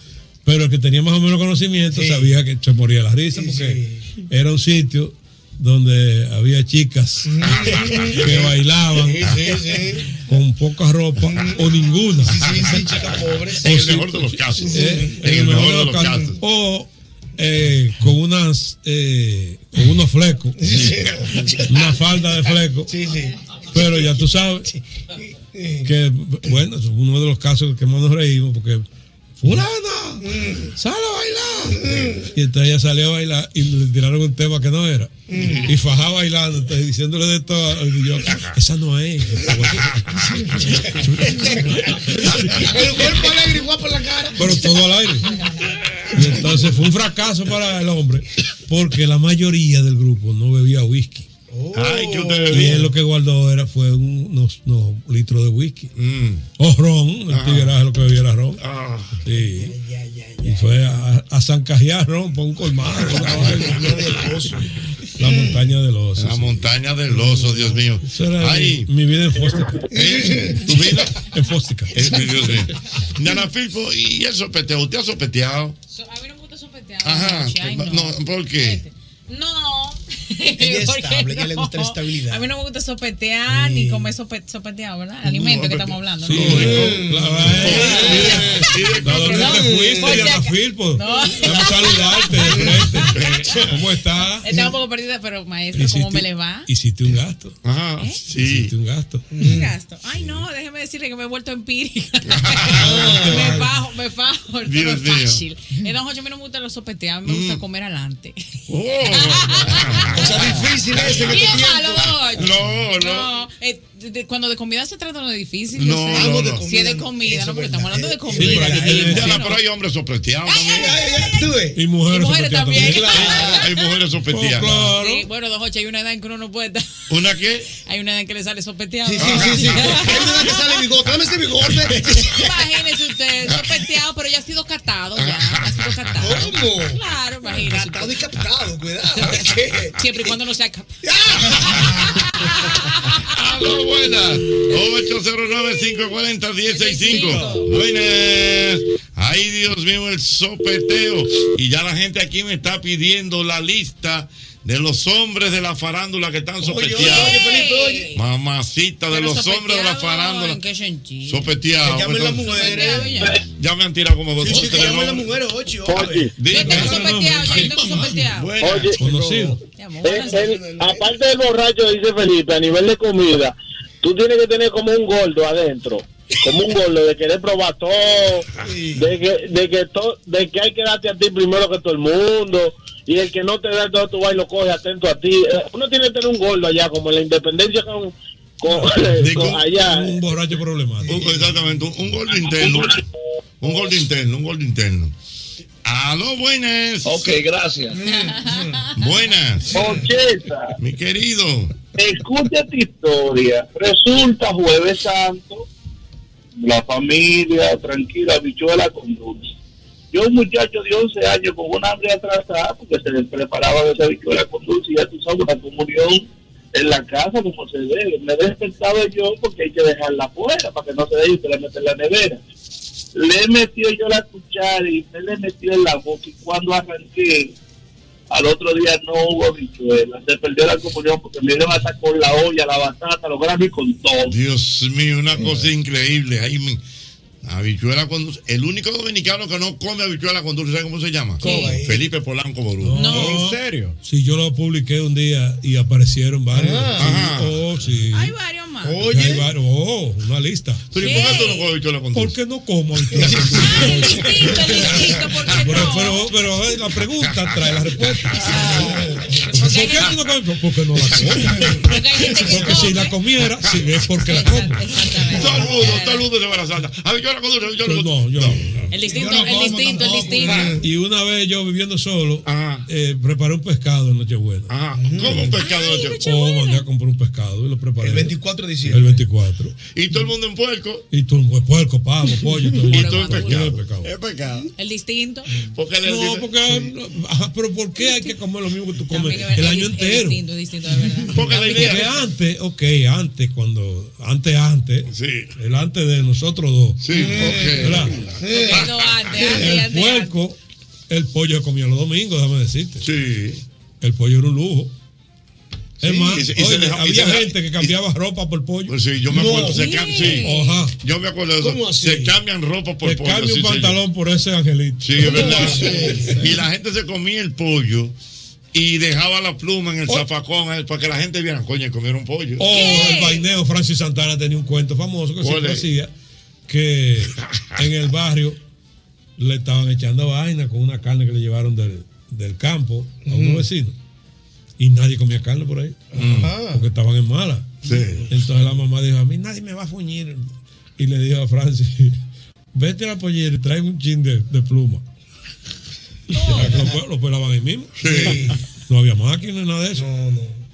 Pero el que tenía más o menos conocimiento sabía que se moría la risa porque era un sitio donde había chicas que bailaban Sí, sí, sí. con poca ropa o ninguna. Sí, sí, chicas pobres. O sí, de los casos. eh, En el mejor de los casos. O eh, con unas eh, con unos flecos, una falda de flecos. Pero ya tú sabes que, bueno, es uno de los casos que más nos reímos porque ¡Fulana! Mm. ¡Sale a bailar! Y entonces ella salió a bailar y le tiraron un tema que no era. Y fajaba bailando, entonces, diciéndole de todo. Y yo, esa no es. El cuerpo alegre y guapo en la cara. pero todo al aire. Y entonces fue un fracaso para el hombre, porque la mayoría del grupo no bebía whisky. Oh. Ay, que usted Y bebía. él lo que guardó era fue un- unos, unos litros de whisky. O ron, el Ah. tigreaje lo que bebía era ron. Mm. Ah. Sí. Y fue a, a zancajear ron por un colmado. una [LAUGHS] vaina. la montaña del oso. La montaña del oso, Dios mío. Eso era Ay, Eh, mi, mi vida en Foster. tu vida. Eh, en fóstica. Dios mío. Nana Filpo, ¿y el sopeteo? ¿Usted ha sopeteado? A mí no me gusta sopetear. Ajá. pues, Ay, No, ¿por qué? No. Ella es ¿Por qué estable, ella le gusta la no? estabilidad. A mí no me gusta sopetear ni comer sope- sopeteado, ¿verdad? Alimento que estamos hablando. Sí, ¿no? ¿Dónde te fuiste, Diana Filpo? No. [LAUGHS] Dame saludarte de frente. ¿Cómo estás? Estaba un poco perdida, pero maestro, ¿cómo me le va? Hiciste un gasto. ¿Eh? Ajá, sí. Hiciste un gasto. Mm. Un gasto. Ay, no, déjeme decirle que me he vuelto empírica. me bajo, me bajo. Dios no es mío. fácil. Eh, don Jorge, a mí no me gusta los sopeteados, a mí me gusta comer adelante. Oh. O sea, difícil ese que Y tú es tienes. malo, don Jorge. No, no. eh, de- de- cuando de comida se trata no es difícil. yo No, sé. no, no. Si es de comida, no, porque estamos hablando de comida. Diana, pero hay hombres sopeteados también. Y mujeres, Oh, Y mujeres sopeteadas también. también. Claro, hay mujeres sopeteadas. Sí, bueno, don Jorge, hay una edad en que uno no puede estar. [LAUGHS] ¿Una qué? Hay una edad en que le sale sopeteado. Sí, sí, sí, sí. Hay una que sale bigote. Dame este ese bigote. Imagínese usted, sopeteado, pero ya ha sido catado. Ya, ha sido catado. ¿Cómo? Claro, imagínate. Catado y captado, cuidado. [LAUGHS] Siempre y cuando no sea captado. Aló, buenas. 809-540-1065. Buenas. Ay, Dios mío, el sopeteo. Y ya la gente aquí me está pidiendo la lista de los hombres de la farándula que están sopeteados. Mamacita de los hombres de la farándula. ¿En qué sentido? Sopeteados. Que llamen las Entonces, mujeres. Ya. Ya me han tirado como dos Sí, o sí, que tres llamen las nombres. mujeres, ocho. Dime. Sopeteado, yo tengo sopeteado. Buenas. Conocido. Eh, el- aparte del borracho, dice Felipe, a nivel de comida, tú tienes que tener como un gordo adentro. Como un gordo de querer probar todo, de que, de que, to- de que hay que darte a ti primero que todo el mundo, y el que no te da todo tu baile lo coge atento a ti. Eh, Uno tiene que tener un gordo allá, como en la independencia con, con- con allá. Un borracho problemático. Eh, Un- exactamente, un, un gol interno. Un gol interno, un gol interno. Aló, buenas. Ok, gracias. Buenas. Ocheta. Mi querido. Escucha tu historia. Resulta Jueves Santo, la familia tranquila, bichuela con dulce. Yo, un muchacho de 11 años con una hambre atrasada, porque se le preparaba esa bichuela con dulce, y ya tú sabes, una comunión en la casa como se debe. Me despertaba yo porque hay que dejarla afuera para que no se deje y se la mete en la nevera. Le metió yo la cuchara y me le metió en la boca y cuando arranqué, al otro día no hubo bichuela. Se perdió la comunión porque me iban a estar con la olla, la batata, los granos y con todo. Dios mío, una cosa increíble. Ahí me- habichuela con dulce. El único dominicano que no come habichuela con dulce, ¿sabe cómo se llama? Felipe Polanco Borudo. No. ¿En serio? Sí, yo lo publiqué un día y aparecieron varios. Ah. Sí, oh, sí. Hay varios más. Oye. Hay varios. Oh, una lista. Pero ¿y por qué tú no comes habichuela con dulce? ¿Por qué no [LAUGHS] como habichuela con dulce? pero, pero, pero, eh, la pregunta trae la respuesta. ¿Por qué tú no comes? Porque no la comes. Porque si la comiera, sí, es porque la comes. Todo el mundo, todo el mundo se va a la salsa. Habichuela con dulce, habichuela con dulce. El distinto, el distinto, el distinto. Y una vez yo viviendo solo, eh, preparé un pescado en Nochebuena. ¿Cómo un pescado en Oh, mandé a comprar un pescado y lo preparé. El 24 de diciembre. El 24. Y todo el mundo en puerco. Y tú, pues, puerco, pavo, pollo. todo Y el todo en Todo en pescado. pescado. Es pecado. El distinto. Porque le No, dice- porque. ajá, pero ¿por qué hay que comer lo mismo que tú comes Mira, el año dis- entero? distinto, el distinto, de verdad. Porque la Porque idea antes, ok, antes, cuando. Antes, antes. El antes de nosotros dos. Sí, ¿Verdad? Comiendo antes, antes, El antes. antes. puerco, el pollo se comía los domingos, déjame decirte. Sí. El pollo era un lujo. Es más, y se- y se oye, deja- y había se deja- Pues gente que cambiaba ropa por pollo. sí, yo me acuerdo, se cam- sí. Ajá. Yo me acuerdo de eso. ¿Cómo así? Se cambian ropa por Te pollo. cambio sí, un señor. pantalón por ese angelito. Sí, es verdad. [LAUGHS] Y la gente se comía el pollo y dejaba la pluma Oh. en el zafacón eh, para que la gente viera, coño, comieron pollo. O Oh, el vaineo Francis Santana tenía un cuento famoso que ¿Cuál siempre es? hacía que en el barrio le estaban echando vaina con una carne que le llevaron del, del campo a unos Ujú. vecinos. Y nadie comía carne por ahí. Ajá. Porque estaban en mala. Entonces la mamá dijo, a mí nadie me va a fuñir. Y le dijo a Francis, vete a la pollera y trae un chin de, de pluma. [LAUGHS] Era que Lo, pe- lo pelaban ahí mismo. [LAUGHS] No había máquina ni nada de eso.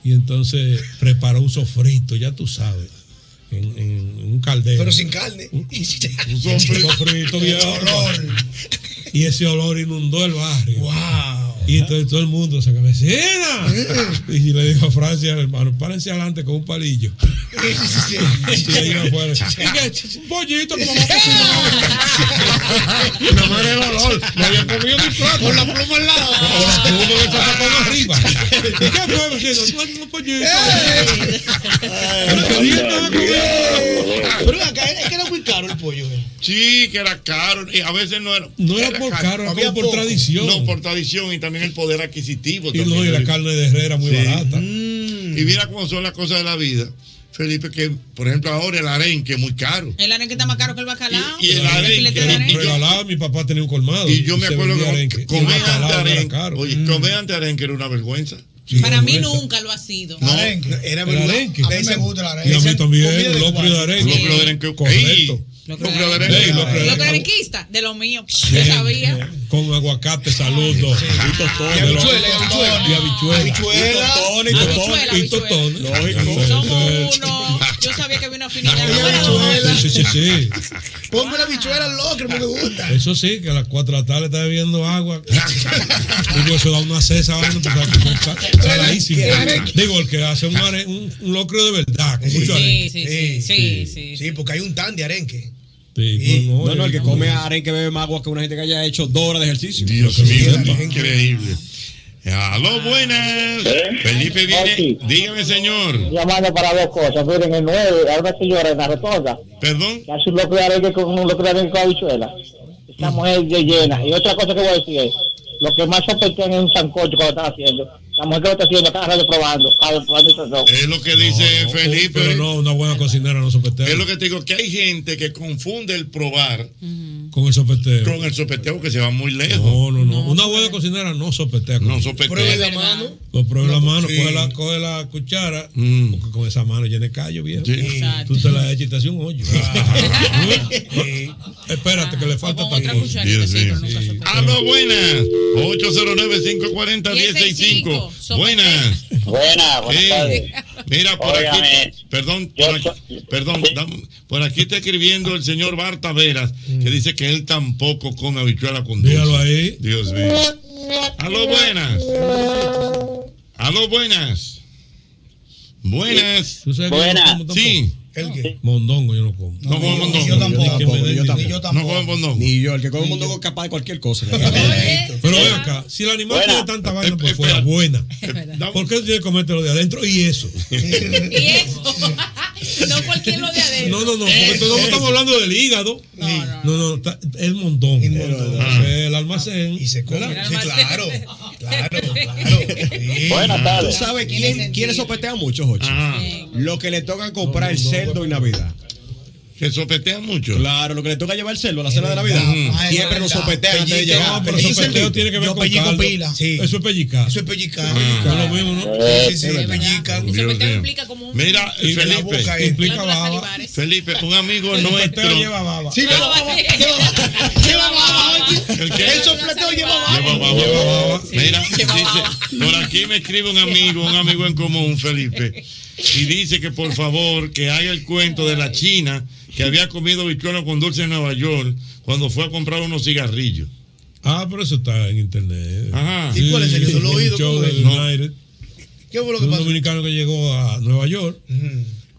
Y entonces preparó un sofrito, ya tú sabes, en, en un caldero. Pero sin carne. Un sofrito Qué viejo. Y ese olor inundó el barrio. Y entonces todo el mundo se cabecina. Y le dijo a Francia, hermano, párense adelante con un palillo. Y le dijo afuera, "Y que, un pollito que vamos a cocinar. [LAUGHS] No me el olor. Me había comido mi plato. Con la pluma al lado. Con la pluma que está sacando arriba. ¿Y qué fue, vecino? Un pollito. Pero que bien estaba comiendo. Pero ven acá, es que era muy caro el pollo. Sí, que era caro. Y a veces no era. eh. No era por caro, era como por tradición. No, por tradición y también el poder adquisitivo. Y también. no, y la carne de Herrera muy Sí. Mm. barata. Y mira cómo son las cosas de la vida. Felipe, que por ejemplo ahora el arenque es muy caro. El arenque está más caro que el bacalao. Y el filete de arenque. arenque. Regalaba, mi papá tenía un colmado. Y yo me se acuerdo vendía que arenque. comer Y ante bacalao era arenque. caro. Mm. Oye, comer ante arenque era una vergüenza. Para mí nunca lo ha sido. No, Era El verdad. arenque. A mí me gusta la arenque. Y a mí Comida también, de locro de cuadro. arenque. Locro de arenque, correcto. Locro de arenque. Ey, locro Lo de que arenque. arenquista, de lo mío. Yo sabía. Con aguacate, saludos. Y tostones. Y habichuela, y habichuela. Y habichuela. Habichuela. Y tostones, Habichuela, y tostones. Y tostones. Somos uno. Yo sabía que había una afinidad. Ah. Sí, sí, sí. sí. Ponme la bichuela al locro, me gusta. Eso sí, que a las 4 de la tarde está bebiendo agua. Digo, eso da una cesa, vaina, pues, está- está saladísimo. El arenque. Digo, el que hace un, are- un- un locro de verdad, con mucho arenque. sí, sí, Sí, porque hay un tan de arenque. Sí, No, no, no, el que no, come no. arenque bebe más agua que una gente que haya hecho dos horas de ejercicio. Dios mío, increíble. Aló, buenas. Felipe Ah, viene. Dígame, señor. llamando para dos cosas. Miren, el 9, hay una señora en la retorga. Perdón. Que hace un locro de arenque con un locro de arenque con habichuela. Mm. Esta mujer de llena. Y otra cosa que voy a decir es, lo que más sospechan es un sancocho cuando están haciendo. La mujer que lo está haciendo, cada rato probando. A ver, probando y probando. Es lo que dice Felipe. Pero no, una buena cocinera no sopeteo. Es lo que te digo, que hay gente que confunde el probar Con el sopeteo. con el sopeteo que se va muy lejos. No, no, no. Una buena cocinera no sopetea. con No eso. sopetea. mano. Lo pruebe No, la mano, sí. Mm. coge, la, coge la cuchara, porque con esa mano llena de callo, viejo. Sí. Exacto. Tú te la echas y te hace un hoyo. [LAUGHS] Sí. Espérate, que le falta tacón. Dios mío. Aló, buenas. 809-540-1065. Buenas. Buenas, buenas Sí. tardes. Mira, por Óigame. aquí, perdón, por aquí, perdón, dam- por aquí está escribiendo el señor Barta Veras, que dice que él tampoco come habichuela con dulce. Míralo Mm. ahí. Dios mío. Aló, buenas. Aló, buenas. Buenas. ¿Tú sabes que yo no Buenas. como tampoco? Sí. ¿El qué? Mondongo yo no como. No come mondongo. Yo tampoco. Ni que me den dinero. No come mondongo. Ni yo, el que come mondongo es capaz de cualquier [LAUGHS] cosa. Pero ven acá, si el animal tiene tanta vaina por fuera, buena. ¿Por qué tú tienes que comerte lo de adentro y eso? Y eso. No cualquier lo de adentro. No, no, no, Eh, porque todos estamos hablando del hígado. No, no, no, está- el mondongo. El, almacén. Y se come. Sí, claro. Claro, Buenas tardes. ¿Tú sabes quiénes quiénes sopetean mucho, Jochi? Ah. Los que le tocan comprar el cerdo en Navidad. ¿Que sopetean mucho? Claro, lo que le toca llevar el cerdo a la cena de Navidad. Siempre lo sopetean antes de llegar. No, pero eso pellico tiene que ver Yo con pellico caldo. pila. Sí. Eso es pellicar. Eso es pellicar. Ah. Es lo mismo, ¿no? Sí, sí, sí, pellican. Dios mío. Mira, Y que la Felipe, boca implica Glándulas baba. salivares. Felipe, un amigo El nuestro. sopeteo lleva baba. Sí, lleva baba. Lleva baba. ¿El Jochi. qué? El sopleteo lleva Lleva baba. baba. Mira, dice, por aquí me escribe un amigo, un amigo en común, Felipe, y dice que por favor que haga el cuento de la China que había comido bichuelo con dulce en Nueva York cuando fue a comprar unos cigarrillos. Ah, pero eso está en internet. Ajá. Sí, ¿Y cuál es el que tú lo un oído? show ¿Cómo es? del No. United. ¿Qué fue lo que un pasó? dominicano que llegó a Nueva York.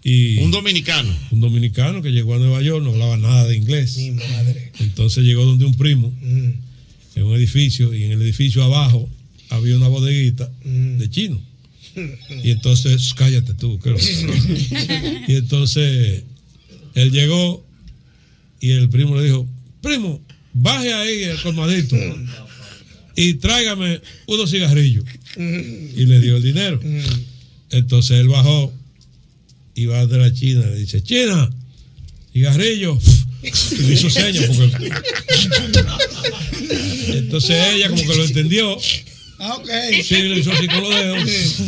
Y Un dominicano. Un dominicano que llegó a Nueva York, no hablaba nada de inglés. Mi madre. Entonces llegó donde un primo, Mm. en un edificio, y en el edificio abajo había una bodeguita de chino. Y entonces, cállate tú, creo. [LAUGHS] Y entonces, él llegó y el primo le dijo, primo, baje ahí el colmadito y tráigame unos cigarrillos. Y le dio el dinero. Entonces él bajó y va de la China, le dice, China, cigarrillos. [LAUGHS] Y [LAUGHS] le hizo señas porque... Entonces ella como que lo entendió. Ah, ok. Sí, le hizo así con los dedos. [LAUGHS]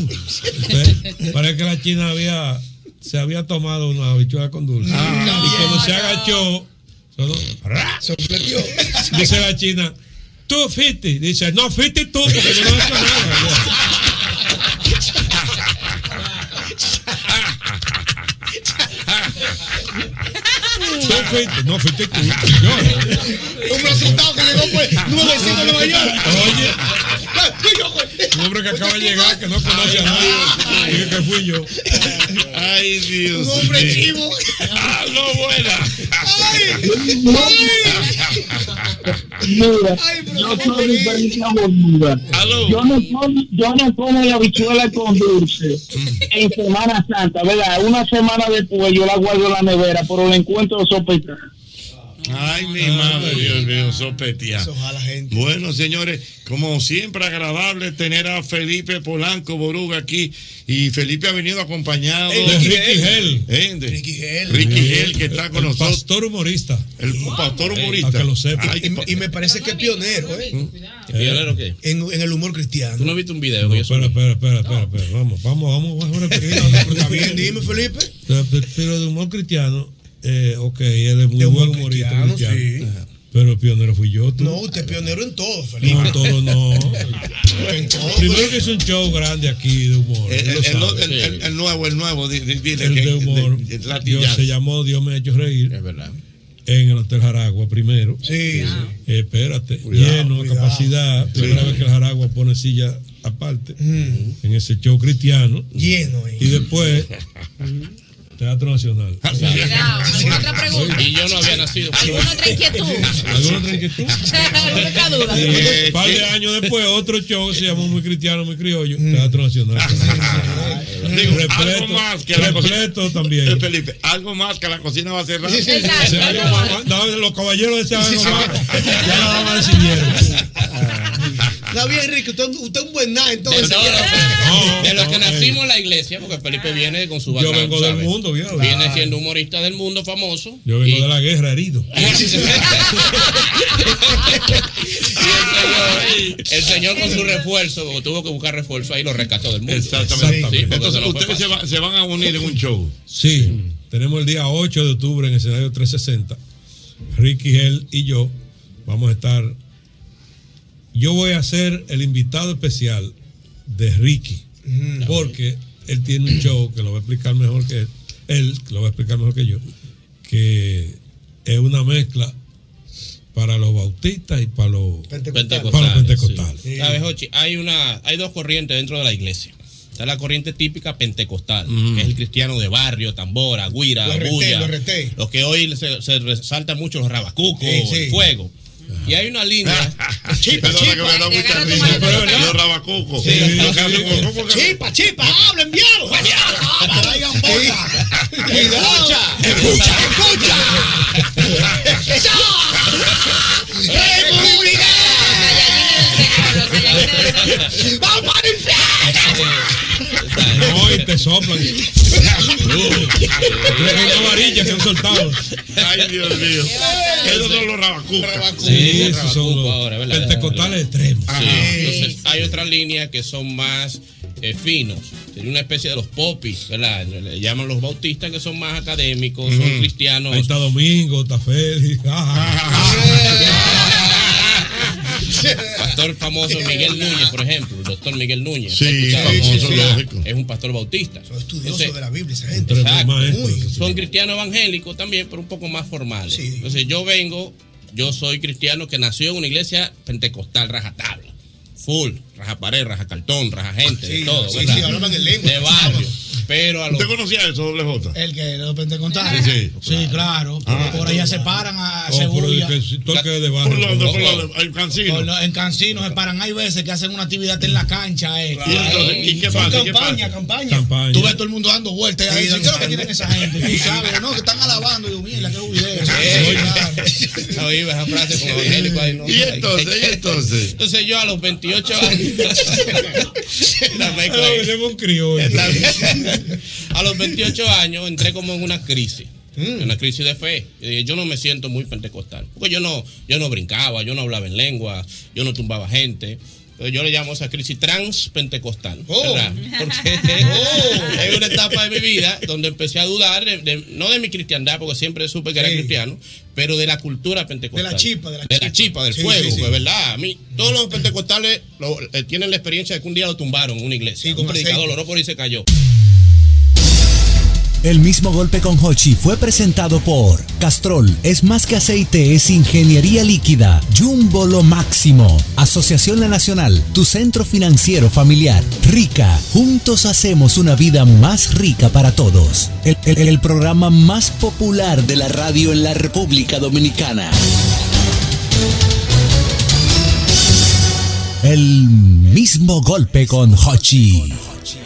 Entonces, parece que la China había se había tomado una habichuela con dulce. Ah. y cuando se agachó, solo, ¡ra! Dice la China, tú fuiste. Dice, no fuiste tú, porque yo no he [LAUGHS] hecho nada. Tú fuiste, no fuiste tú. Yo. Un resultado que llegó pues nuevecito de Nueva York. Oye. Un hombre que acaba de llegar, que no conoce a nadie. Dije que fui yo. Ay, Dios. Un hombre chivo. ¡Ah, no, buena! Mira, yo soy diferencia boluda. Yo no como, yo no como la habichuela con dulce en Semana Santa, ¿verdad? Una semana después yo la guardo en la nevera, pero la encuentro sospechosa. Ay, mi madre, Dios mío, sopetea. Bueno, señores, como siempre, agradable tener a Felipe Polanco Boruga aquí. Y Felipe ha venido acompañado De Ricky Gel. ¿Eh? De- Ricky Gel. que está con nosotros. El pastor humorista. El pastor humorista. A que lo sepa. Y- y, me parece que es pionero, ¿eh? ¿Pionero qué? En, en el humor cristiano. ¿Tú no viste un video? No, espera, espera, espera, espera, espera. Vamos, vamos, vamos. vamos, vamos. Está bien, dime, Felipe. Pero- Pero de humor cristiano, eh, ok, él es muy buen humorista. cristiano, cristiano. Ajá. Pero el pionero fui yo, tú. No, usted es pionero en todo, Felipe. No, todo no. [LAUGHS] En todo. Primero que es un show grande aquí de humor. Eh, El, él lo el- sabe. el- el- el- el nuevo, el nuevo. di- di- Dile El que- de humor. de- de- Dios latillazo. se llamó Dios me ha hecho reír. Es verdad. En el Hotel Jaragua primero. Sí. Eh, espérate. lleno de capacidad. Primera vez que el Jaragua pone silla aparte. En ese show cristiano. Lleno. eh. Y después. [LAUGHS] Teatro Nacional. ¿Alguna otra pregunta? Y yo no había nacido. ¿Alguna otra inquietud? ¿Alguna otra inquietud? [LAUGHS] ¿Alguna otra duda? Y un par de años después, otro show que se llamó Muy Cristiano, Muy Criollo, Mm. [LAUGHS] Teatro Nacional. Digo, algo repleto, más que la cocina. repleto también. Felipe, algo más que la cocina va a cerrar. Sí, sí, sí. Se va a llamar- no, los caballeros de ese año [LAUGHS] van- ya la van a decir. Está bien, Ricky. Usted, usted es un buen nada, entonces. de los que nacimos en la iglesia, porque Ah. Felipe viene con su Yo background, vengo del ¿sabes? mundo, viejo. Viene siendo humorista del mundo famoso. Yo vengo de la guerra herido. El señor con su refuerzo tuvo que buscar refuerzo ahí lo rescató del mundo. Exactamente. Sí, porque Entonces, se lo fue ustedes se, fácil. va- se van a unir en un show. Sí, tenemos el día 8 de octubre en el escenario 360. Ricky, él y yo vamos a estar. Yo voy a ser el invitado especial de Ricky, porque él tiene un show que lo va a explicar mejor que él, él, que lo va a explicar mejor que yo, que es una mezcla para los bautistas y para los Pentecostales, para [LAUGHS] los pentecostales. sí. ¿Sabes, Jochi? Hay, una, hay dos corrientes dentro de la iglesia. Está la corriente típica pentecostal, que es el cristiano de barrio, tambora, guira, Lo reté, bulla. lo reté. Los que hoy se, se resaltan mucho, los rabacucos, Sí, Ah, sí. el fuego. Y hay una línea. [LAUGHS] Chipa, chipa. que me da mucha risa. Los rabacucos. Los que hacen como- como que- Chipa, chipa, hablen bien. pues, Traigan boca. Escucha, escucha, escucha. ¡Vamos al No, y te soplan. Hay una varilla que han soltado. Ay, Dios mío. Esos son los rabacucos. Sí, el esos son rabacuco los ahora, ¿verdad? pentecostales extremos. Sí. Entonces, hay otra línea que son más eh, finos. Sería una especie de los popis, ¿verdad? Le llaman los bautistas que son más académicos, son Ujú. cristianos. Ahí está Domingo, está Félix. ah, Pastor famoso Miguel Núñez, por ejemplo, el doctor Miguel Núñez. Sí, ¿Lo has escuchado? famoso, Sí, sí, sí. lógico. Es un pastor bautista. Son estudiosos de la Biblia, esa gente. Exacto. Maestros, Uy, son cristianos evangélicos también, pero un poco más formales. Entonces yo vengo, yo soy cristiano que nació en una iglesia pentecostal rajatabla. Full, raja pared, raja cartón, raja gente, de todo, sí, ¿verdad? sí, hablaban en lengua, de barrio. Pero a los ¿Usted conocía eso, doble J? El que los pentecostales. Sí, sí. Sí, claro. Ah, por allá se paran a Oh, pero Segovia. que si toque de barrio. Por la- por Ojo. la- en Cancino. Por lo- En Cancino se paran. Hay veces que hacen una actividad en la cancha. eh. Y entonces, ¿y qué Son pasa? ¿Y qué campaña, pasa? campaña. Campaña. Tú ves todo el mundo dando vueltas. Sí, ahí, ¿Qué es lo que dando- tienen esa gente? Tú sabes, ¿no? Que están alabando. Digo, mira, qué video. Oye, esa frase como evangélico ahí, no. Y entonces, y entonces. Entonces yo a los 28 años. La mezcla ahí. a los 28 años entré como en una crisis. en Una crisis de fe. Yo dije, Yo no me siento muy pentecostal. Porque yo no, yo no brincaba, yo no hablaba en lengua, yo no tumbaba gente. Entonces yo le llamo esa crisis transpentecostal. ¿verdad? Porque es una etapa de mi vida donde empecé a dudar, de- de- no de mi cristiandad, porque siempre supe que era cristiano, pero de la cultura pentecostal. De la chispa, de la chispa, del Sí, fuego, sí, sí. pues, ¿verdad? A mí, todos los pentecostales lo- eh, tienen la experiencia de que un día lo tumbaron en una iglesia. un predicador aceite. oró por ahí y se cayó. El mismo golpe con Hochi fue presentado por Castrol, es más que aceite, es ingeniería líquida, Jumbo lo máximo, Asociación La Nacional, tu centro financiero familiar, Rica, juntos hacemos una vida más rica para todos. El, el- el programa más popular de la radio en la República Dominicana. El mismo golpe con Hochi.